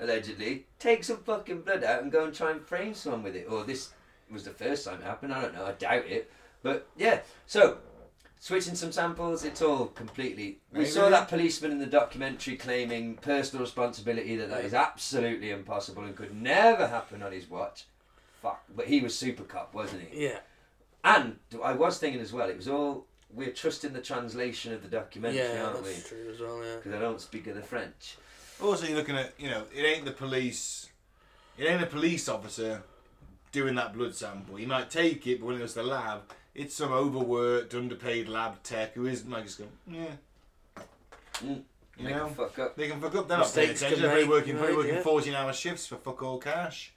allegedly, take some fucking blood out and go and try and frame someone with it. Or this was the first time it happened. I don't know. I doubt it. But yeah. So switching some samples, it's all completely. We Maybe. saw that policeman in the documentary claiming personal responsibility that that is absolutely impossible and could never happen on his watch. Fuck. But he was super cop, wasn't he? Yeah. And I was thinking as well, it was all we're trusting the translation of the documentary, Yeah, aren't we? that's true as well. Yeah. Because I don't speak of the French. Also, you're looking at you know it ain't the police, it ain't a police officer doing that blood sample. He might take it, but when it goes to the lab, it's some overworked, underpaid lab tech who isn't like just going yeah. Mm. You Make know, a fuck up. they can fuck up. They're not paying Mistakes can attention. They're probably make, working, probably right, working yeah. fourteen-hour shifts for fuck all cash.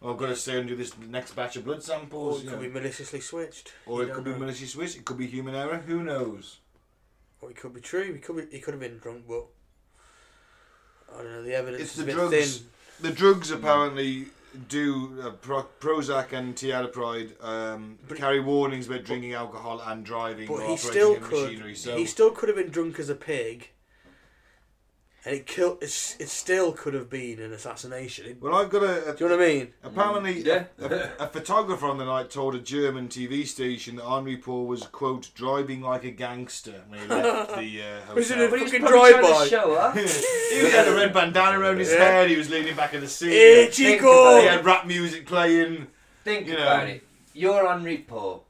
Or I've got to stay and do this next batch of blood Or samples, it you could be know. maliciously switched. or You it don't could be know. uh, malicious switch. It could be human error. Who knows? Or it could be true. He could be, he could have been drunk, but I don't know. The evidence It's is a the bit drugs. thin. The drugs apparently do uh, Pro- Prozac and Tiara Pride um, But- carry warnings about drinking alcohol and driving. But or he operating still heavy could. Machinery, so He still could have been drunk as a pig. and it killed. It's, it still could have been an assassination. It- Well, I've got a, a do you know what I mean? Apparently, Yeah. a, a photographer on the night told a German TV station that Henri Paul was, quote, driving like a gangster when he left the uh, Was it hotel. a- Fucking probably trying drive-by. to show up. he had a red bandana around his Yeah. head, he was leaning back in the seat. Eh, about He Chico! it. had rap music playing. Think You know. about it. You're Henri Paul.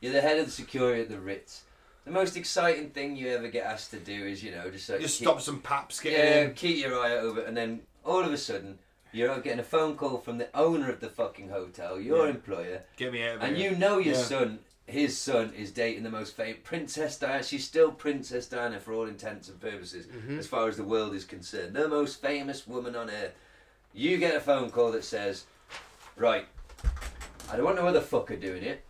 You're the head of the security at the Ritz. The most exciting thing you ever get asked to do is, you know, just like Just keep- stop some paps getting yeah, in. keep your eye out over it, and then all of a sudden you're out getting a phone call from the owner of the fucking hotel, your Yeah. employer, Get me out of and here. you know your Yeah. son, his son, is dating the most famous Princess Diana. She's still Princess Diana for all intents and purposes, Mm-hmm. as far as the world is concerned, the most famous woman on earth. You get a phone call that says, "Right, I don't want no other fucker doing it."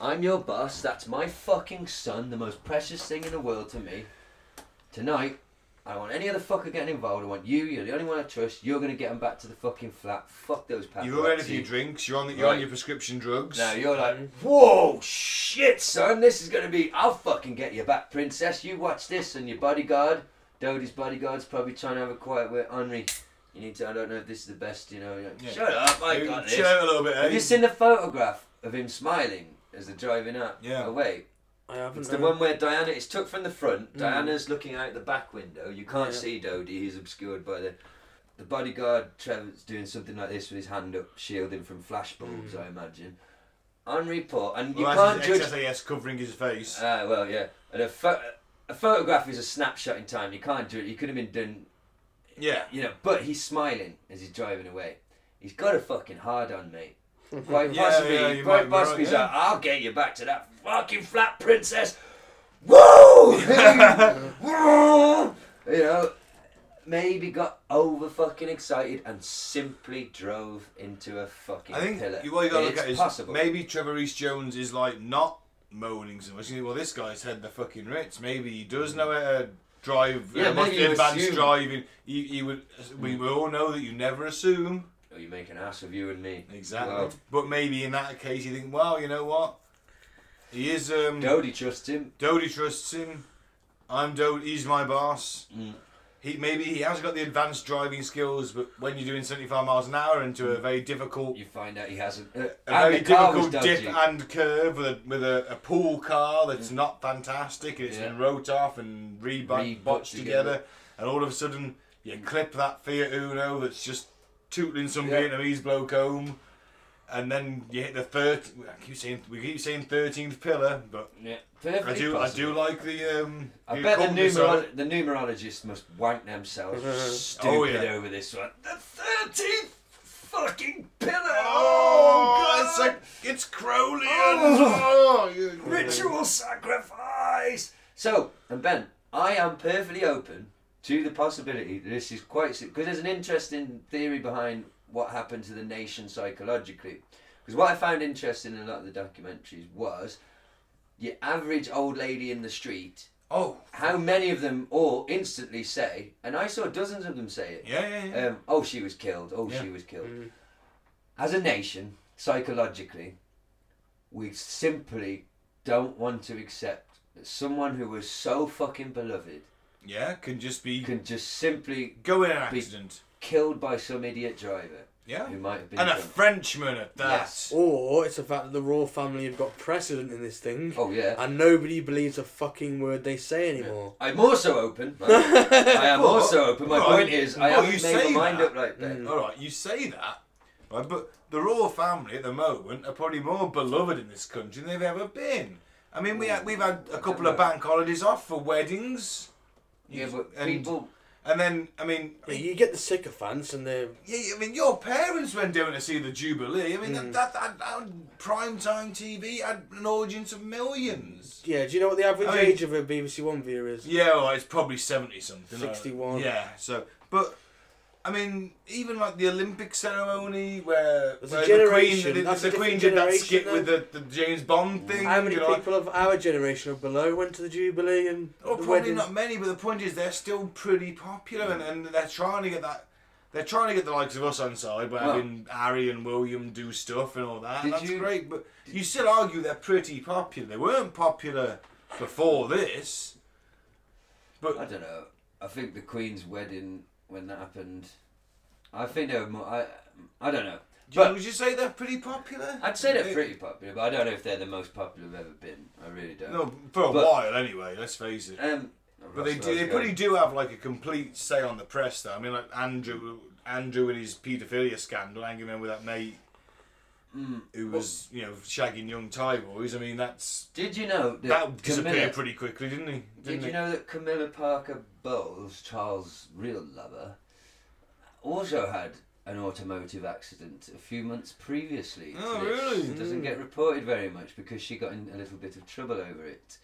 I'm your boss, that's my fucking son, the most precious thing in the world to me. Tonight, I don't want any other fucker getting involved. I want you, you're the only one I trust. You're gonna get him back to the fucking flat. Fuck those paparazzi. You've already had a few drinks, you're on, the, you're on Right. your prescription drugs. No, you're like, whoa, shit, son, this is gonna be. I'll fucking get you back, princess. You watch this, and your bodyguard, Dodie's bodyguard's probably trying to have a quiet with Henri. You need to. I don't know if this is the best, you know. you're like, Yeah. Shut up, I You got this. chill out a little bit, Have eh? you seen the photograph of him smiling as they're driving up? Yeah. Away. I haven't. It's the no. one where Diana is took from the front. Hmm. Diana's looking out the back window. You can't Yeah. see Dodie. He's obscured by the. The bodyguard Trevor's doing something like this with his hand up, shielding from flash bulbs, I imagine. Henri Paul, and you Hmm. well, can't that's judge. his SAS covering his face. Ah, well, yeah. And a, pho- a photograph is a snapshot in time. You can't do it. You could have been done yeah. you know, but he's smiling as he's driving away. He's got a fucking hard on, mate. Quite Yeah, possibly, yeah, you might quite be possibly, right, he's yeah. like, I'll get you back to that fucking flat princess. Woo! Woo! you know, maybe got over fucking excited and simply drove into a fucking I think pillar. you, what you gotta it's look at is possible. maybe Trevor East Jones is like not moaning so much. You think, Well, this guy's had the fucking Ritz. Maybe he does know how to drive. Yeah, uh, must maybe be you advanced assume. Hmm. driving. You, you would. We would all know that you never assume Oh, you make an ass of you and me. exactly. Well, But maybe in that case, you think, well, you know what? He is. Um, Dodie trusts him. Dodie trusts him. I'm Dodie. He's my boss. Mm. He maybe he has got the advanced driving skills, but when you're doing 75 miles an hour into a very difficult Mm. You find out he hasn't. Uh, a and very the car was difficult dip dodgy. Mm. and curve with a, with a, a pool car that's not fantastic and it's Yeah. been wrote off and Re-put re-botched botched together. together. and all of a sudden you clip that Fiat Uno that's just tootling some Yeah. Vietnamese bloke home and then you hit the third I keep saying we keep saying 13th pillar but Yeah, I perfectly do possible. I do like the um I bet the, accomplice of it. numero- the numerologist must wank themselves stupid Oh, yeah. over this one. The thirteenth fucking pillar. Oh, Oh, it's God! like it's Crowley Oh. you- ritual sacrifice. So, and Ben, I am perfectly open to the possibility that this is quite because there's an interesting theory behind what happened to the nation psychologically. Because what I found interesting in a lot of the documentaries was your average old lady in the street oh how many of them all instantly say, and I saw dozens of them say it, yeah yeah yeah um, oh, she was killed, oh, she Yeah. Mm-hmm. was killed. As a nation, psychologically, we simply don't want to accept that someone who was so fucking beloved yeah can just be can just simply go in an be- accident killed by some idiot driver yeah who might have been and a drunk. Frenchman at that. Yes. Or it's the fact that the royal family have got precedent in this thing, Oh, yeah. and nobody believes a fucking word they say anymore. I'm also open. right? I am Well, also open. My well, point is, I well, haven't you made say my mind that. Mm. up right there. All right, you say that, right, but the royal family at the moment are probably more beloved in this country than they've ever been. I mean, we had, Hmm. we've had a couple of bank holidays off for weddings. Yeah, but and, people And then, I mean, Yeah, you get the sycophants and the yeah, I mean, your parents went down to see the Jubilee. I mean, that, that, that, that prime time TV had an audience of millions. yeah. Do you know what the average I mean- age of a BBC One viewer is? Yeah, well, it's probably seventy something. like- 61. Yeah. So, but I mean, even like the Olympic ceremony where, There's a where the Queen, generation- did, that's the a Queen different did that generation skit though. with the, the James Bond thing. How many you know, people of our generation or below went to the Jubilee and Well, the Oh, probably weddings? not many, but the point is they're still pretty popular, and, and they're trying to get that. They're trying to get the likes of us on side by Well- having Harry and William do stuff and all that. and Did that's you- great, but you still argue they're pretty popular. They weren't popular before this, but I don't know. I think the Queen's wedding when that happened. I think they were more. I I don't know. Do you- But would you say they're pretty popular? I'd say they're pretty popular, but I don't know if they're the most popular they've ever been. I really don't. No, for a But- while anyway. Let's face it. Um, But they do, they pretty do have like a complete say on the press though. I mean, like Andrew, Andrew and his paedophilia scandal, hanging around with that mate Hmm. who was, you know, shagging young Thai boys. I mean, that's Did you know that, that Camilla- disappeared pretty quickly, didn't he? Did Didn't you it? know that Camilla Parker Bowles, Charles' real lover, also had an automotive accident a few months previously? to Oh, this? really? It doesn't get reported very much because she got in a little bit of trouble over it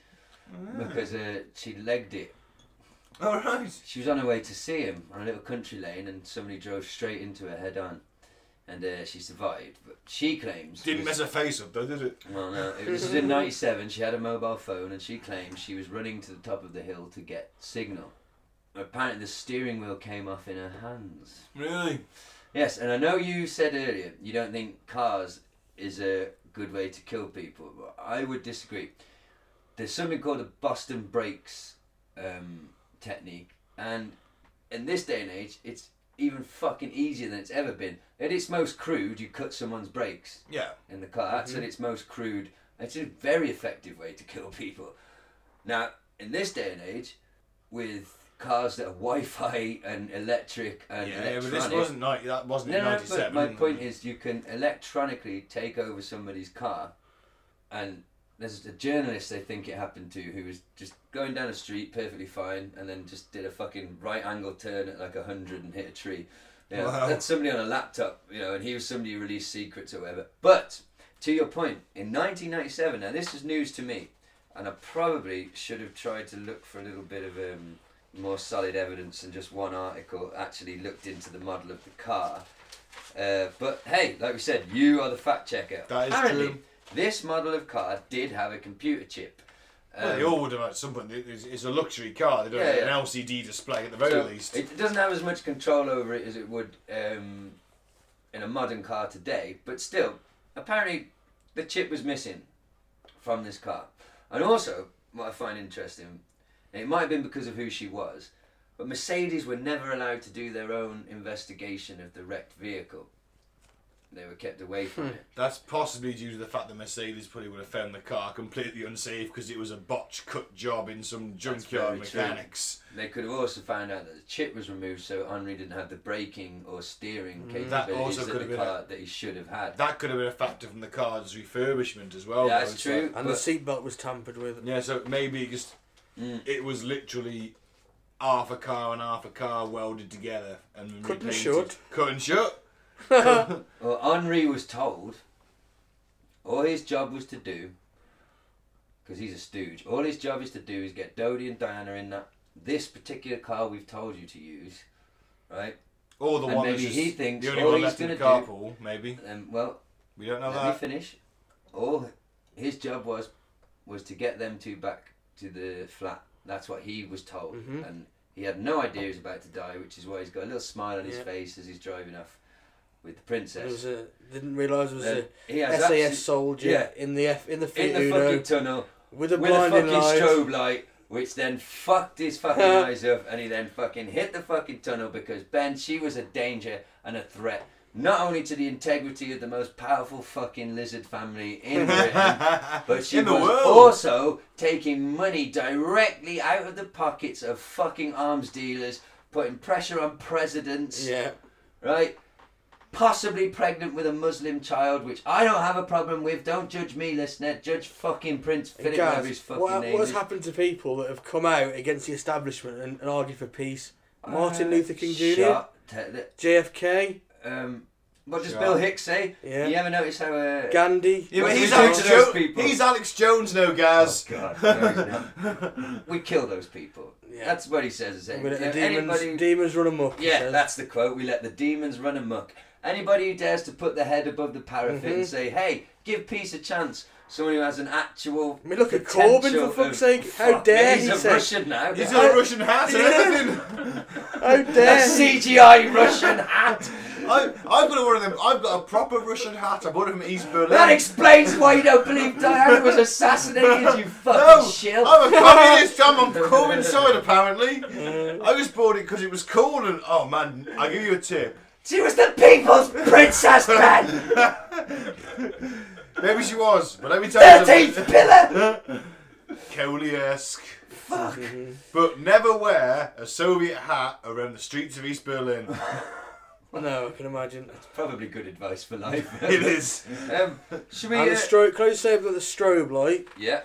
Oh, because uh, she legged it. All right. She was on her way to see him on a little country lane, and somebody drove straight into her head on, and uh, she survived. But she claims Didn't mess was- her face up though, did it? well, no, it was in '97. She had a mobile phone, and she claimed she was running to the top of the hill to get signal. Apparently, the steering wheel came off in her hands. Really? Yes, and I know you said earlier you don't think cars is a good way to kill people, but I would disagree. There's something called the Boston Breaks um, technique, and in this day and age, it's even fucking easier than it's ever been. At its most crude, you cut someone's brakes Yeah. in the car. That's Mm-hmm. at its most crude. It's a very effective way to kill people. Now, in this day and age, with cars that are Wi-Fi and electric and Yeah, yeah, but electronic, this wasn't like that wasn't no, in no, no, but '97. my point is, you can electronically take over somebody's car, and there's a journalist they think it happened to who was just going down a street perfectly fine, and then just did a fucking right angle turn at like hundred and hit a tree. Yeah, Wow. that's somebody on a laptop, you know, and he was somebody who released secrets or whatever. But to your point, in 1997, now this is news to me, and I probably should have tried to look for a little bit of um, more solid evidence than just one article. Actually, looked into the model of the car. Uh, but hey, like we said, you are the fact checker. That is Apparently, true. this model of car did have a computer chip. Well, they Um, all would have at some point. It- It's, it's a luxury car. They don't Yeah, have yeah. an LCD display at the very so least. It doesn't have as much control over it as it would um, in a modern car today, but still, apparently the chip was missing from this car. And also, what I find interesting, and it might have been because of who she was, but Mercedes were never allowed to do their own investigation of the wrecked vehicle. They were kept away from it. That's possibly due to the fact that Mercedes probably would have found the car completely unsafe because it was a botch cut job in some junkyard very true. mechanics. They could have also found out that the chip was removed, so Henri didn't have the braking or steering capabilities That that, also could have the been car that he should have had. That could have been a factor from the car's refurbishment as well. Yeah, though. that's It's true. like- And but- the seatbelt was tampered with. yeah, so maybe just Mm. it was literally half a car and half a car welded together and Cut and repainted. shut. Cut and shut. Well, Henri was told all his job was to do, because he's a stooge, all his job is to do is get Dodie and Diana in that this particular car we've told you to use, right? Or the And one maybe that's he just thinks the only all one he's left in the gonna do- carpool. Maybe And well, we don't know let uh, me that. finish. All his job was was to get them two back to the flat. That's what he was told, Mm-hmm. and he had no idea he was about to die, which is why he's got a little smile on his Yeah. face as he's driving off with the It was princess. a, didn't realise it was Uh, a he has SAS absolute- soldier yeah. in the F in the in Fiat the Uno fucking tunnel. with a with a blinding fucking light. strobe light, which then fucked his fucking eyes up, and he then fucking hit the fucking tunnel because Ben, she was a danger and a threat, not only to the integrity of the most powerful fucking lizard family in Britain, but she In the was world. also taking money directly out of the pockets of fucking arms dealers, putting pressure on presidents Yeah, right? Possibly pregnant with a Muslim child, which I don't have a problem with. Don't judge me, listener. Judge fucking Prince Philip, whatever his Guys, fucking what, name what has is. happened to people that have come out against the establishment and, and argued for peace? Martin Uh, Luther King Jr., shut the- JFK, um, what does Shut. Bill Hicks say? Yeah. You ever notice how? Uh, Gandhi. Yeah, What but do he's we do Alex, to those Jo- people? he's Alex Jones, no, Oh, guys. God, no, he's not. we kill those people. Yeah. That's what he says. Is We let the If demons, anybody- demons run amok. he Yeah, says. that's the quote. We let the demons run Mm-hmm. amok. Anybody who dares to put their head above the parapet and say, hey, give peace a chance, someone who has an actual. I mean, look at Corbyn, for potential fuck's of- sake. How Fuck dare me, he He's a say- Russian now. He's got a a Russian hat and Yeah. everything. How dare he? CGI Russian hat. I, I've got one of them. I've got a proper Russian hat. I bought it from East Berlin. That explains why you don't believe Diana was assassinated. You fucking no, shill. I'm a communist. I'm on cool inside, apparently. I just bought it because it was cool, and oh man, I'll give you a tip. She was the people's princess, man. Maybe she was, but let me tell you Thirteenth something. pillar. Cowley-esque. Fuck. But never wear a Soviet hat around the streets of East Berlin. No, I can imagine. Probably good advice for life. It is. Um, should we? And the uh, strobe. Can I just say about the strobe light? yeah.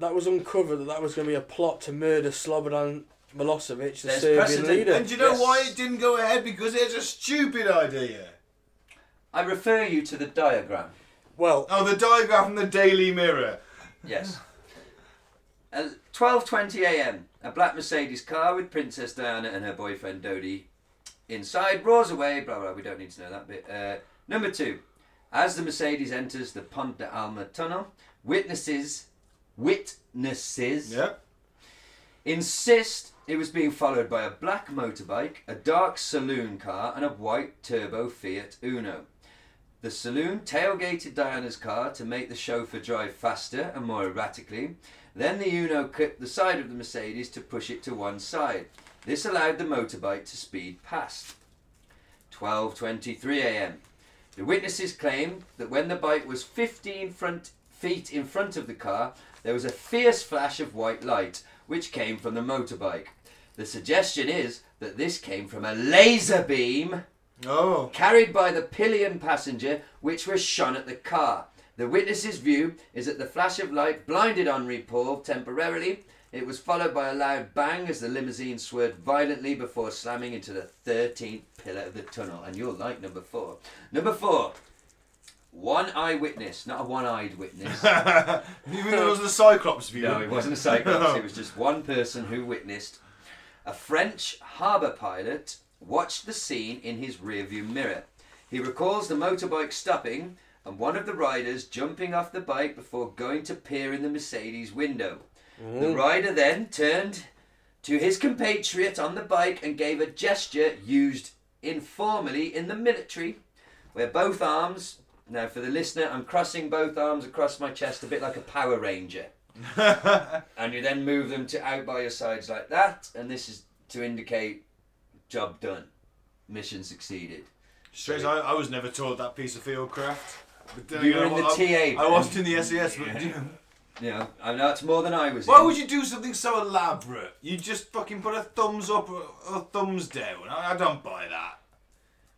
That was uncovered that that was going to be a plot to murder Slobodan Milosevic, the There's Serbian precedent. leader. And do you know Yes. why it didn't go ahead? Because it's a stupid idea. I refer you to the diagram. well, Oh, the diagram from the Daily Mirror. Yes. At 12:20 a.m., a black Mercedes car with Princess Diana and her boyfriend Dodi inside roars away. Blah blah. We don't need to know that bit. Uh, number two, as the Mercedes enters the Pont de Alma tunnel, witnesses, witnesses Yep. insist it was being followed by a black motorbike, a dark saloon car, and a white turbo Fiat Uno. The saloon tailgated Diana's car to make the chauffeur drive faster and more erratically. Then the Uno clipped the side of the Mercedes to push it to one side. This allowed the motorbike to speed past. 12:23 a.m. The witnesses claimed that when the bike was 15 front feet in front of the car, there was a fierce flash of white light which came from the motorbike. The suggestion is that this came from a laser beam Oh. carried by the pillion passenger, which was shone at the car. The witness's view is that the flash of light blinded Henri Paul temporarily. It was followed by a loud bang as the limousine swerved violently before slamming into the 13th pillar of the tunnel. And you'll like number four. Number four, one eyewitness, not a one eyed witness. Even though it was the Cyclops view. No, it wasn't a cyclops. it was just one person who witnessed. A French harbour pilot watched the scene in his rearview mirror. He recalls the motorbike stopping and one of the riders jumping off the bike before going to peer in the Mercedes window. The rider then turned to his compatriot on the bike and gave a gesture used informally in the military, where both arms. Now, for the listener, I'm crossing both arms across my chest a bit like a Power Ranger and you then move them to out by your sides like that, and this is to indicate job done, mission succeeded. Strange, I, I was never taught that piece of field craft. But uh, then You again, were in I- the TA. I, I wasn't in the SES, but you know, You know, I know it's more than I was. why in. would you do something so elaborate? You just fucking put a thumbs up or a thumbs down. I, I don't buy that.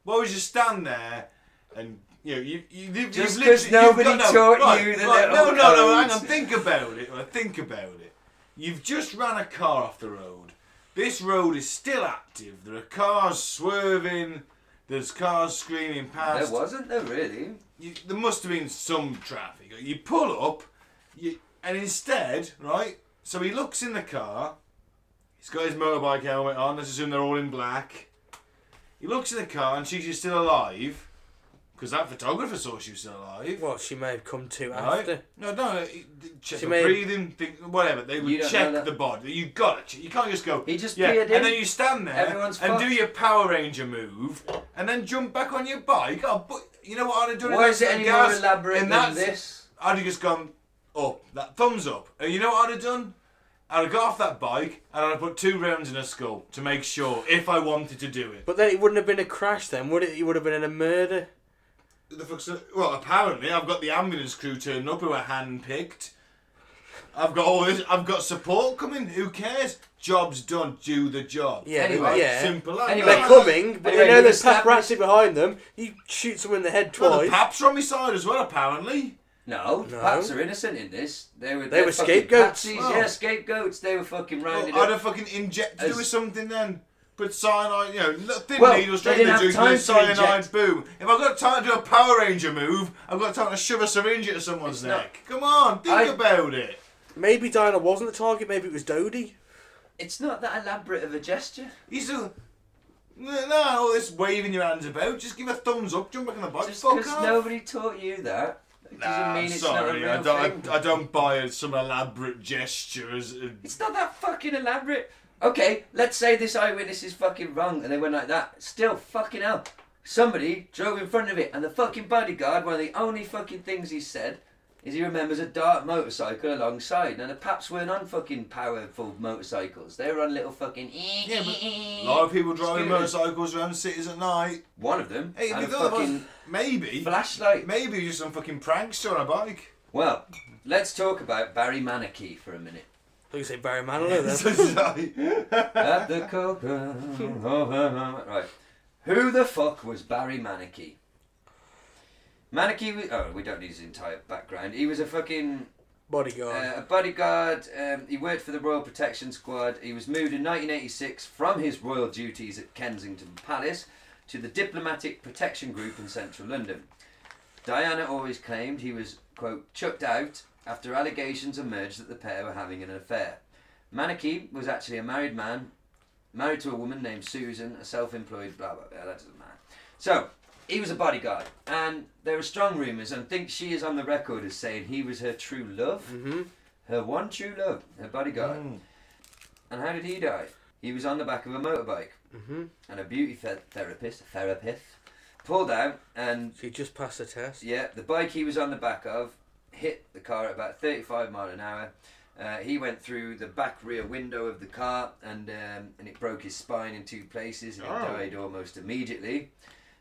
Why would you stand there and you know you you you've- Just you've literally- 'cause you've nobody got- taught you the no little no no hang codes. on think about it right, think about it. You've just ran a car off the road. This road is still active. There are cars swerving. There's cars screaming past. There wasn't there really. you, there must have been some traffic. You pull up, you, and instead, right? So he looks in the car. He's got his motorbike helmet on. Let's assume they're all in black. He looks in the car and sees she's still alive, because that photographer saw she was still alive. well, she may have come to Right? after. No, no. he- they Check She her may- breathing, think, whatever. They You would don't know check that. the body. You got to You can't just go. He just yeah. peered in. And then you stand there Everyone's and do fucked. your Power Ranger move, and then jump back on your bike. Oh, but you know what I'd have done? in Why that is it any more gas- elaborate in that- than this? I'd have just gone up, that thumbs up. And you know what I'd have done? I'd have got off that bike and I'd have put two rounds in her skull to make sure if I wanted to do it. But then it wouldn't have been a crash, then, would it? It would have been a murder. The fuck's well, apparently I've got the ambulance crew turning up who are handpicked. I've got all this. I've got support coming. Who cares? Job's done. Do the job. Yeah, Anyway, yeah. Simple as Anyway, They're that. coming, but Anyway, they know we've there's established- paparazzi behind them. You shoot someone in the head Well, the twice. paps are on my side as well. Apparently, No, the No. Paps are innocent in this. They were They they're were fucking scapegoats. patsies, Oh. Yeah, scapegoats. They were fucking rounded Well, I'd up. have fucking injected her As- with something then. Put cyanide, you know, li- thin Well, needles straight they in didn't the have juice, time and then to cyanide, inject. boom. If I've got time to do a Power Ranger move, I've got time to shove a syringe into someone's It's not- neck. Come on, think I- about it. Maybe Diana wasn't the target. Maybe it was Dodie. It's not that elaborate of a gesture. He's a. No, no, all this waving your hands about. Just give a thumbs up, jump back on the bike, Just fuck because off. nobody taught you that. It doesn't Nah, mean I'm it's Ah, sorry, not a real I don't. thing. I, I don't buy it. Some elaborate gestures. It's not that fucking elaborate. Okay, let's say this eyewitness is fucking wrong and they went like that. Still, fucking hell. Somebody drove in front of it and the fucking bodyguard, one of the only fucking things he said is he remembers a dark motorcycle alongside. Now, the Paps weren't on fucking powerful motorcycles. They were on little fucking... Yeah, but a lot of people driving Scooters. motorcycles around cities at night. One of them Hey, had the a other fucking one, maybe, flashlight. maybe just some fucking prankster on a bike. Well, let's talk about Barry Manicky for a minute. Like you say, Barry Manilow then. So it's like- At the coca- right. Who the fuck was Barry Manicky? Manicky was. Oh, we don't need his entire background. He was a fucking Bodyguard. uh, a bodyguard. Um, he worked for the Royal Protection Squad. He was moved in 1986 from his royal duties at Kensington Palace to the Diplomatic Protection Group in central London. Diana always claimed he was, quote, chucked out after allegations emerged that the pair were having an affair. Manicky was actually a married man, married to a woman named Susan, a self employed blah blah blah. That doesn't matter. So, he was a bodyguard, and there are strong rumours, and think she is on the record as saying he was her true love hmm her one true love, her bodyguard. Mm. And how did he die? He was on the back of a motorbike, hmm and a beauty ther- therapist, therapist, pulled out, and She just passed the test. yeah, the bike he was on the back of hit the car at about 35 mile an hour. Uh, he went through the back rear window of the car, and um, and it broke his spine in two places, and he Oh. died almost immediately.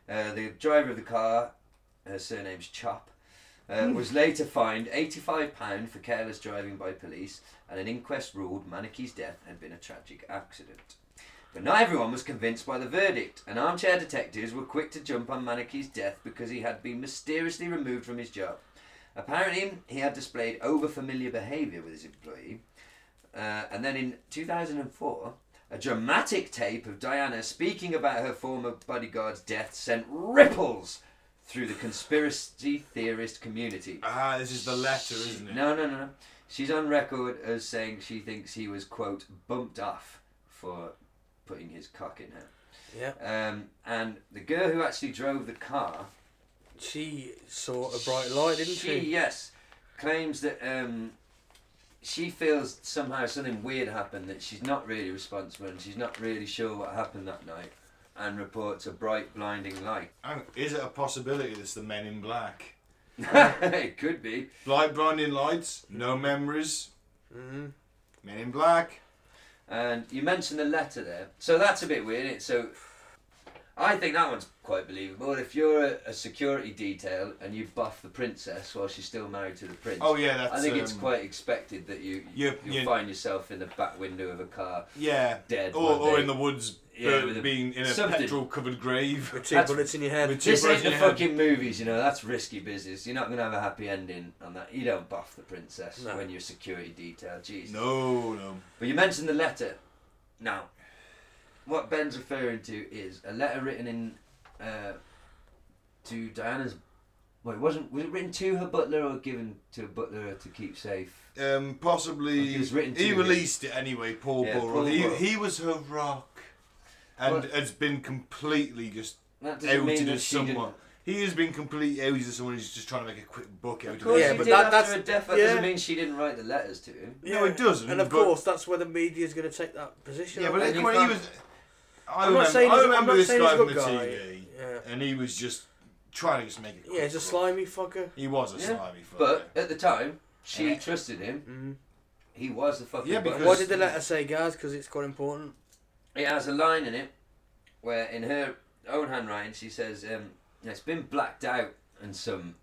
Uh, the driver of the car, her surname's Chop. Uh, was later fined £85 for careless driving by police, and an inquest ruled Manicky's death had been a tragic accident. But not everyone was convinced by the verdict, and armchair detectives were quick to jump on Manicky's death because he had been mysteriously removed from his job. Apparently, he had displayed overfamiliar behaviour with his employee. Uh, and then in 2004, a dramatic tape of Diana speaking about her former bodyguard's death sent ripples through the conspiracy theorist community. Ah, this is the letter, isn't it? No, no, no, no. She's on record as saying she thinks he was, quote, bumped off for putting his cock in her. Yeah. Um, and the girl who actually drove the car, She saw a bright light, Oh, didn't she? yes, claims that um, she feels somehow something weird happened, that she's not really responsible and she's not really sure what happened that night, and reports a bright, blinding light. Hang on, Is it a possibility that's the Men in Black? it could be. Blind blinding lights, no memories. hmm Mm-hmm. Men in Black. And you mentioned the letter there, so that's a bit weird. It so, I think that one's quite believable. If you're a, a security detail and you buff the princess while she's still married to the prince, Oh yeah, that's. I think um, it's quite expected that you you You- will you- find yourself in the back window of a car Yeah. dead. Or, one or day. in the woods, Yeah, uh, with a- being in a something. petrol-covered grave. With two That's- bullets in your head. with two This birds ain't in the your hand. fucking movies, you know. That's risky business. You're not going to have a happy ending on that. You don't buff the princess No. when you're security detail. Jeez. No, no. But you mentioned the letter. Now, what Ben's referring to is a letter written in uh, to Diana's. Well, it wasn't. Was it written to her butler or given to a butler to keep safe? Um, possibly Like it was written to he you. released it anyway. Paul Yeah, Burrell. Paul he, Burrell. he was her rock, and Well- has been completely just That doesn't mean outed that as she didn't. someone. He has been completely outed as someone who's just trying to make a quick book out Of of course, it. Yeah, she but did that- after that's- her death. That yeah. doesn't mean she didn't write the letters to him. No, it doesn't, And of but- course, that's where the media's going to take that position. Yeah, I but think. like, you when he can't- was, I I'm not remember, saying I he's- I'm remember not this saying he's guy a from the good guy. TV, Yeah. and he was just trying to just make it. yeah, he's a slimy fucker. He was a Yeah, slimy fucker. But at the time, she Yeah. trusted him. Mm. He was the fucking. Yeah, butler. because- Why did the letter say, guys? Because it's quite important. It has a line in it where, in her own handwriting, she says, um, "It's been blacked out in some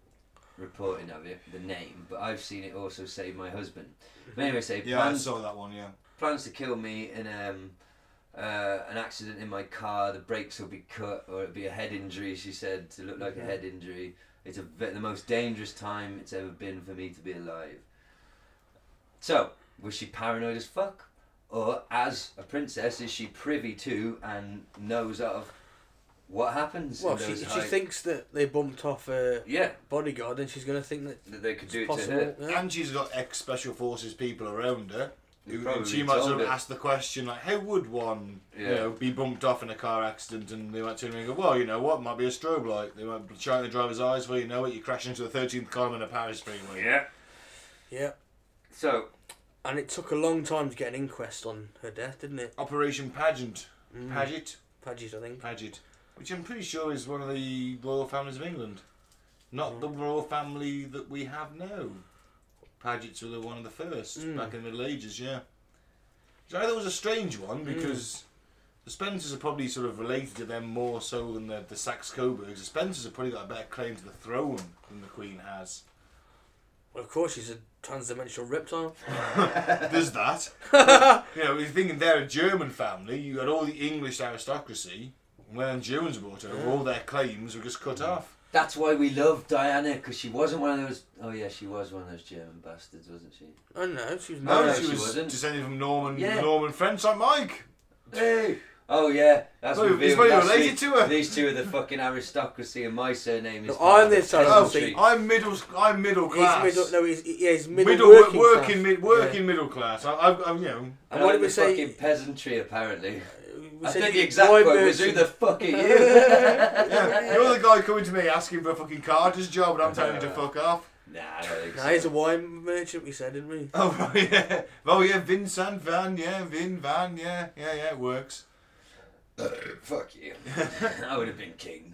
reporting of it, the name, but I've seen it also say my husband." But anyway, say yeah, I plans saw that one. Yeah, plans to kill me in um, uh, an accident in my car. The brakes will be cut, or it'll be a head injury. She said to look like a head injury. It's a ve- the most dangerous time it's ever been for me to be alive. So was she paranoid as fuck, or as a princess is she privy to and knows of what happens? in Well, she, those if she high- thinks that they bumped off a yeah bodyguard, then she's going to think that that they could do it's it to her. possible. yeah. and she's got ex special forces people around her. They who- probably she might told sort of her. ask the question like, how would one, you Yeah. know, be bumped off in a car accident? And they might turn around and go, well, you know what, might be a strobe light. They might be shining the driver's eyes. Well, you know what, you crash into the thirteenth column in a Paris freeway. Yeah. Yeah. So And it took a long time to get an inquest on her death, didn't it? Operation Pageant, Paget, Paget, I think. Paget, which I'm pretty sure is one of the royal families of England, not the royal family that we have now. Pagets were the, one of the first back in the Middle Ages. Yeah, so I thought it was a strange one because the Spencers are probably sort of related to them more so than the, the Saxe Coburgs. The Spencers have probably got a better claim to the throne than the Queen has. Well, of course, she's a transdimensional reptile. There's that. you know, you're thinking they're a German family. You had all the English aristocracy. and When Germans brought over, all their claims were just cut off. that's why we love Diana because she wasn't one of those. Oh yeah, she was one of those German bastards, wasn't she? I don't know. She was No, no, Oh, she, she was wasn't. descended from Norman, Yeah. Norman French like Mike. Hey. Oh yeah, that's Well, revealed he's very last related week. to her. These two are the fucking aristocracy, and my surname is. No, I'm the Italian Oh, see. I'm middle. I'm middle class. He's middle, no, he's, yeah, he's middle, middle, working, working, class. mid, working middle class. I, I, I'm, you know, And what did we the say? Fucking peasantry, apparently. Yeah. We I said think you the exact were quote was, "Who merchant. the fuck are you?" yeah, you're the guy coming to me asking for a fucking carter's job, and I'm telling you to fuck off. nah, I don't think Nah, so. he's a wine merchant, we said, didn't we? Oh right, yeah, oh yeah, Vincent Van, yeah, Vin Van, yeah, yeah, yeah, it works. Uh, Fuck you. I would have been king.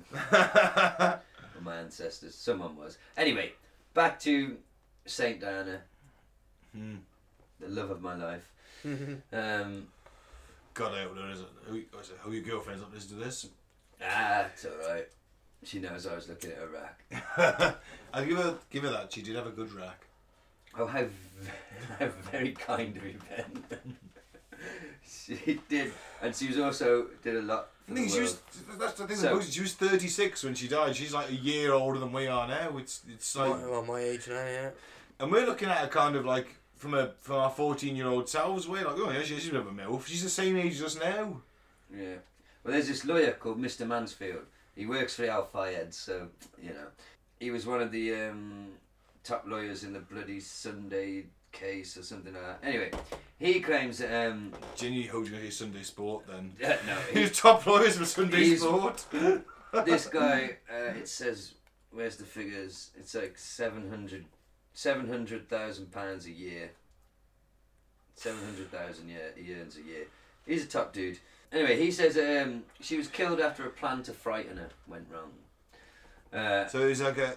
Or my ancestors. Someone was. Anyway, back to Saint Diana. Hmm. The love of my life. um, God, I hope there isn't. Who, I said, who your girlfriend's not listening to this? ah, it's alright. She knows I was looking at her rack. I'll give her, give her that. She did have a good rack. Oh, how, v- how very kind of you, Ben. she did. And she was also did a lot. For I the think she world. was. That's the thing. So- So, she was thirty six when she died. She's like a year older than we are now. It's it's like, Well, well, my age now, yeah. and we're looking at her kind of like from a from our fourteen year old selves. We're like, oh yeah, she, she's a bit of a milf. She's the same age as us now. Yeah. Well, there's this lawyer called Mr. Mansfield. He works for Al Fayed, so, you know. He was one of the um, top lawyers in the bloody Sunday case or something like that. Anyway, he claims that. Um, Ginny, who's gonna say Sunday sport then? uh, no, he- He's top lawyers for Sunday He's- sport. this guy, uh, it says, where's the figures? It's like 700 700,000 pounds a year. 700,000 yeah, he earns a year. He's a top dude. Anyway, he says um, she was killed after a plan to frighten her went wrong. Uh, So he's like a.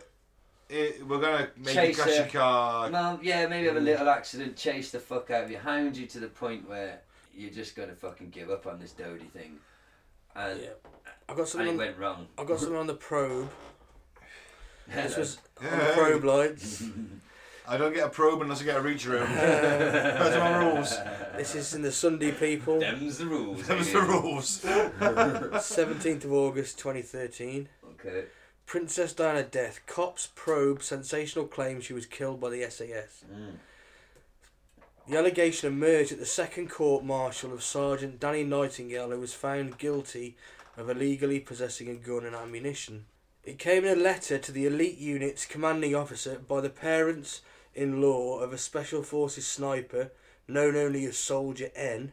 It, we're gonna make Chase a her. cash car. well, yeah, maybe Mm. have a little accident, chase the fuck out of you, hound you to the point where you're just going to fucking give up on this Dodie thing. And, Yeah. I've got and something it on, went wrong. I've got something on the probe. This Hello. was on the Yeah. probe lights. I don't get a probe unless I get a reach around. That's my rules. This is in the Sunday People, Them's the rules. eh? Them's the baby. rules. 17th of August 2013. Okay. Princess Diana death. Cops probe sensational claim she was killed by the SAS. The allegation emerged at the second court martial of Sergeant Danny Nightingale, who was found guilty of illegally possessing a gun and ammunition. It came in a letter to the elite unit's commanding officer by the parents in law of a Special Forces sniper known only as Soldier N,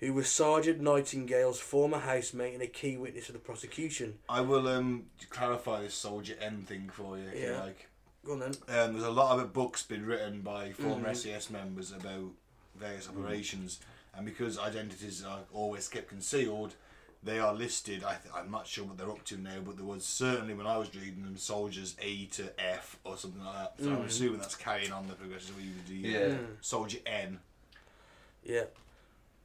who was Sergeant Nightingale's former housemate and a key witness of the prosecution. I will um, clarify this soldier end thing for you if you Yeah. like. Go on then. Um, there's a lot of books been written by former SES members about various operations, and because identities are always kept concealed, they are listed. I th- I'm not sure what they're up to now, but there was certainly when I was reading them, soldiers A to F or something like that. So I'm assuming that's carrying on the progression of what you would do. Yeah. Mm. Soldier N. Yeah.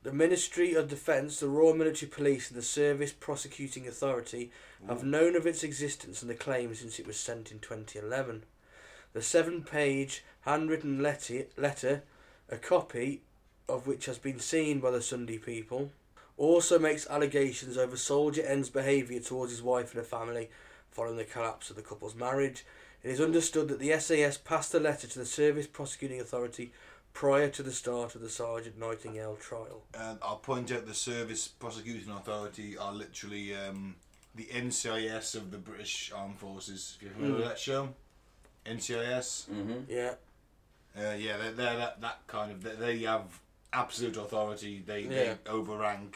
The Ministry of Defence, the Royal Military Police, and the Service Prosecuting Authority have known of its existence and the claim since it was sent in 2011. The seven page handwritten letter, letter, a copy of which has been seen by the Sunday people, also makes allegations over Soldier N's behaviour towards his wife and her family following the collapse of the couple's marriage. It is understood that the SAS passed a letter to the Service Prosecuting Authority prior to the start of the Sergeant Nightingale trial. Uh, I'll point out the Service Prosecuting Authority are literally um, the NCIS of the British Armed Forces. If you remember that show, NCIS. Yeah. Uh, yeah, they're, they're that, that kind of. They, they have absolute authority. They, Yeah. they overrank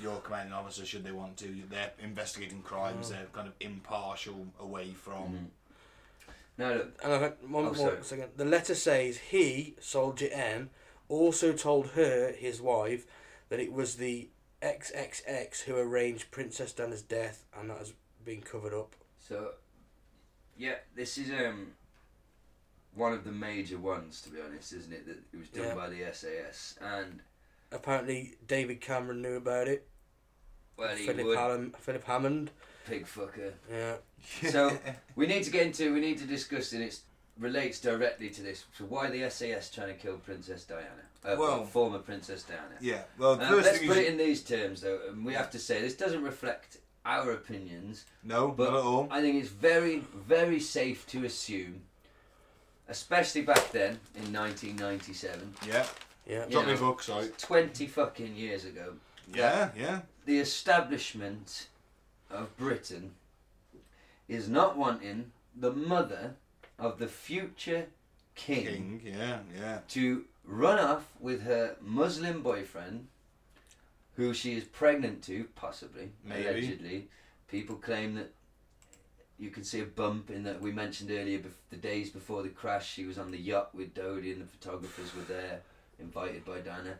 your commanding officer should they want to. They're investigating Mm. crimes. They're kind of impartial away from. No, look, And I've had one Oh, more sorry. second. The letter says he, Soldier N, also told her, his wife, that it was the XXX who arranged Princess Diana's death, and that has been covered up. so yeah, this is um one of the major ones to be honest, isn't it? That it was done Yeah. by the SAS and Apparently, David Cameron knew about it. well, he Philip, would Hallam, Philip Hammond. pig fucker. Yeah. so we need to get into we need to discuss and it relates directly to this. So why the SAS trying to kill Princess Diana? Uh, Well- well, former Princess Diana. Yeah. Well, Uh, first let's thing put is it in these terms though, and we have to say this doesn't reflect our opinions, no, but not at all. I think it's very very safe to assume, especially back then in 1997, yeah. Yeah. Yeah. Drop me a book. Sorry. 20 fucking years ago, Yeah. Yeah. the establishment of Britain is not wanting the mother of the future king, King. Yeah. Yeah. to run off with her Muslim boyfriend, who she is pregnant to, possibly, Maybe. allegedly. People claim that you can see a bump in that we mentioned earlier. Bef- the days before the crash, she was on the yacht with Dodie, and the photographers were there, invited by Diana.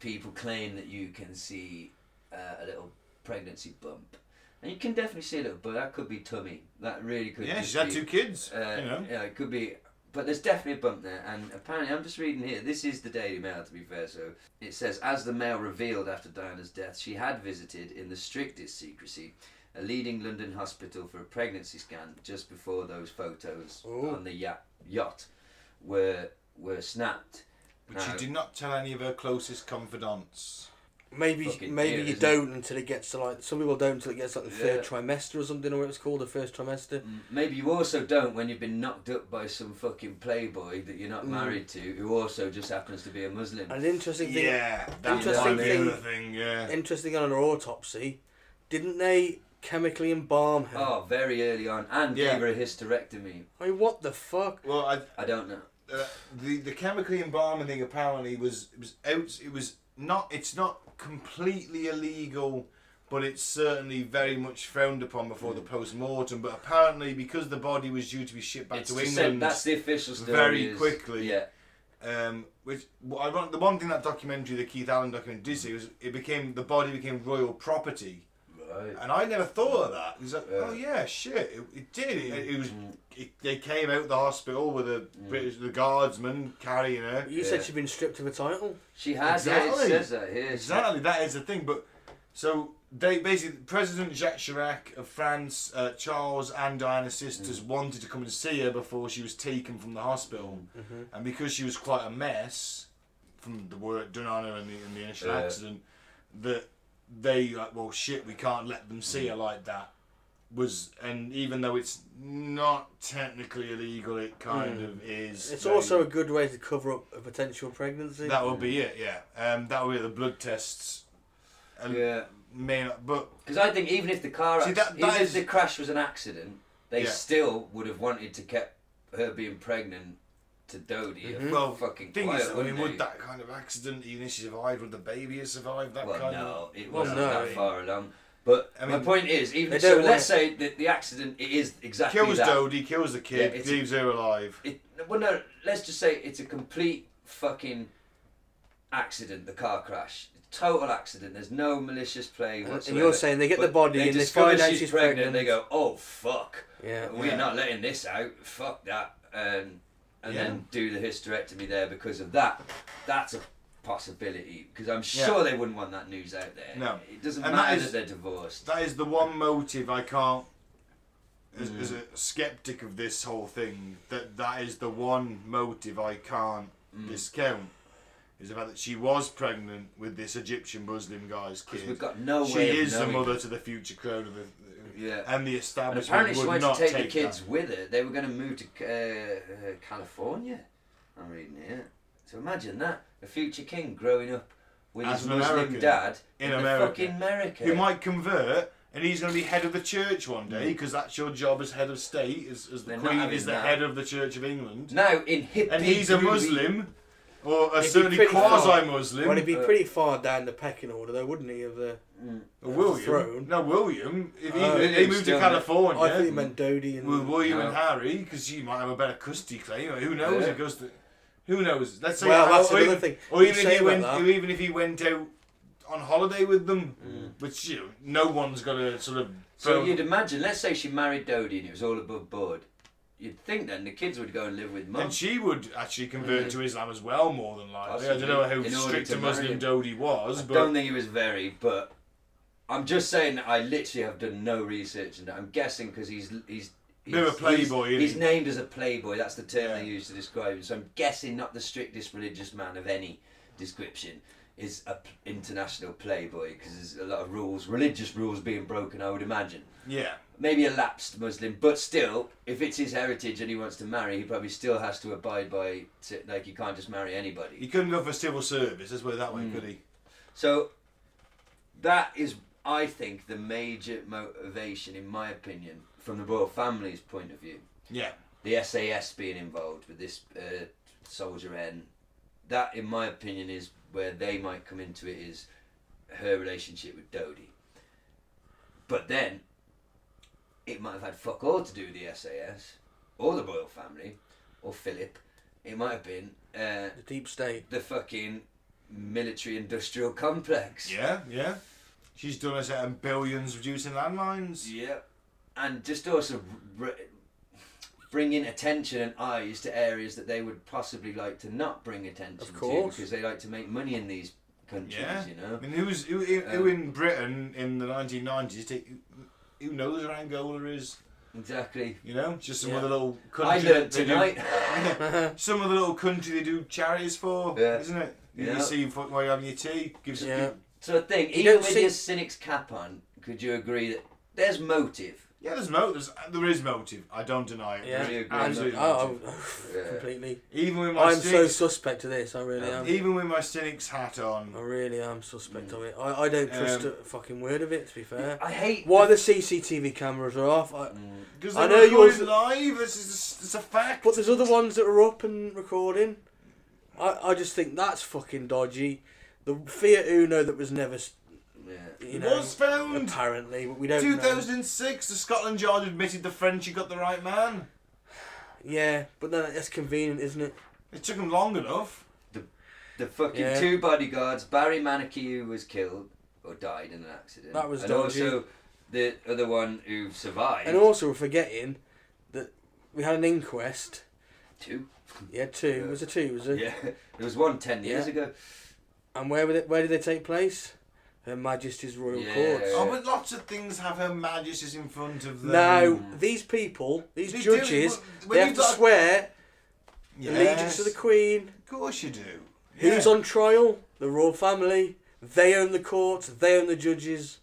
People claim that you can see uh, a little pregnancy bump, and you can definitely see a little. But that could be tummy. That really could. Yeah. just She's had be- two kids. uh, you know. Yeah, it could be. But there's definitely a bump there, and apparently, I'm just reading here. This is the Daily Mail, to be fair. So it says, as the Mail revealed after Diana's death, she had visited in the strictest secrecy a leading London hospital for a pregnancy scan just before those photos Oh. Ooh. on the ya- yacht were were snapped. But she No. did not tell any of her closest confidants. Maybe Fucking maybe dear, you isn't it? don't until it gets to like some people don't until it gets like the third Yeah. Mm. trimester or something or what it's called the first trimester. M- Maybe you also don't when you've been knocked up by some fucking playboy that you're not Mm. married to, who also just happens to be a Muslim. And an interesting thing Yeah. That Interesting might be thing- another thing. Yeah. interesting on her autopsy, didn't they chemically embalm her? Oh, very early on, and Yeah. gave her a hysterectomy. I mean what the fuck? Well, I, I don't know. uh, the the chemically embalming thing apparently was it was out. It was not. It's not completely illegal, but it's certainly very much frowned upon before Hmm. the post mortem. But apparently, because the body was due to be shipped back It's to the same- England, that's the official story. very is- quickly. Yeah. um, which well, I want- the one thing that documentary, the Keith Allen documentary, did say was it became the body became royal property, Right. and I never thought of that. It's like, Yeah. Hmm. oh yeah, shit, it, it did. It, it was. It, they came out the hospital with the British the guardsman carrying her. You said Yeah. she'd been stripped of her title. She has. Yeah, Exactly. it says that here. Exactly, that is the thing. But so they basically President Jacques Chirac of France, uh, Charles and Diana's sisters Mm. wanted to come and see her before she was taken from the hospital, Mm-hmm. and because she was quite a mess from the work done on her and the, and the initial Yeah. accident, that they like, well, shit, we can't let them see Mm. her like that. Was and even though it's not technically illegal, it kind of is. Mm. It's very- also a good way to cover up a potential pregnancy. that would be it, yeah. Um, that would be the blood tests. And Yeah. May not, but Because I think even if the car, See, acc- that- that even is- if the crash was an accident, they Yeah. still would have wanted to kept her being pregnant to Dodie. Mhm. Well, Well, fucking thing quiet, is, I wouldn't mean, would they? that kind of accident even if she survived? Would the baby have survived that Well, kind no, of? it Well, wasn't no, I that mean- far along. But I my mean- point is, They even don't so, want let's say that the accident it is exactly Kills that. Dodie, kills the kid, Yeah, it's- leaves her alive. It, well, no, let's just say it's a complete fucking accident, the car crash. Total accident. There's no malicious play And- and whatsoever. you're saying they get the But body and they discover find out she's she's pregnant. pregnant. They go, oh, fuck. Yeah. We're Yeah. not letting this out. Fuck that. Um, and Yeah. then do the hysterectomy there because of that. That's a possibility because I'm Yeah. sure they wouldn't want that news out there. No. It doesn't And that matter that, is- they're divorced. That is the one motive I can't. As, Mm. as a skeptic of this whole thing, that that is the one motive I can't Mm. discount is the fact that she was pregnant with this Egyptian Muslim guy's kid. Because we've got no she way of is the knowing. mother to the future crown of the Yeah. and the And establishment apparently, she would wanted not to take, take the kids that. with her. They were going to move to uh, uh, California. I'm reading here. So imagine that a future king growing up with As his an Muslim American dad in the America. fucking America. who might convert and he's going to be head of the church one day Mm. because that's your job as head of state as, as the They're not queen having is the that. head of the church of england now in hippie and he's a groovy- muslim Or a It'd be certainly pretty far. quasi-Muslim. Well, he'd be Uh, Mm. pretty far down the pecking order, though, wouldn't he? Of the, William. throne. No, William. If he, Oh, if he William's moved to still- California. I think he meant Dodie and Well, William and No. Harry, because you might have a better custody claim. Or who knows? Yeah. It goes to, who knows? Let's say. Well, that's or another even, thing. Or You even say if, he about went, that. or even if he went out on holiday with them, Mm. which you know, no one's got to sort of. So throw- you'd imagine, let's say she married Dodie and it was all above board. You'd think then the kids would go and live with mum. and she would actually convert to Islam as well, more than likely. I Possibly. don't know In how order strict to a Muslim marry. Dodi was, I don't but think it was very, but I'm just saying that I literally have done no research and I'm guessing because he's he's. He's, Bit of a playboy, isn't he's, he's he? named as a playboy. That's the term Yeah. they use to describe him. So I'm guessing not the strictest religious man of any description is a p- international playboy because there's a lot of rules, religious rules being broken. I would imagine yeah. maybe a lapsed Muslim, but still, if it's his heritage and he wants to marry, he probably still has to abide by t- like he can't just marry anybody. He couldn't go for civil service, let's put it that way, Hmm. could he? So that is, I think, the major motivation, in my opinion, from the royal family's point of view. Yeah. The SAS being involved with this uh, soldier N, that, in my opinion, is where they might come into it is her relationship with Dodie. But then, it might have had fuck all to do with the SAS or the royal family or Philip. It might have been uh, the deep state. the fucking military-industrial complex. Yeah, yeah. She's done us out in billions reducing landmines. Yeah, and just also r- bringing attention and eyes to areas that they would possibly like to not bring attention Of course. to because they like to make money in these countries. Yeah. You I know, Um, mean, who's who, who, who in Britain in the 1990s? Take, who knows where Angola is? exactly. You know, just some Yeah. other little I country. learned that they do- tonight. some other little country they do charities for, Yeah. isn't it? You Yeah. see wh- while you're having your tea. Gives Yeah. so I think You even don't with see- your cynic's cap on, could you agree that there's motive? yeah, there's motive. There's, there is motive. I don't deny it. Yeah, There is agree and, absolute oh, motive. Yeah. completely. Even with my I'm so cynics, suspect to this. I really Yeah. Mm. am. even with my cynics hat on, I really am suspect of it. I, I don't trust Um, a fucking word of it. To be fair, I Mm. hate. why the CCTV cameras are off. I, because I they're know recorded yours- live. This is just, it's a fact. But there's other ones that are up and recording. I, I just think that's fucking dodgy. The Fiat Uno that was never, s- Yeah. you know, was found. apparently, but we don't know. 2006, the Scotland Yard admitted the French had got the right man. Yeah, but then that's convenient, isn't it? It took them long enough. The fucking Yeah. two bodyguards, Barry Manicky, who was killed or died in an accident. That was and dodgy. also the other one who survived. And also, we're forgetting that we had an inquest. two. Yeah, two. It was a two, was it? Yeah, there was one ten years Yeah. ago. And where were they, where did they take place? Her Majesty's Royal Yeah. Courts. Oh, but lots of things have Her Majesty's in front of them. Now, these people, these They do, judges, but when they have you've to got- swear Yes. allegiance to the Queen. Of course you do. Who's Yeah. on trial? The royal family. They own the courts. They own the judges.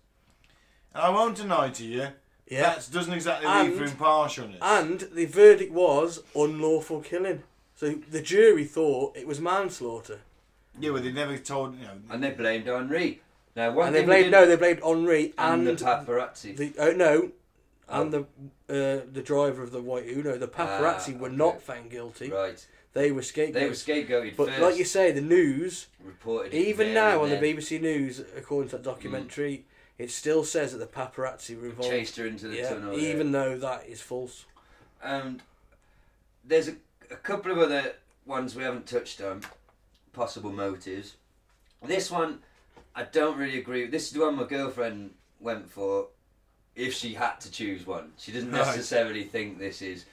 And I won't deny to you, Yeah. that doesn't exactly leave for And- impartialness. and the verdict was unlawful killing. So the jury thought it was manslaughter, yeah, well, they never told, you know. And they blamed Henri. Now one and thing we they didn't- blamed no, they blamed Henri and, and, the paparazzi. Oh. the oh no, and the uh, the driver of the white Uno. The paparazzi Ah, were okay. not found guilty. right, They were scapegoats. they were scapegoated but first. like you say, the news, reported it even there now on and the then Mm. BBC News, according to that documentary, it still says that the paparazzi were involved. chased her into the yeah, tunnel. yeah. even though that is false. and there's a, a couple of other ones we haven't touched on, possible motives. This one, I don't really agree. with. This is the one my girlfriend went for, if she had to choose one. She doesn't Right. necessarily think this is,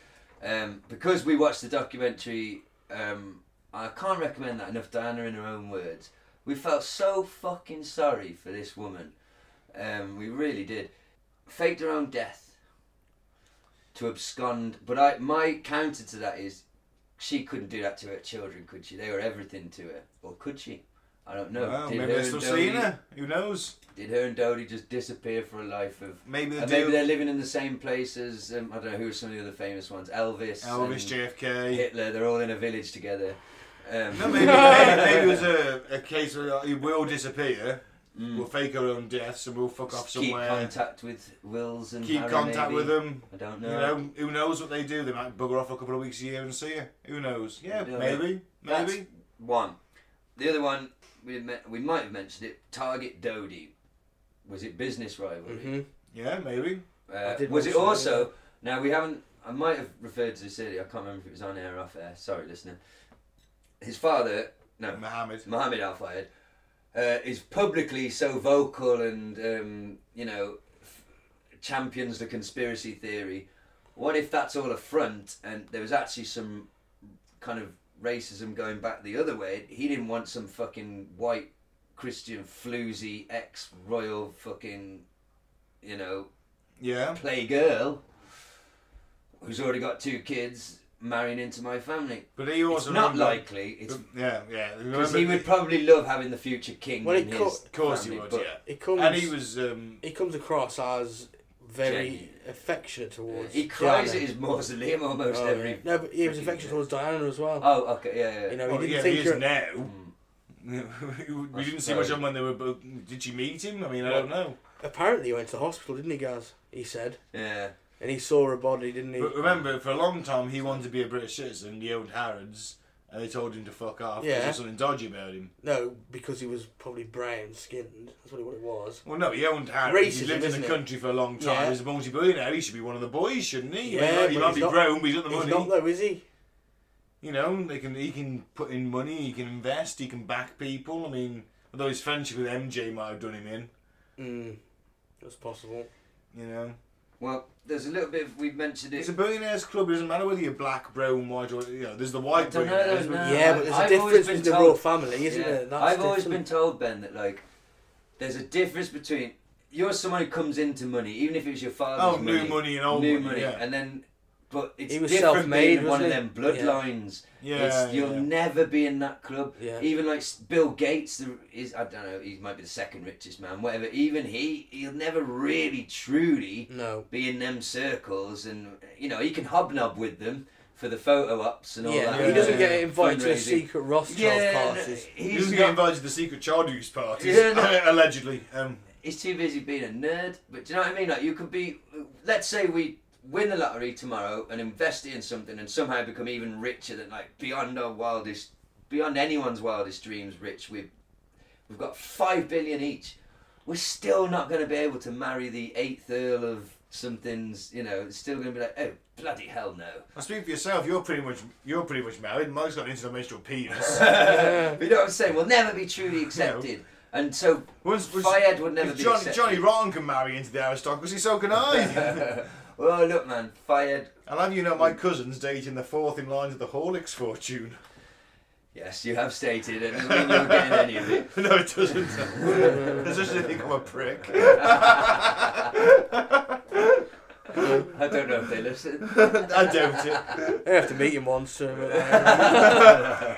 um, because we watched the documentary. Um, I can't recommend that enough. Diana, in her own words, we felt so fucking sorry for this woman. Um, we really did. Faked her own death to abscond. But I, my counter to that is, she couldn't do that to her children, could she? They were everything to her, or could she? I don't know. well, Did maybe her they're and still Dodie- seeing her. Who knows? Did her and Dodie just disappear for a life of? Maybe they and maybe do. they're living in the same place as um, I don't know who are some of the other famous ones. Elvis, Elvis, and JFK. Hitler. They're all in a village together. Um, No, maybe, maybe, maybe it was a, a case where he will disappear. We'll fake our own deaths and we'll fuck off Mm. Just keep somewhere. contact with Wills and keep Harry, contact maybe. with them. I don't You know. know, who knows what they do? They might bugger off a couple of weeks a year and see you. Who knows? Yeah, Yeah, maybe, That's- maybe. one. The other one we had men- we might have mentioned it. Target Dodie. Was it business rivalry? hmm Yeah, maybe. Uh, Mm-hmm. I did was it mention it, also? Now we haven't. I might have referred to this earlier. I can't remember if it was on air or off air. Sorry, listener. His father, no, Mohammed. Mohammed Al Fayed, uh, is publicly so vocal and um, you know f- champions the conspiracy theory. What if that's all a front and there was actually some kind of racism going back the other way? He didn't want some fucking white Christian floozy ex royal fucking you know Yeah. play girl who's already got two kids marrying into my family. But he It's also not remember- likely. It's Yeah, yeah. because Remember, he would probably love having the future king. Well, in he his co- Of course he family, would. but Yeah. It comes. And he was. Um, It comes across as very Genuine. affectionate towards. He cries Diana. at his mausoleum almost Oh, yeah. every. No, but he was freaking affectionate day. towards Diana as well. Oh, okay, yeah, yeah. you know, well, he didn't yeah, think he is her- now. Mm. we That's didn't see much of very- him when they were. Both, did she meet him? I mean, I don't know. Apparently, he went to the hospital, didn't he, Gaz? He said, yeah. and he saw a body, didn't he? But remember, for a long time, he wanted to be a British citizen. He owned Harrods, and they told him to fuck off. 'cause Yeah. There's something dodgy about him. No, because he was probably brown skinned. That's what it- what it was. Well, no, he owned Harrods. He Racism, lived in isn't the it? country for a long time. Yeah. He's a multi-billionaire. He should be one of the boys, shouldn't he? I Yeah, mean, he but might he's be not- grown, but he's got the He's money. not though, is he? You know, they can. He can put in money. He can invest. He can back people. I mean, although his friendship with MJ might have done him in. Mm, that's possible. You know, Well, there's a little bit. Of, we've mentioned it. it's a billionaires club. It doesn't matter whether you're black, brown, white, or you know. There's the white I don't know, billionaires. no. but- Uh, yeah, I- but there's a I've always difference been between the told- royal family, isn't Yeah. there? That's I've always been different. told Ben that like, there's a difference between you're someone who comes into money, even if it was your Oh, father's new money and old new money. money, Yeah, and then. But it's He was different self-made, being one of them wasn't he? Yeah. bloodlines. yeah. it's, you'll yeah. never be in that club. Yeah. Even like s- Bill Gates, the, is I don't know, he might be the second richest man, whatever. Even he, he'll never really truly No. be in them circles, and you know he can hobnob with them for the photo ops and all Yeah, that. he doesn't Yeah. get invited to Fundraising. the secret Rothschild Yeah, no, parties. He he's doesn't not- get invited to the secret Chardu's parties, Yeah, no. allegedly. Um, he's too busy being a nerd. But do you know what I mean? Like you could be, let's say we win the lottery tomorrow and invest it in something and somehow become even richer than like beyond our wildest, beyond anyone's wildest dreams. Rich, we've we've got five billion each. We're still not going to be able to marry the eighth Earl of something's. You know, it's still going to be like, oh bloody hell no. I speak for yourself. You're pretty much you're pretty much married. Mike's got an interdimensional penis. you know what I'm saying? We'll never be truly accepted. And so Once, once- Fayed would never if be Johnny, accepted. Johnny Rotten can marry into the aristocracy, so can I. well, look, man, Fayed I'll have you know my cousin's dating the fourth in line to the Horlicks fortune. Yes, you have stated it. Doesn't mean you're getting any of it. no, it doesn't. There's such a thing I'm a prick. I don't know if they listen. I doubt it. I have to meet him once. To, uh,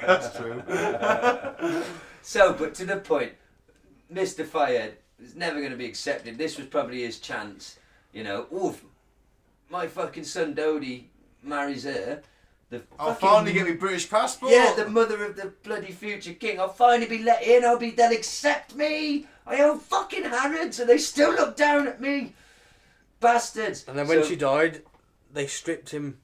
That's true. So, but to the point, Mr. Fayed is never going to be accepted. This was probably his chance. You know, oof, my fucking son Dodie marries her. The I'll fucking- finally get my British passport. Yeah, the mother of the bloody future king. I'll finally be let in. I'll be. They'll accept me. I own fucking Harrods, and they still look down at me. Bastards. and then when So- she died, they stripped him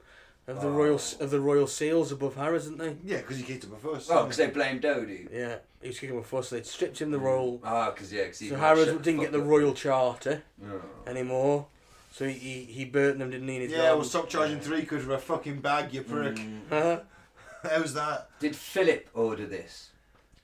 of the royal of the royal seals above Harrods, didn't they? yeah, because you kicked him a fuss. Oh, because they blame Dodie. Yeah, he was kicking a fuss. They stripped him the royal. Ah, because yeah, because So Harrods didn't get the royal charter anymore. So he, he, he burnt them, didn't he? in his Yeah, well, garden? Uh-huh. stop charging three quid for a fucking bag, you prick. Mm. Huh? How's that? Did Philip order this?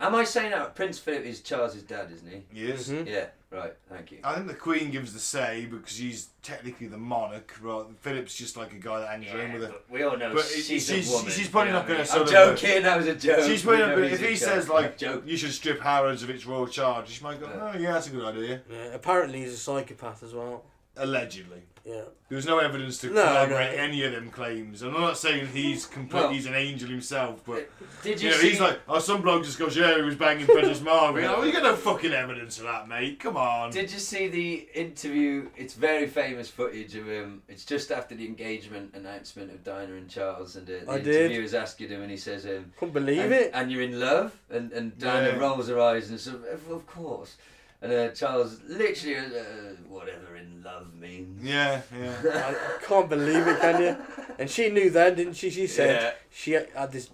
Am I saying that Prince Philip is Charles's dad, isn't he? Yes. Mhm. Yeah, right. Thank you. I think the Queen gives the say because she's technically the monarch. Rather, Philip's just like a guy that hangs around Yeah, with her. but we all know But she's, she's- she's- a woman. she's probably you know not gonna what I mean? sort of- I'm joking. That was a joke. She's We probably not know gonna- he's if a he joke. says like joke. you should strip Harrods of its royal charge, she might go, Yeah. oh yeah, that's a good idea. Yeah, apparently he's a psychopath as well. Allegedly, Yeah. there was no evidence to No, corroborate no. any of them claims. And I'm not saying he's complete. Well- he's an angel himself, but Did you you know see? he's like, oh, some bloke just goes, yeah, he was banging Precious Margaret. oh, you got no fucking evidence of that, mate. Come on. Did you see the interview? It's very famous footage of him. It's just after the engagement announcement of Dinah and Charles, and uh, the I did. interviewer's asking him, and he says, um, Couldn't believe and, it. and you're in love, and and Diana Yeah. rolls her eyes and says, "Of of course." And uh, Charles literally, uh, whatever in love means. yeah, yeah. I can't believe it, can you? And she knew then, didn't she? She said Yeah. she had this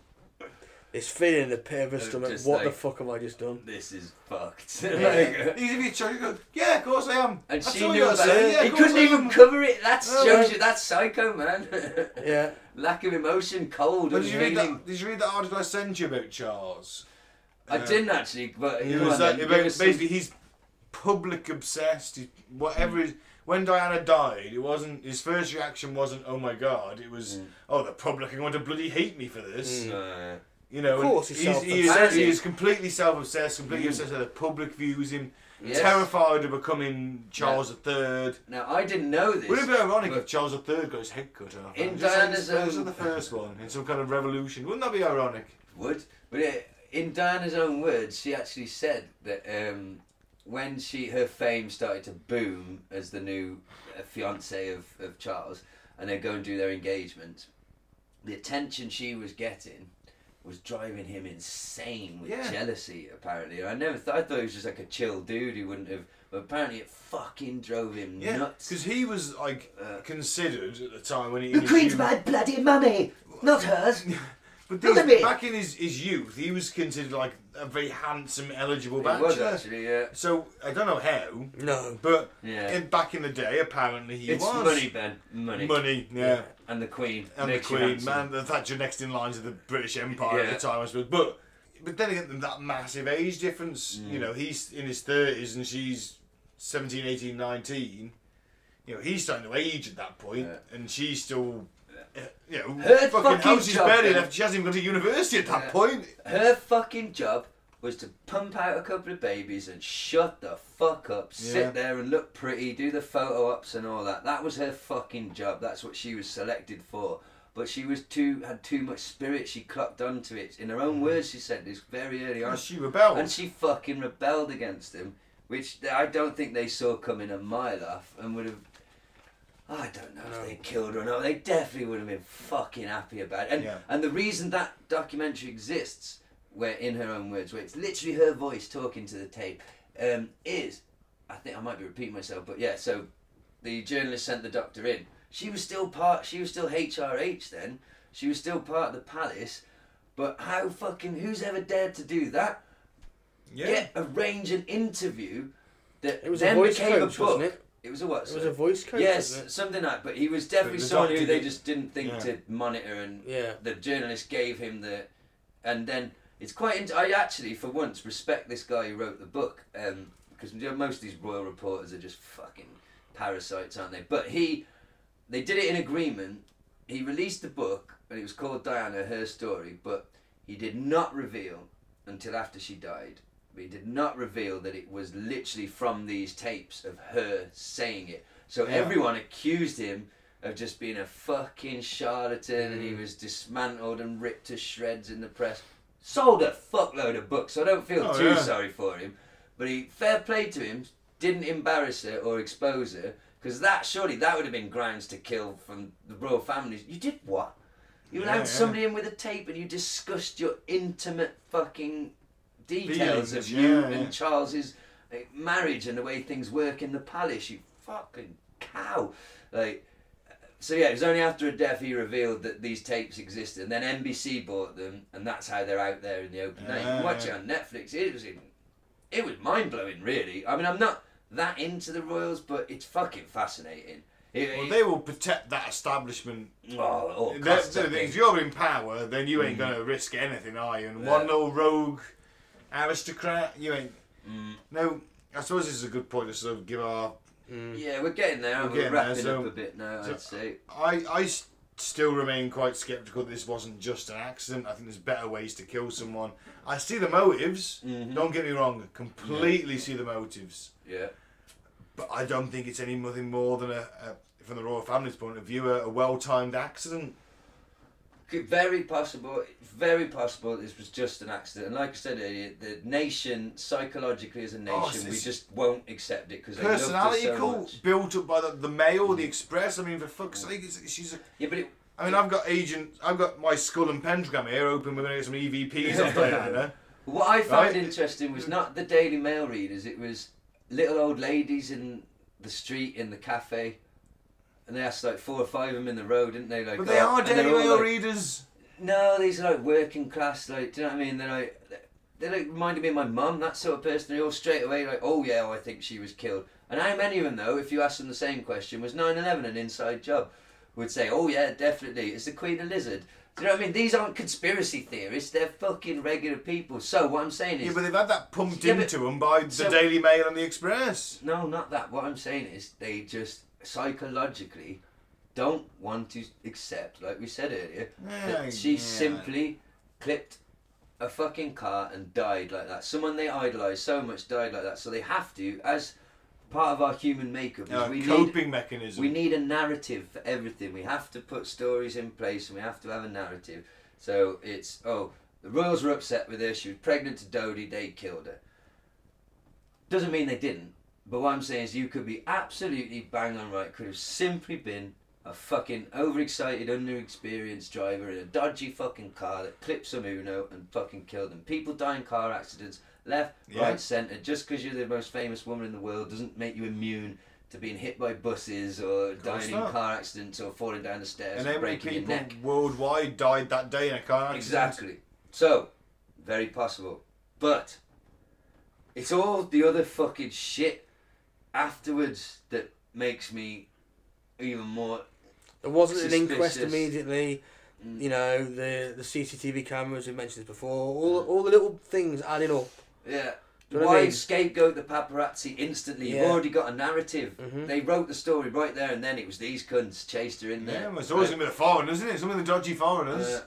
It's feeling the pit of his Uh, stomach. just What the like- fuck have I just done? This is fucked. Like, Like, uh, he's if you chuck, you go, yeah, of course I am. and That's she all knew you about gotta say, it. yeah, he of course couldn't I Oh, even am. cover it. That No, shows no. you. That's psycho, man. Yeah. Lack of emotion, cold, But and did you read feeling. that? Did you read that article I sent you about Charles? I Uh, didn't actually, but It go was on that then, about- give us some- basically he's public obsessed. He, whatever. His, when Diana died, it wasn't his first reaction wasn't "Oh my God!" It Mm. was "Oh, the public are going to bloody hate me for this." Uh, You know, Of and course he's he's, he, is, self-obsessed. he is completely self-obsessed, completely Mm. obsessed with the public views him, Yes. terrified of becoming Charles III. now I didn't know this. Would it be ironic if but Charles III got his head cut off? In Just like Diana's the Spurs own- of the first one in some kind of revolution. Wouldn't that be ironic? would, but it, in Diana's own words, she actually said that um, when she her fame started to boom as the new uh, fiance of, of Charles, and they go and do their engagement, the attention she was getting was driving him insane with Yeah. jealousy. Apparently, I never thought I thought he was just like a chill dude who wouldn't have. But apparently, it fucking drove him Yeah, nuts. because he was like Uh, considered at the time when he The in his Queen's youth- my bloody mummy, not hers. But Look these- at me. back in his, his youth, he was considered like a very handsome, eligible It was bachelor. actually, yeah. So I don't know how, No. but Yeah. in, back in the day, apparently he it's was money, Ben. Money. Money, yeah. And the Queen. And the makes you Queen, handsome. man, the Thatcher next in lines of the British Empire Yeah. at the time, I suppose. But but then again, that massive age difference. You Mm. know, he's in his thirties and she's 17, 18, 19. You know, he's starting to age at that point, Yeah. and she's still. uh, You know, Her fucking, fucking hell, she's job, barely then. left. She hasn't even gone to university at that Yeah. point. Her fucking job was to pump out a couple of babies and shut the fuck up, Yeah. sit there and look pretty, do the photo ops and all that. That was her fucking job. That's what she was selected for. But she was too had too much spirit. She clocked onto it. In her own words, she said this very early on. And Mm-hmm. she rebelled. and she fucking rebelled against him, which th- I don't think they saw coming a mile off and would have. I don't know if they killed her or not. They definitely would have been fucking happy about it. And Yeah. and the reason that documentary exists, where in her own words, where it's literally her voice talking to the tape, um, is, I think I might be repeating myself, but yeah. So, the journalist sent the doctor in. She was still part. She was still HRH then. She was still part of the palace. But how fucking who's ever dared to do that? yeah. get arrange an interview that It was a then voice became coach, a book. wasn't it? It was a what? It was sir? a voice coach. Yes, wasn't it? something like. But he was definitely The someone doctor who they did- just didn't think yeah. to monitor, and Yeah. the journalist gave him the, and then it's quite. int- I actually, for once, respect this guy who wrote the book, um, because you know, most of these royal reporters are just fucking parasites, aren't they? But he, they did it in agreement. He released the book, and it was called Diana: Her Story, but he did not reveal until after she died. But he did not reveal that it was literally from these tapes of her saying it. So Yeah. everyone accused him of just being a fucking charlatan and he Mm. was dismantled and ripped to shreds in the press. Sold a fuckload of books, so I don't feel Oh, too yeah. sorry for him. But he fair play to him, didn't embarrass her or expose her, because that surely that would have been grounds to kill from the royal families. You did what? You allowed Yeah, yeah. somebody in with a tape and you discussed your intimate fucking details of Feelings, you yeah, yeah. and Charles's like, marriage and the way things work in the palace. You fucking cow. Like, so yeah, it was only after a death he revealed that these tapes existed, and then NBC bought them, and that's how they're out there in the open. now you can watch it Ah. on Netflix. It was in, it was mind blowing, really. I mean, I'm not that into the royals, but it's fucking fascinating. It- Well, it- they will protect that establishment. oh, at all They're- costs, I they're- think. if you're in power, then you ain't going to risk anything, are you? And one Yeah. little rogue aristocrat, you ain't. No, I suppose this is a good point to sort of give our. Yeah, we're getting there. We're, getting there, wrapping so- up a bit now. so- I'd say. I, I s- still remain quite sceptical that this wasn't just an accident. I think there's better ways to kill someone. I see the motives. Don't get me wrong. Completely see the motives. Yeah. But I don't think it's any nothing more than a, a from the royal family's point of view, a, a well-timed accident. Could- Very possible, very possible this was just an accident. And like I said earlier, the nation, psychologically as a nation, Oh, we it's- just won't accept it because they loved her personality so cult much. built up by the, the Mail, the Express. I mean, for fuck's sake, it's, she's. A, Yeah, but it, I mean, I've got agent. I've got my skull and pentagram here open. We're gonna get some E EVPs off Diana. what I found Right. interesting was not the Daily Mail readers; it was little old ladies in the street, in the cafe, and they asked like four or five of them in the row, didn't they? Like, But they oh, are and they're Daily all Mail like- readers. No, these are like working class, like, do you know what I mean? They're like, they like reminded me of my mum, that sort of person. They're all straight away like, oh yeah, oh, I think she was killed. And how many of them, though, if you asked them the same question, was 9 11 an inside job? Would say, oh yeah, definitely, it's the Queen a lizard. Do you know what I mean? These aren't conspiracy theorists, they're fucking regular people. So what I'm saying is. Yeah, but they've had that pumped Yeah, but- into them by the so- Daily Mail and the Express. No, not that. What I'm saying is they just psychologically don't want to accept, like we said earlier, Yeah, that she yeah. simply clipped a fucking car and died like that. Someone they idolise so much died like that. So they have to, as part of our human makeup, is Yeah, we need coping mechanism. we need a narrative for everything. We have to put stories in place and we have to have a narrative. So it's, oh, the royals were upset with her. She was pregnant to Dodie. They killed her. Doesn't mean they didn't. But what I'm saying is you could be absolutely bang on right. Could have simply been a fucking overexcited, underexperienced driver in a dodgy fucking car that clipped some Uno and fucking killed them. People die in car accidents, left, Yeah. right, centre. Just because you're the most famous woman in the world doesn't make you immune to being hit by buses or course dying not. in car accidents or falling down the stairs and and, how many breaking your people neck. worldwide died that day in a car accident? Exactly. So, very possible. But it's all the other fucking shit afterwards that makes me even more. There wasn't an inquest Suspicious. immediately. You know the the CCTV cameras we mentioned this before. All all the little things adding up. Yeah. Do you know Why what I mean? scapegoat the paparazzi instantly? You've Yeah. Mm-hmm. already got a narrative. They wrote the story right there and then. It was these cunts chased her in Yeah, there. well, it's always Right. gonna be the foreigners, isn't it? Some of the dodgy foreigners. Uh,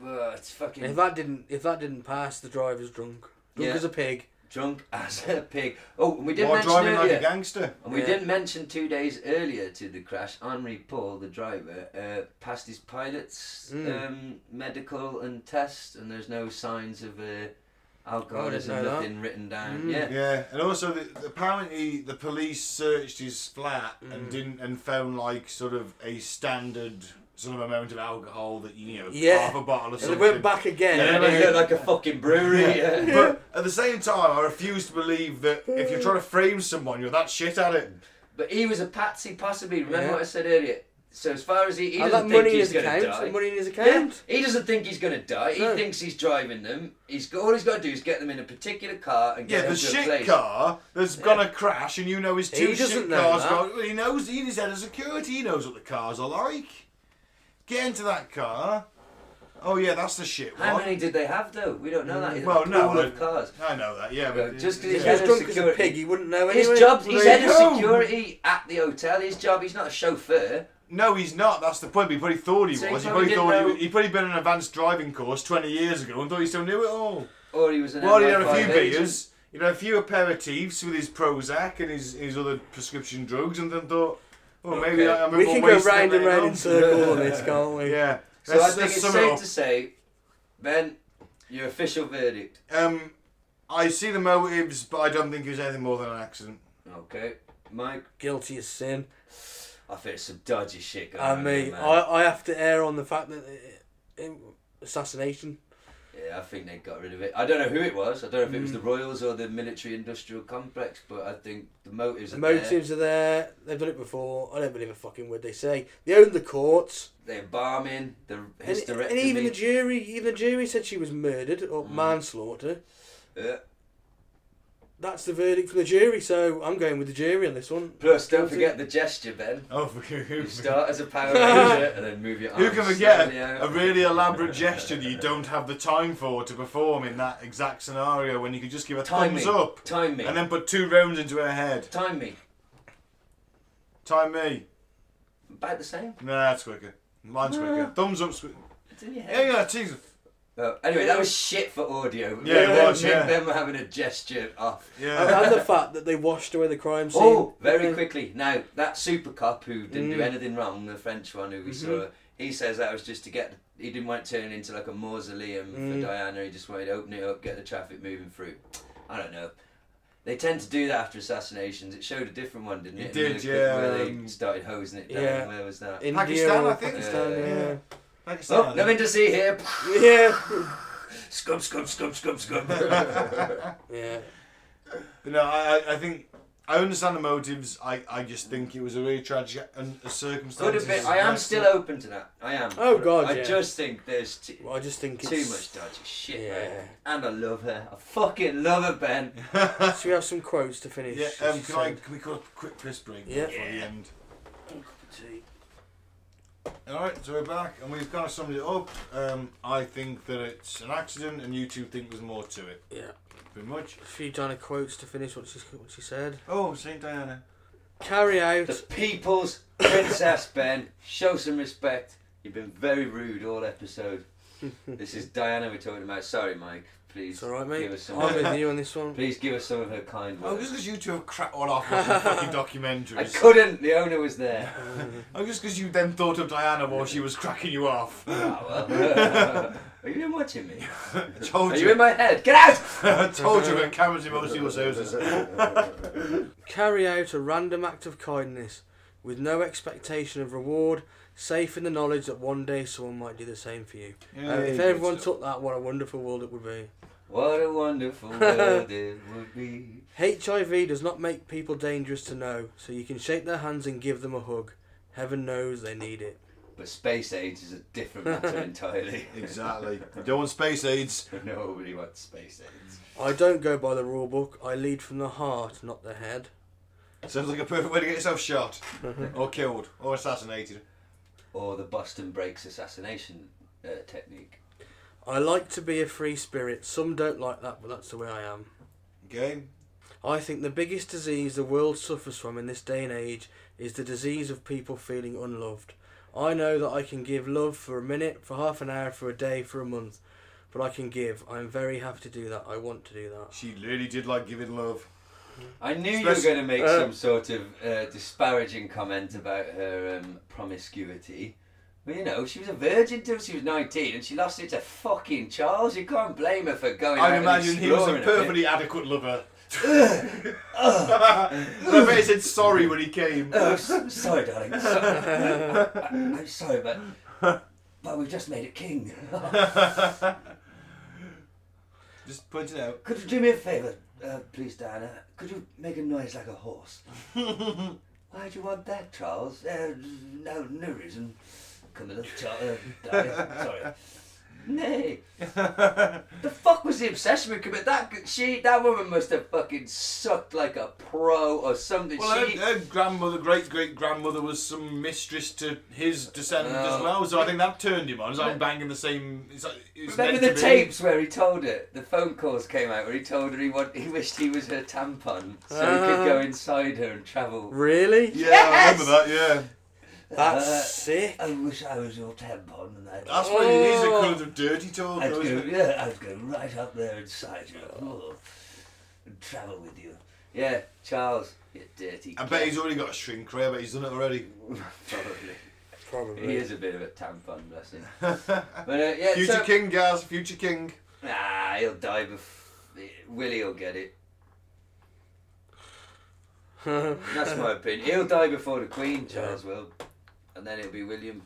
well, it's fucking If that didn't if that didn't pass, the driver's drunk. Drunk Mm. Yeah. as a pig. drunk as a pig. Oh, and we didn't While mention driving like earlier- a gangster. And we Yeah. didn't mention two days earlier to the crash, Henri Paul, the driver, uh, passed his pilot's Mm. um, medical and test, and there's no signs of uh, know Oh, alcoholism, that. nothing written down. Mm. Yeah. Yeah, and also the, apparently the police searched his flat and didn't and found like sort of a standard sort of amount of alcohol that you know Yeah. half a bottle of And they something. went back again. Yeah, And yeah, it looked like a fucking brewery. Yeah. But at the same time, I refuse to believe that if you're trying to frame someone, you're that shit at it. But he was a patsy, possibly. Remember Yeah. what I said earlier? So as far as he, he Had doesn't that think money in he's his going to account. die. had Money in his Yeah, account. he doesn't think he's gonna die. He No. thinks he's driving them. He's got all he's got to do is get them in a particular car and Yeah, get them the to a shit place. car that's gonna crash, and you know his two He doesn't shit know cars. that. Got, he knows he he's head of security. He knows what the cars are like. Get into that car. Oh yeah, that's the shit How one. many did they have though? We don't know that. It's Well, a no, pool but- of cars. I know that. Yeah, Yeah, but just 'cause If he's he yeah. head was of drunk as a security. pig, he wouldn't know anyway. His job, Well, he's there head you of go. security at the hotel. His job, he's not a chauffeur. No, he's not. That's the point. But he probably thought he So he was. He probably probably, didn't thought he, know- he probably been in an advanced driving course twenty years ago and thought he still knew it all. Or he was an well, he had a MI5 few agent. beers, he had a few aperitifs with his Prozac and his, his other prescription drugs, and then thought, oh, maybe Okay. I remember We can go wasting round and it round on. in circles on this, can't we? Yeah. So I Let's- think let's it's sum it safe up. to say, Ben, your official verdict. Um, I see the motives, but I don't think it was anything more than an accident. Okay, Mike. Guilty as sin. I think it's some dodgy shit going I on here, mean, man. I, I have to err on the fact that uh, uh, assassination. Yeah, I think they got rid of it. I don't know who it was. I don't know if it was the Hmm. Royals or the military-industrial complex, but I think the motives. The are motives are there. They've done it before. I don't believe a fucking word they say. They owned the courts. There. They're bombing. The And, hysterectomy. and even the jury, even the jury said she was murdered or Mm. manslaughter. Yeah. That's the verdict from the jury. So I'm going with the jury on this one. Plus, don't Guilty. forget the gesture, Ben. Oh, who You start as a Power Ranger and then move your arms. who can forget slowly out. a really elaborate gesture that you don't have the time for to perform in that exact scenario when you could just give a Time thumbs me. up Time me. and then put two rounds into her head? time me. Time me. About the same. No, that's quicker. Mine's quicker. Thumbs up's quicker. It's in your Yeah, head. yeah, cheese. Oh, anyway, that was shit for audio. Yeah, it Them- was, yeah. Them having a gesture off. Yeah. and the fact that they washed away the crime scene. Oh, very quickly. Now, that super cop who didn't do Mm. anything wrong, the French one who we Mm-hmm. saw, he says that was just to get. He didn't want it turning into like a mausoleum Mm. for Diana. He just wanted to open it up, get the traffic moving through. I don't know. They tend to do that after assassinations. It showed a different one, didn't It it? did, Where- Where yeah, um, they started hosing it down. yeah. Where was that? India Pakistan, or I think. Pakistan, Yeah. yeah. Pakistan, Oh, nothing to see here. Yeah. Scum, scum, scum, scum, scum. yeah. But no, I, I- I think I understand the motives. I, I just think it was a really tragic and Could circumstance. have been. I am still open to that. I am. Oh, God, I yeah. just think there's t- Well, I just think it's too much dodgy shit. Yeah. man. And I love her. I fucking love her, Ben. Should we have some quotes to finish? Yeah. Um, She can I? said- Can we call a quick piss break Yeah. before the end? All right, so we're back, and we've kind of summed it up. Um, I think that it's an accident, and you two think there's more to it. Yeah. Pretty much. A few Diana quotes to finish what she what she said. Oh, Saint Diana. Carry out. The people's princess, Ben. Show some respect. You've been very rude all episode. this is Diana we're talking about. Sorry, Mike. Please It's all right, give mate. us some. I'm with you on this one. Please give us some of her kind Oh, just words. because you two have cracked one off watching fucking I documentaries. couldn't. The owner was there. Oh, just because you then thought of Diana while she was cracking you off. Ah, well. Are you in watching me? I told Are you. you in my head? Get out! I told you about Cameron's emotional services. Carry out a random act of kindness with no expectation of reward, safe in the knowledge that one day someone might do the same for you. Yeah, Uh, if good everyone stuff. took that, what a wonderful world it would be. What a wonderful world it would be. HIV does not make people dangerous to know, so you can shake their hands and give them a hug. Heaven knows they need it. But space age is a different matter entirely. Exactly. You don't want space aids. Nobody wants space age. I don't go by the rule book. I lead from the heart, not the head. Sounds like a perfect way to get yourself shot, or killed, or assassinated. Or the Boston Breaks assassination uh, technique. I like to be a free spirit. Some don't like that, but that's the way I am. Okay. I think the biggest disease the world suffers from in this day and age is the disease of people feeling unloved. I know that I can give love for a minute, for half an hour, for a day, for a month, but I can give. I'm very happy to do that. I want to do that. She really did like giving love. I knew you were Especially- going to make uh, some sort of uh, disparaging comment about her um, promiscuity. But you know, she was a virgin till she was 19 and she lost it to fucking Charles. You can't blame her for going out I'd imagine and he was a exploring bit. perfectly adequate lover. I bet he said sorry when he came. Oh, s- sorry, darling. So- I, am sorry, but but we've just made it king. Just point it out. Could you do me a favour, uh, please, Diana? Could you make a noise like a horse? Why do you want that, Charles? Uh, no, no reason. Camilla, Charles, uh, Diana, sorry. Nay. the fuck was the obsession with Camilla? That g- she, that woman must have fucking sucked like a pro or something. Well, she, her, her grandmother, great great grandmother, was some mistress to his descendant as Oh. well, so I think that turned him on. It's like banging the same. It's like, it's Remember the meant to be. tapes where he told her the phone calls came out where he told her he want, he wished he was her tampon so he could go inside her and travel. Really? Yeah, Yes! I remember that, yeah. That's Uh, sick. I wish I was your tampon and I'd, That's what it is, a Oh. kind of dirty talk, I'd though, go isn't it? yeah I'd go right up there inside you oh, and travel with you. Yeah, Charles, you dirty. I bet git. he's already got a shrink ray, I bet he's done it already. probably. Probably. He is a bit of a tampon, bless him. but uh, yeah, Future so- King, guys, Future King. Nah, he'll die before Willie will get it. That's my opinion. He'll die before the Queen, Charles will, and then it'll be William.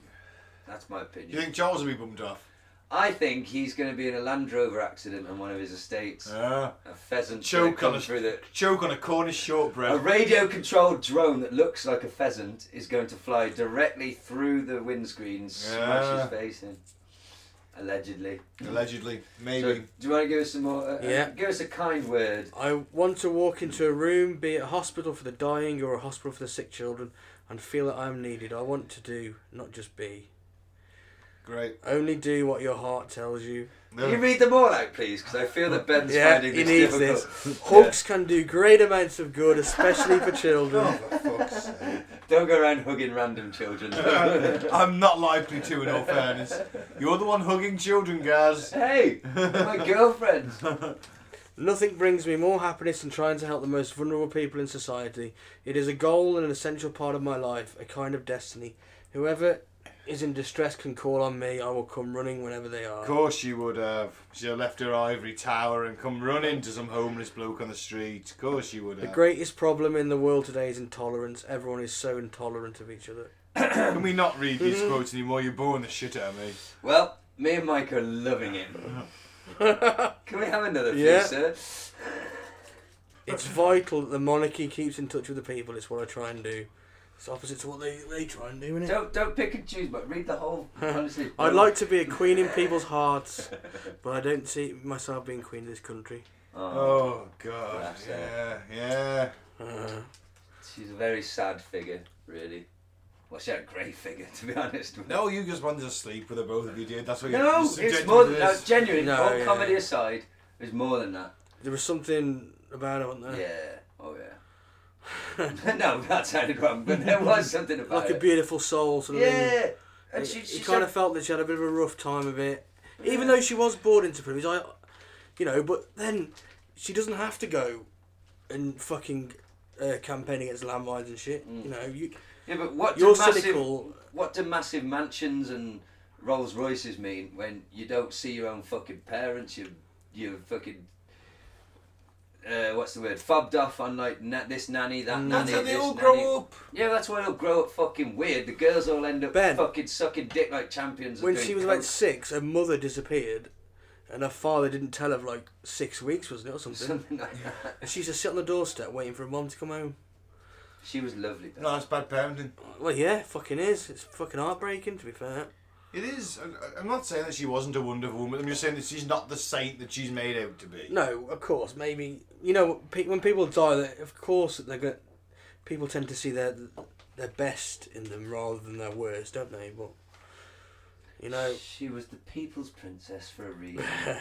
That's my You opinion. think Charles will be bummed off? I think he's going to be in a Land Rover accident on one of his estates. Uh, a pheasant choke choke on a- through the. choke on a Cornish A shortbread. radio-controlled drone that looks like a pheasant is going to fly directly through the windscreen, and smash Yeah. his face in. Allegedly. Allegedly, So, maybe. do you want to give us some more? Uh, uh, Yeah. give us a kind word. I want to walk into a room, be it a hospital for the dying or a hospital for the sick children, and feel that I am needed. I want to do, not just be. Great. Only do what your heart tells you. Can you read them all out, please? Because I feel that Ben's Yeah, finding he this needs difficult. this. Hugs can do great amounts of good, especially for children. Oh, for fuck's sake. Don't go around hugging random children. I'm not likely to, in all fairness. You're the one hugging children, guys. hey, they're my girlfriend. Nothing brings me more happiness than trying to help the most vulnerable people in society. It is a goal and an essential part of my life, a kind of destiny. Whoever is in distress can call on me. I will come running whenever they are. Of course she would have. She'd have left her ivory tower and come running to some homeless bloke on the street. Of course she would The have. greatest problem in the world today is intolerance. Everyone is so intolerant of each other. Can we not read these Mm-hmm. quotes anymore? You're boring the shit out of me. Well, me and Mike are loving it. Can we have another few, Yeah. sir? It's vital that the monarchy keeps in touch with the people. It's what I try and do. It's opposite to what they, they try and do, isn't it? Don't don't pick and choose, but read the whole. Honestly, I'd like to be a queen in people's hearts, but I don't see myself being queen of this country. Oh, Oh god. That's Yeah, yeah. Uh, she's a very sad figure, really. Well, she had a great figure, to be honest. No, you just wanted to sleep with the both of you did. That's what No, you're it's subjected more to than no, this. genuine. No, all yeah. comedy aside, it's more than that. there was something about it, wasn't there? yeah. Oh yeah. no, that sounded wrong, but there was something about Like a it. beautiful soul sort of thing. yeah, and It- she, she it kind said- of felt that she had a bit of a rough time of it, even though she was bored into privilege. I, you know, but then she doesn't have to go and fucking uh, campaign against landmines and shit. Mm. You know, you Yeah, but what do you're massive cynical. what do massive mansions and Rolls Royces mean when you don't see your own fucking parents? You you fucking uh, what's the word? Fobbed off on like na- this nanny, Mm. that nanny. That's how they this all nanny. grow up. Yeah, that's why they'll grow up fucking weird. The girls all end up Ben. fucking sucking dick like champions. When and she doing was about coke. six, her mother disappeared, and her father didn't tell her for like six weeks, wasn't it, or something? something like that. and she used to sit on the doorstep waiting for her mum to come home. She was lovely. Though. No, that's bad parenting. Well, yeah, fucking is. It's fucking heartbreaking, to be fair. It is. I- I'm not saying that she wasn't a wonderful woman. I'm just saying that she's not the saint that she's made out to be. No, of course, maybe you know pe- when people die, that of course they're going people tend to see their their best in them rather than their worst, don't they? But you know, She was the people's princess for a reason. You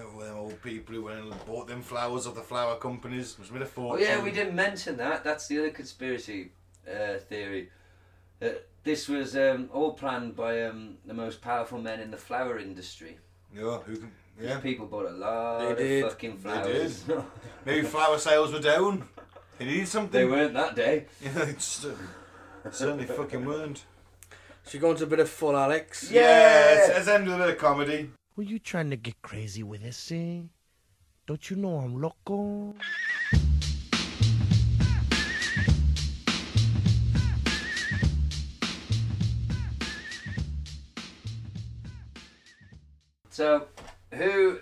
know, them old people who went and bought them flowers off the flower companies. Must have been a Oh fortune. yeah, we didn't mention that. That's the other conspiracy uh, theory. That this was um, all planned by um, the most powerful men in the flower industry. Yeah, who can, These yeah. People bought a lot They did. of fucking flowers. They, Maybe flower sales were down. They needed something. weren't that day. Yeah, they just, uh, certainly fucking weren't. should go into a bit of full Alex. Yeah. let's, let's end with a bit of comedy. Were you trying to get crazy with this, eh? Don't you know I'm loco? So, who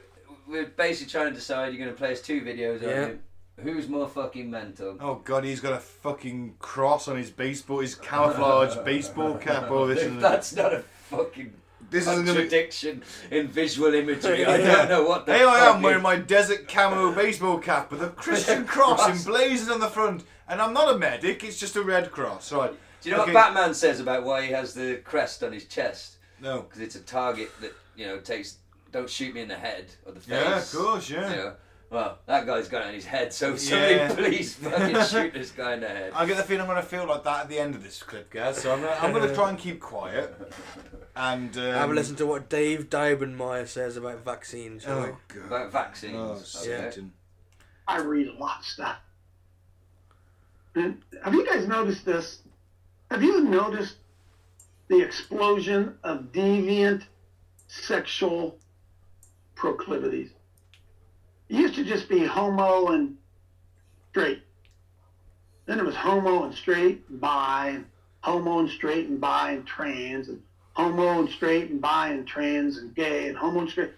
we're basically trying to decide? You're going to play us two videos. Yeah. Aren't you? Who's more fucking mental? Oh god, he's got a fucking cross on his baseball, his camouflage baseball cap. Oh, this is That's not a fucking this isn't gonna. contradiction in visual imagery. I don't know what the Here I fuck am wearing is- my desert camo baseball cap with a Christian cross Cross. emblazoned on the front, and I'm not a medic. It's just a red cross, right? Do you know Okay, what Batman says about why he has the crest on his chest? No. Because it's a target that you know takes. Don't shoot me in the head or the face. Yeah, of course, yeah. You know? Well, that guy's got it on his head, so somebody Yeah. please fucking shoot this guy in the head. I get the feeling I'm gonna feel like that at the end of this clip, guys. So I'm gonna, I'm gonna try and keep quiet. And um, Have a listen to what Dave Dibenmeyer says about vaccines. shall we? Oh god. About vaccines. Oh, okay. Satan. I read a lot of stuff. And have you guys noticed this? Have you noticed the explosion of deviant sexual proclivities? It used to just be homo and straight. Then it was homo and straight and bi, and homo and straight and bi and trans, and homo and straight and bi and trans and gay and homo and straight.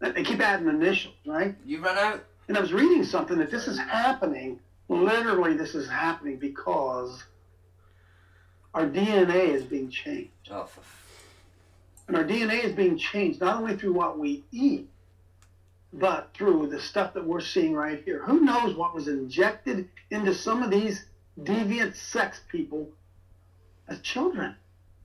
They keep adding initials, right? You run out. And I was reading something that this is happening, literally, this is happening because our DNA is being changed. Oh, for f- And our DNA is being changed not only through what we eat, but through the stuff that we're seeing right here. Who knows what was injected into some of these deviant sex people as children?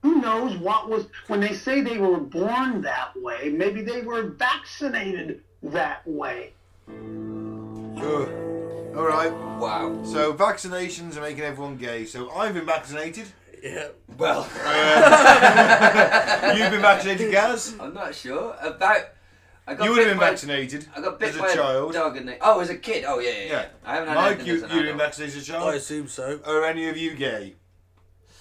Who knows what was, when they say they were born that way, maybe they were vaccinated that way. Ugh. All right. wow. So vaccinations are making everyone gay. So I've been vaccinated. Yeah. Well, You've been vaccinated, Gaz. I'm not sure about. I got You would have bit been by- vaccinated I got bit as a by child. dog and they, oh, as a kid. Oh yeah, yeah. yeah. Yeah. I haven't had Mike, anything you as you've an been adult. vaccinated as a I child. assume so. Are any of you gay?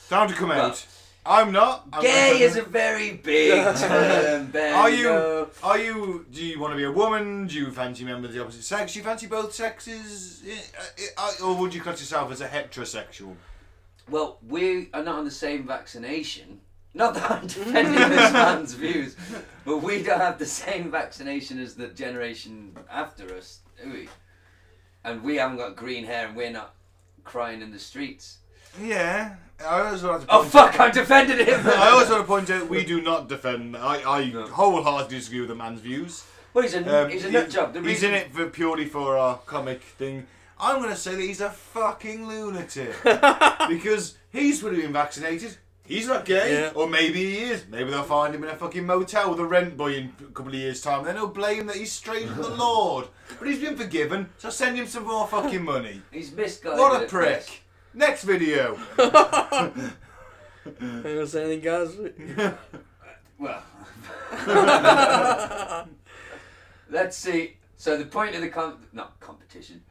Time to come Well, out. I'm not. I'm Gay I'm- is a very big term, Ben. Are you? know. Are you? Do you want to be a woman? Do you fancy men of the opposite sex? Do you fancy both sexes? I- I- I- Or would you class yourself as a heterosexual? Well, we are not on the same vaccination. Not that I'm defending this man's views, but we don't have the same vaccination as the generation after us, do we? and we haven't got green hair and we're not crying in the streets. Yeah. I always want to Oh point- fuck! I defended him. I always want to point out we do not defend. I, I No. wholeheartedly disagree with the man's views. well, he's a Um, he's a he- nut job. The he's reason- in it for purely for our comic thing. I'm going to say that he's a fucking lunatic because he's would have been vaccinated. He's not gay, Yeah. or maybe he is. Maybe they'll find him in a fucking motel with a rent boy in a couple of years' time. Then he'll blame that he's strayed from the Lord. But he's been forgiven, so send him some more fucking money. He's misguided. What a at prick! best. Next video. Anyone gonna say anything, guys? Well, let's see. So the point of the com- not competition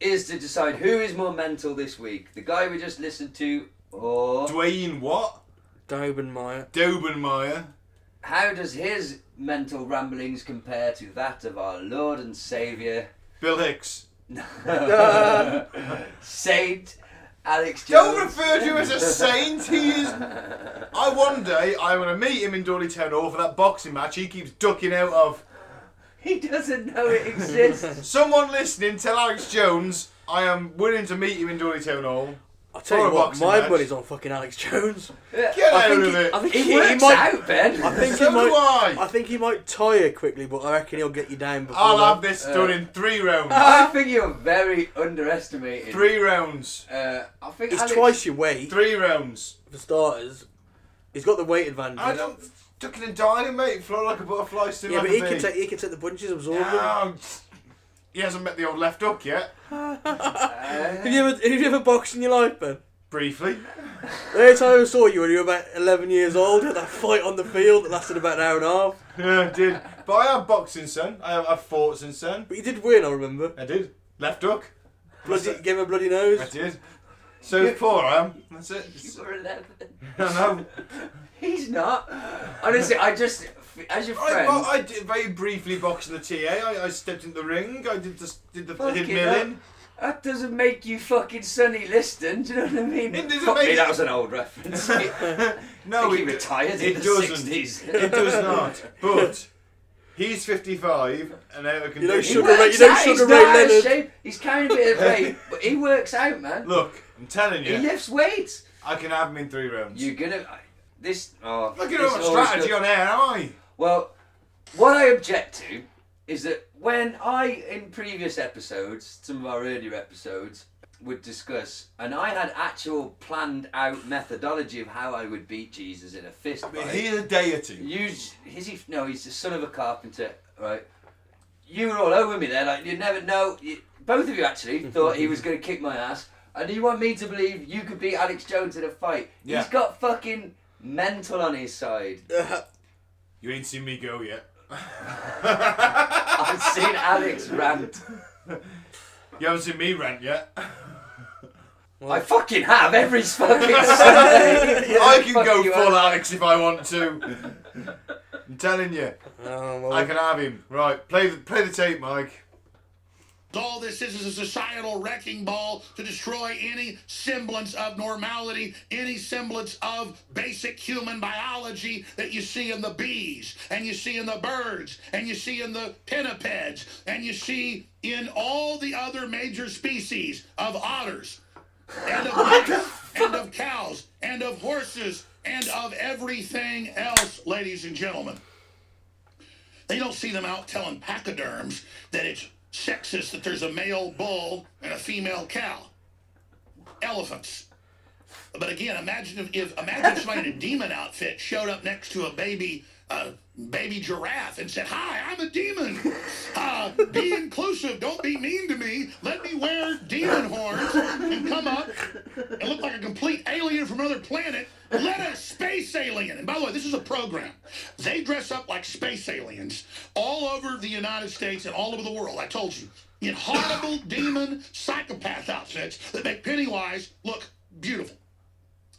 is to decide who is more mental this week: the guy we just listened to, or Dwayne what? Dobenmeyer. Dobenmeyer. how does his mental ramblings compare to that of our Lord and Savior, Bill Hicks. Saint Alex Jones? Don't refer to him as a saint. He is. I one day I'm gonna meet him in Dorley Town Hall for that boxing match he keeps ducking out of. He doesn't know it exists. Someone listening, tell Alex Jones I am willing to meet you in Dorley Town Hall. I'll tell Or you a what, boxing my match. money's on fucking Alex Jones. Get I out think of he, it. I think It he, he works might. out, Ben. I think So he might. do I. I think he might tire quickly, but I reckon he'll get you down before. I'll long. have this uh, done in three rounds. I think you're very underestimated. three rounds. Uh, I think He's Alex- twice your weight Three rounds. for starters. He's got the weight advantage. I don't. Ducking and diving, mate. Fly like a butterfly, soon Yeah, like but a he can bee. take he can take the punches, absorb them. Oh, he hasn't met the old left hook yet. Uh, Have you ever have you ever boxed in your life, Ben? Briefly. The only time I saw you when you were about eleven years old, you had that fight on the field that lasted about an hour and a half. Yeah, I did. But I have boxing, son. I have, I have fought since then. But you did win, I remember. I did. Left hook. Bloody it? gave him a bloody I nose. did. So poor I am. That's it. You were 11. I know. He's not. Honestly, I just, as your I, friend, bo- I did very briefly boxed in the TA. I, I stepped in the ring. I did the did the I did Fucking milling. that doesn't make you fucking Sonny Liston. Do you know what I mean? It doesn't Fuck me, make- that was an old reference. I No, think he it, retired it in the doesn't. 60s. it does not. But he's fifty five and out of know, condition. Sugar Ray- Works you know out, Sugar he's Ray not out of Leonard? shape. He's carrying a bit of weight, but he works out, man. Look, I'm telling He you, lifts weights. I can have him in three rounds. You're gonna. This. Oh, Look at this all my always strategy goes- on air, am I? Well, what I object to is that when I, in previous episodes, some of our earlier episodes, would discuss, and I had actual planned out methodology of how I would beat Jesus in a fist But fight. He's a deity. You, is he? No, he's the son of a carpenter, right? You were all over me there, like you never know. You, both of you actually thought he was going to kick my ass, and you want me to believe you could beat Alex Jones in a fight? Yeah. He's got fucking mental on his side. You ain't seen me go yet. I've seen Alex rant. You haven't seen me rant yet. I fucking have every fucking Sunday. I can Fuck go you, full Alex Alex. if I want to. I'm telling you, Oh, well, I can have him. Right, play the play the tape, Mike. All this is is a societal wrecking ball to destroy any semblance of normality, any semblance of basic human biology that you see in the bees, and you see in the birds, and you see in the pinnipeds, and you see in all the other major species of otters, and of mice, and of cows, and of horses, and of everything else, ladies and gentlemen. They don't see them out telling pachyderms that it's sexist that there's a male bull and a female cow. Elephants. But again, imagine if, if imagine if somebody in a demon outfit showed up next to a baby uh, baby giraffe and said, "Hi, I'm a demon. Uh, be inclusive. Don't be mean to me. Let me wear demon horns and come up and look like a complete alien from another planet. Let a space alien. And by the way, this is a program. They dress up like space aliens all over the United States and all over the world. I told you. In horrible demon psychopath outfits that make Pennywise look beautiful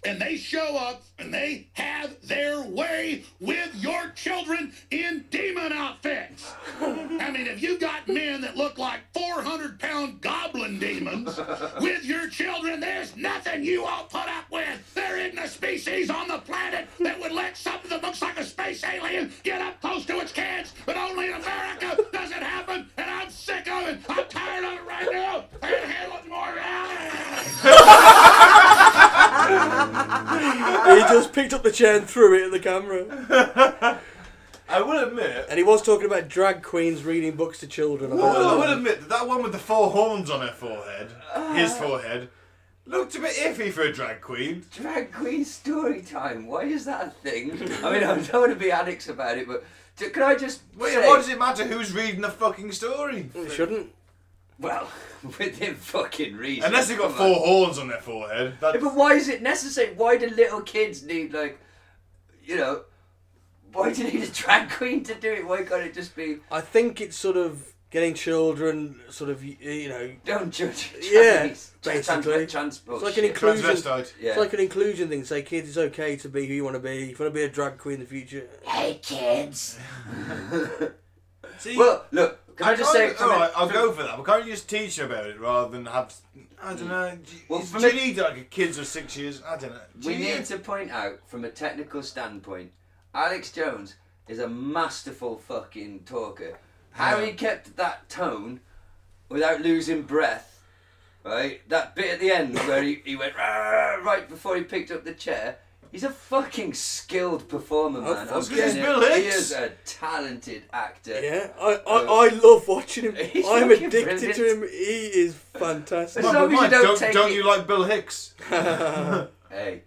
and they show up and they have their way with your children in demon outfits. I mean, if you got men that look like 400 pound goblin demons with your children, there's nothing you all put up with. There isn't a species on the planet that would let something that looks like a space alien get up close to its kids, but only in America does it happen, and I'm sick of it. I'm tired of it right now. he just picked up the chair and threw it at the camera. I will admit. And he was talking about drag queens reading books to children. I I will, I thought- will admit that that one with the four horns on her forehead, his Ah. forehead, looked a bit iffy for a drag queen. Drag queen story time. Why is that a thing? I mean, I don't want to be addicts about it, but d- can I just Wait, say, why does it matter who's reading the fucking story? It shouldn't. well, within fucking reason. Unless they've got come on. four horns on their forehead. That's, Yeah, but why is it necessary? Why do little kids need like, you know, why do you need a drag queen to do it? Why can't it just be I think it's sort of getting children sort of y- you know. don't judge? a Yeah, Chinese, trans- basically. transport It's like an Oh, shit. inclusion. transvestite. Yeah. It's like an inclusion thing. Say, kids, it's okay to be who you want to be. If you want to be a drag queen in the future, hey kids. See, Well, look, can I, just say? can't- from all a- right, I'll from- go for that. But can't you just teach her about it rather than have? I don't know. Do you, Mm. Well, is- for do you me- need like a kids of six years? I don't know. Do We you need to point out, from a technical standpoint, Alex Jones is a masterful fucking talker. How he kept that tone without losing breath, right? That bit at the end where he, he went "Rah," right before he picked up the chair. He's a fucking skilled performer, man. fuck I'm yeah. getting Bill it. He Hicks. is a talented actor. yeah, I, I, I love watching him. Oh. He's I'm fucking addicted to him. brilliant. He is fantastic. As long as you mind, don't don't, take don't it- you like Bill Hicks? Hey,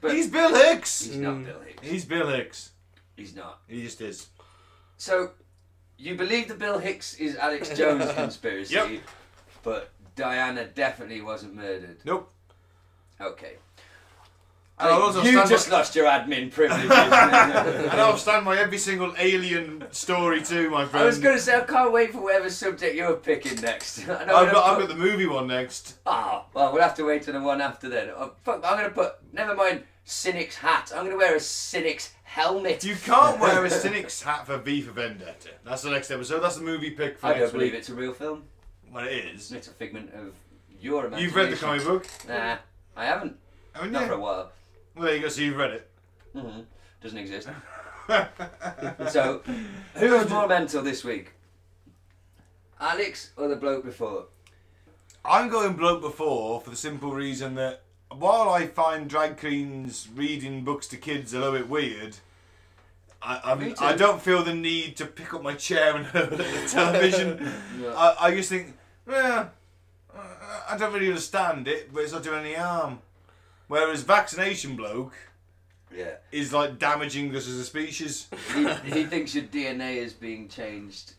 but He's he's, Bill Hicks. not Bill Hicks. He's Bill Hicks. He's not. He just is. So, you believe the Bill Hicks is Alex Jones conspiracy, Yep. but Diana definitely wasn't murdered. Nope. Okay. And I'll also you stand just by, lost your admin privileges. man. and I'll stand by every single alien story too, my friend. I was going to say, I can't wait for whatever subject you're picking next. I know I've I'm got, I've gonna got the movie one next. put- Ah, well, we'll have to wait till the one after then. Oh, fuck, I'm going to put, never mind, Cynic's hat. I'm going to wear a Cynic's helmet. You can't wear a cynic's hat for V for Vendetta. That's the next episode. That's the movie pick for I next don't believe week. it's a real film. Well, it is. It's a figment of your imagination. You've read the comic book, Nah, I haven't. haven't Not for a you? while. Well, there you go. So you've read it. Doesn't exist. so, who was more mental this week? Alex or the bloke before? I'm going bloke before for the simple reason that while I find drag queens reading books to kids a little bit weird, I I'm, Me too. I don't feel the need to pick up my chair and hurl it at the television. I, I just think, well, uh, I don't really understand it, but it's not doing any harm. Whereas vaccination bloke Yeah. is like damaging us as a species. he, he thinks your DNA is being changed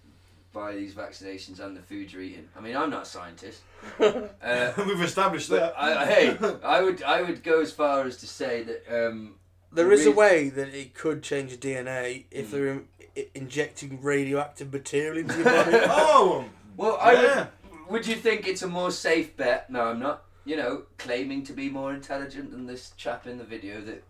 by these vaccinations and the food you're eating. I mean, I'm not a scientist. Uh, We've established but that. I, I- hey, I would I would go as far as to say that um, There is a Re- way that it could change your DNA if Hmm. they're in, i- injecting radioactive material into your body. oh, Well, I Yeah. would, would you think it's a more safe bet? No, I'm not. You know, claiming to be more intelligent than this chap in the video. That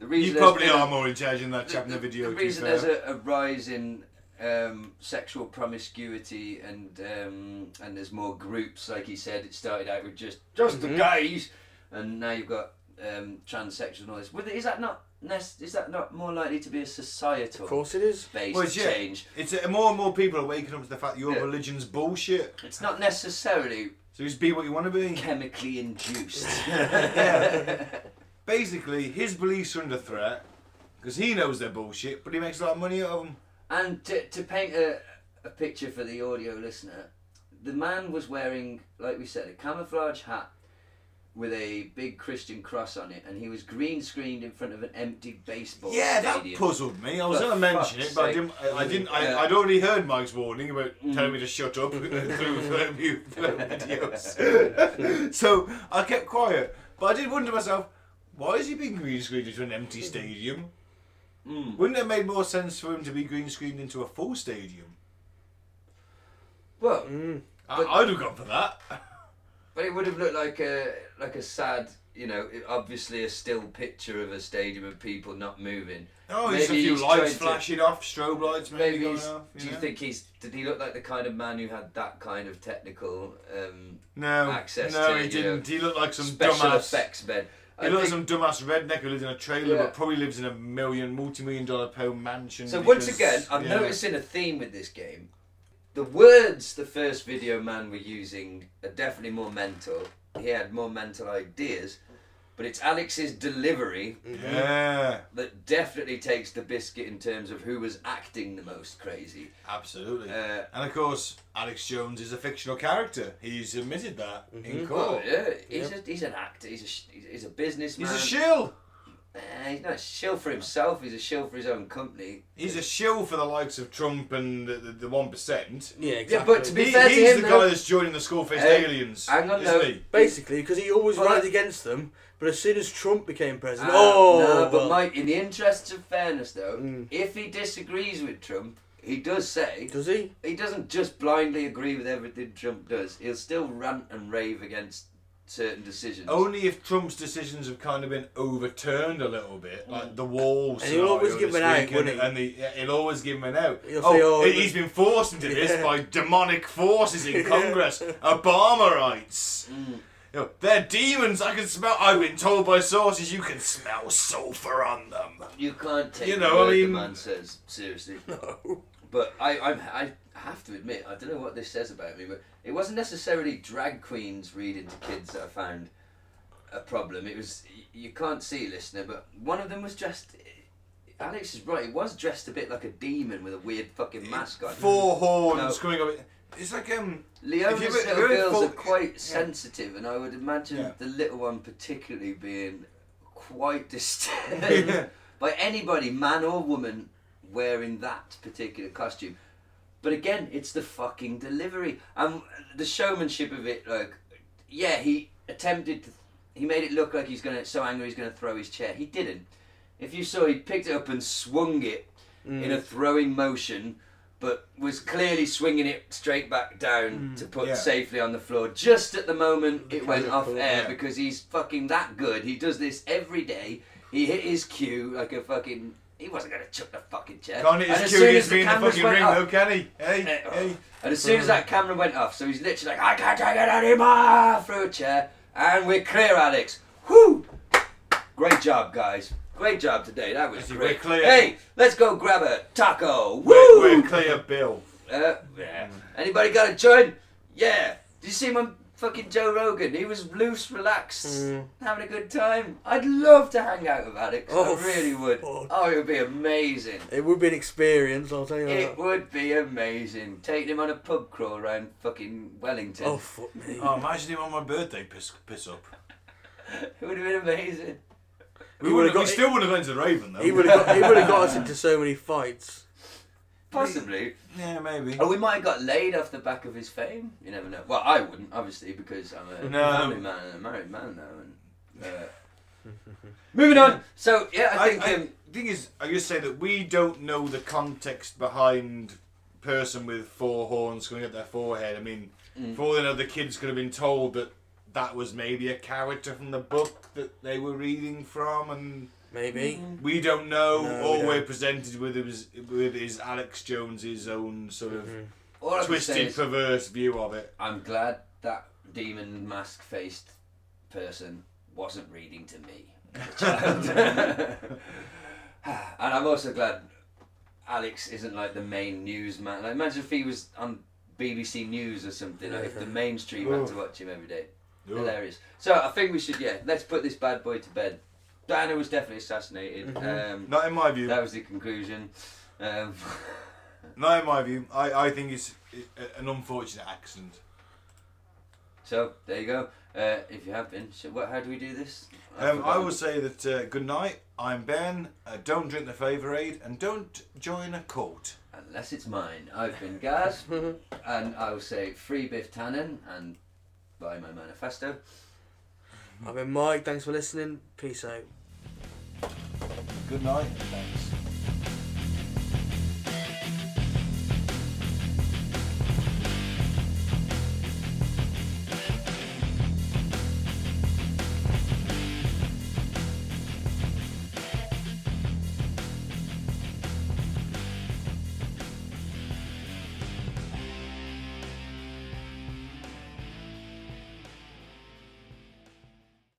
the you reason there's probably been a- are more in charge than that chap in the video. to be reason fair. there's a, a rise in um, sexual promiscuity and um, and there's more groups, like he said, it started out with just just the Mm-hmm. gays, and now you've got um, transsexuals and all this. But is that not nec- is that not more likely to be a societal of course it is. based Well, it's, yeah, change? It's uh, more and more people are waking up to the fact that your Yeah. religion's bullshit. It's not necessarily So just be what you want to be. chemically induced. Basically, his beliefs are under threat because he knows they're bullshit, but he makes a lot of money out of them. And to, to paint a, a picture for the audio listener, the man was wearing, like we said, a camouflage hat with a big Christian cross on it, and he was green screened in front of an empty baseball Yeah, that Oh, stadium. puzzled me. I was For going to mention fuck's it, but I sake. didn't. I, I didn't. I, Yeah. Mm. I'd already heard Mike's warning about telling me to shut up through film you- film videos. so I kept quiet, but I did wonder to myself, why is he being green screened into an empty stadium? Mm. Wouldn't it have made more sense for him to be green screened into a full stadium? well, I, I'd have gone for that. but it would have looked like a like a sad, you know, it- obviously a still picture of a stadium of people not moving. Oh, there's a Maybe few he's lights trying to- flashing off, strobe lights maybe, Maybe going he's, off. do you know? think he's? Did he look like the kind of man who had that kind of technical um, no, access no, to, he you didn't. know, he looked like some special dumbass. effects men? He I looked like think- some dumbass redneck who lives in a trailer, Yeah. but probably lives in a million, multi-million dollar pound mansion. So because- once again, I'm yeah. noticing a theme with this game. The words the first video man were using are definitely more mental, he had more mental ideas, but it's Alex's delivery Mm. Yeah, that definitely takes the biscuit in terms of who was acting the most crazy. absolutely. Uh, and of course, Alex Jones is a fictional character. He's admitted that in Oh, court. yeah, he's, a, he's an actor. He's a sh- he's a businessman. He's a shill. Eh, he's not a shill for himself. He's a shill for his own company. He's a shill for the likes of Trump and the- the one percent. Yeah, Yeah, exactly. but to be He, fair to he's him, the though- guy that's joining the school faced Uh, aliens. hang on, isn't no. he? basically, because he always Well, rallied that- against them, but as soon as Trump became president, Ah, oh, no, well. but Mike, in the interests of fairness, though, if he disagrees with Trump, he does say does he? he doesn't just blindly agree with everything Trump does. He'll still rant and rave against certain decisions. Only if Trump's decisions have kind of been overturned a little bit, like the wall. Mm. And he'll always scenario give this him an out, weekend, wouldn't he? And the, yeah, he'll always give him an out. He'll oh, say, "Oh, he- it he's was- been forced into this Yeah. by demonic forces in Congress. Obamaites. Mm. You know, they're demons. I can smell. I've been told by sources you can smell sulfur on them. you can't take You you know, I know, mean- the man says seriously. But I, I, I have to admit, I don't know what this says about me, but it wasn't necessarily drag queens reading to kids that I found a problem. It was y- you can't see, listener, but one of them was dressed. Alex is right. It was dressed a bit like a demon with a weird fucking mask on. Mm. Four horns No. coming up. It's like um. Leona's If you were- little if you were girls full- are quite yeah. sensitive, and I would imagine Yeah. the little one particularly being quite disturbed by anybody, man or woman, wearing that particular costume. But again, it's the fucking delivery and the showmanship of it. Like, yeah, he attempted to. He made it look like he's gonna so angry he's gonna throw his chair. He didn't. If you saw, he picked it up and swung it in Mm. a throwing motion, but was clearly swinging it straight back down to put Mm, yeah. safely on the floor just at the moment it went off colour, air yeah. because he's fucking that good. He does this every day. He hit his cue like a fucking. He wasn't gonna chuck the fucking chair. Can't it And as as cute soon as as the being the cameras fucking went ring off- though, can he? Hey, Eh, oh. hey. And as soon as that camera went off, so he's literally like, I can't take it anymore! Through a chair, and we're clear, Alex. Whoo! Great job, guys. Great job today. That was Actually, great. we're clear. Hey, let's go grab a taco. Woo! We're, we're clear, Bill. Uh, yeah. Anybody got a joint? Yeah. Did you see my fucking Joe Rogan? He was loose, relaxed, Mm. having a good time. I'd love to hang out with Alex. Oh, I really would. fuck. Oh, it would be amazing. It would be an experience, I'll tell you It that. would be amazing. Taking him on a pub crawl around fucking Wellington. Oh, fuck me. Oh, imagine him on my birthday piss, piss up. It would have been amazing. We, He would would've have got, got- still would have gone to the Raven though. He would have got, he would have got us into so many fights. Possibly. yeah, maybe. Or we might have got laid off the back of his fame. You never know. Well, I wouldn't, obviously, because I'm a No. family man and a married man now. And, uh, moving on. So, yeah, I think. I, um, thing is, I just say that we don't know the context behind person with four horns coming at their forehead. I mean, Mm. for all they know, the kids could have been told that that was maybe a character from the book that they were reading from, and Maybe. we don't know. No, we all we're don't. presented with is with is Alex Jones's own sort of Mm-hmm. all I can say twisted, is perverse view of it. I'm glad that demon mask faced person wasn't reading to me. as a child. and I'm also glad Alex isn't like the main newsman. Like, imagine if he was on BBC News or something, like if the mainstream had to watch him every day. Hilarious. So I think we should, yeah, let's put this bad boy to bed. Diana was definitely Mm-hmm. assassinated. Um, Not in my view. That was the conclusion. Um, Not in my view. I, I think it's i- an unfortunate accident. so there you go. Uh, if you have been, so what, how do we do this? I've Um, I forgotten. will say that uh, good night. I'm Ben. Uh, don't drink the flavour aid and don't join a cult. Unless it's mine. I've been Gaz, and I will say free Biff Tannen and buy my manifesto. I've been Mike, thanks for listening. Peace out. Good night. Thanks.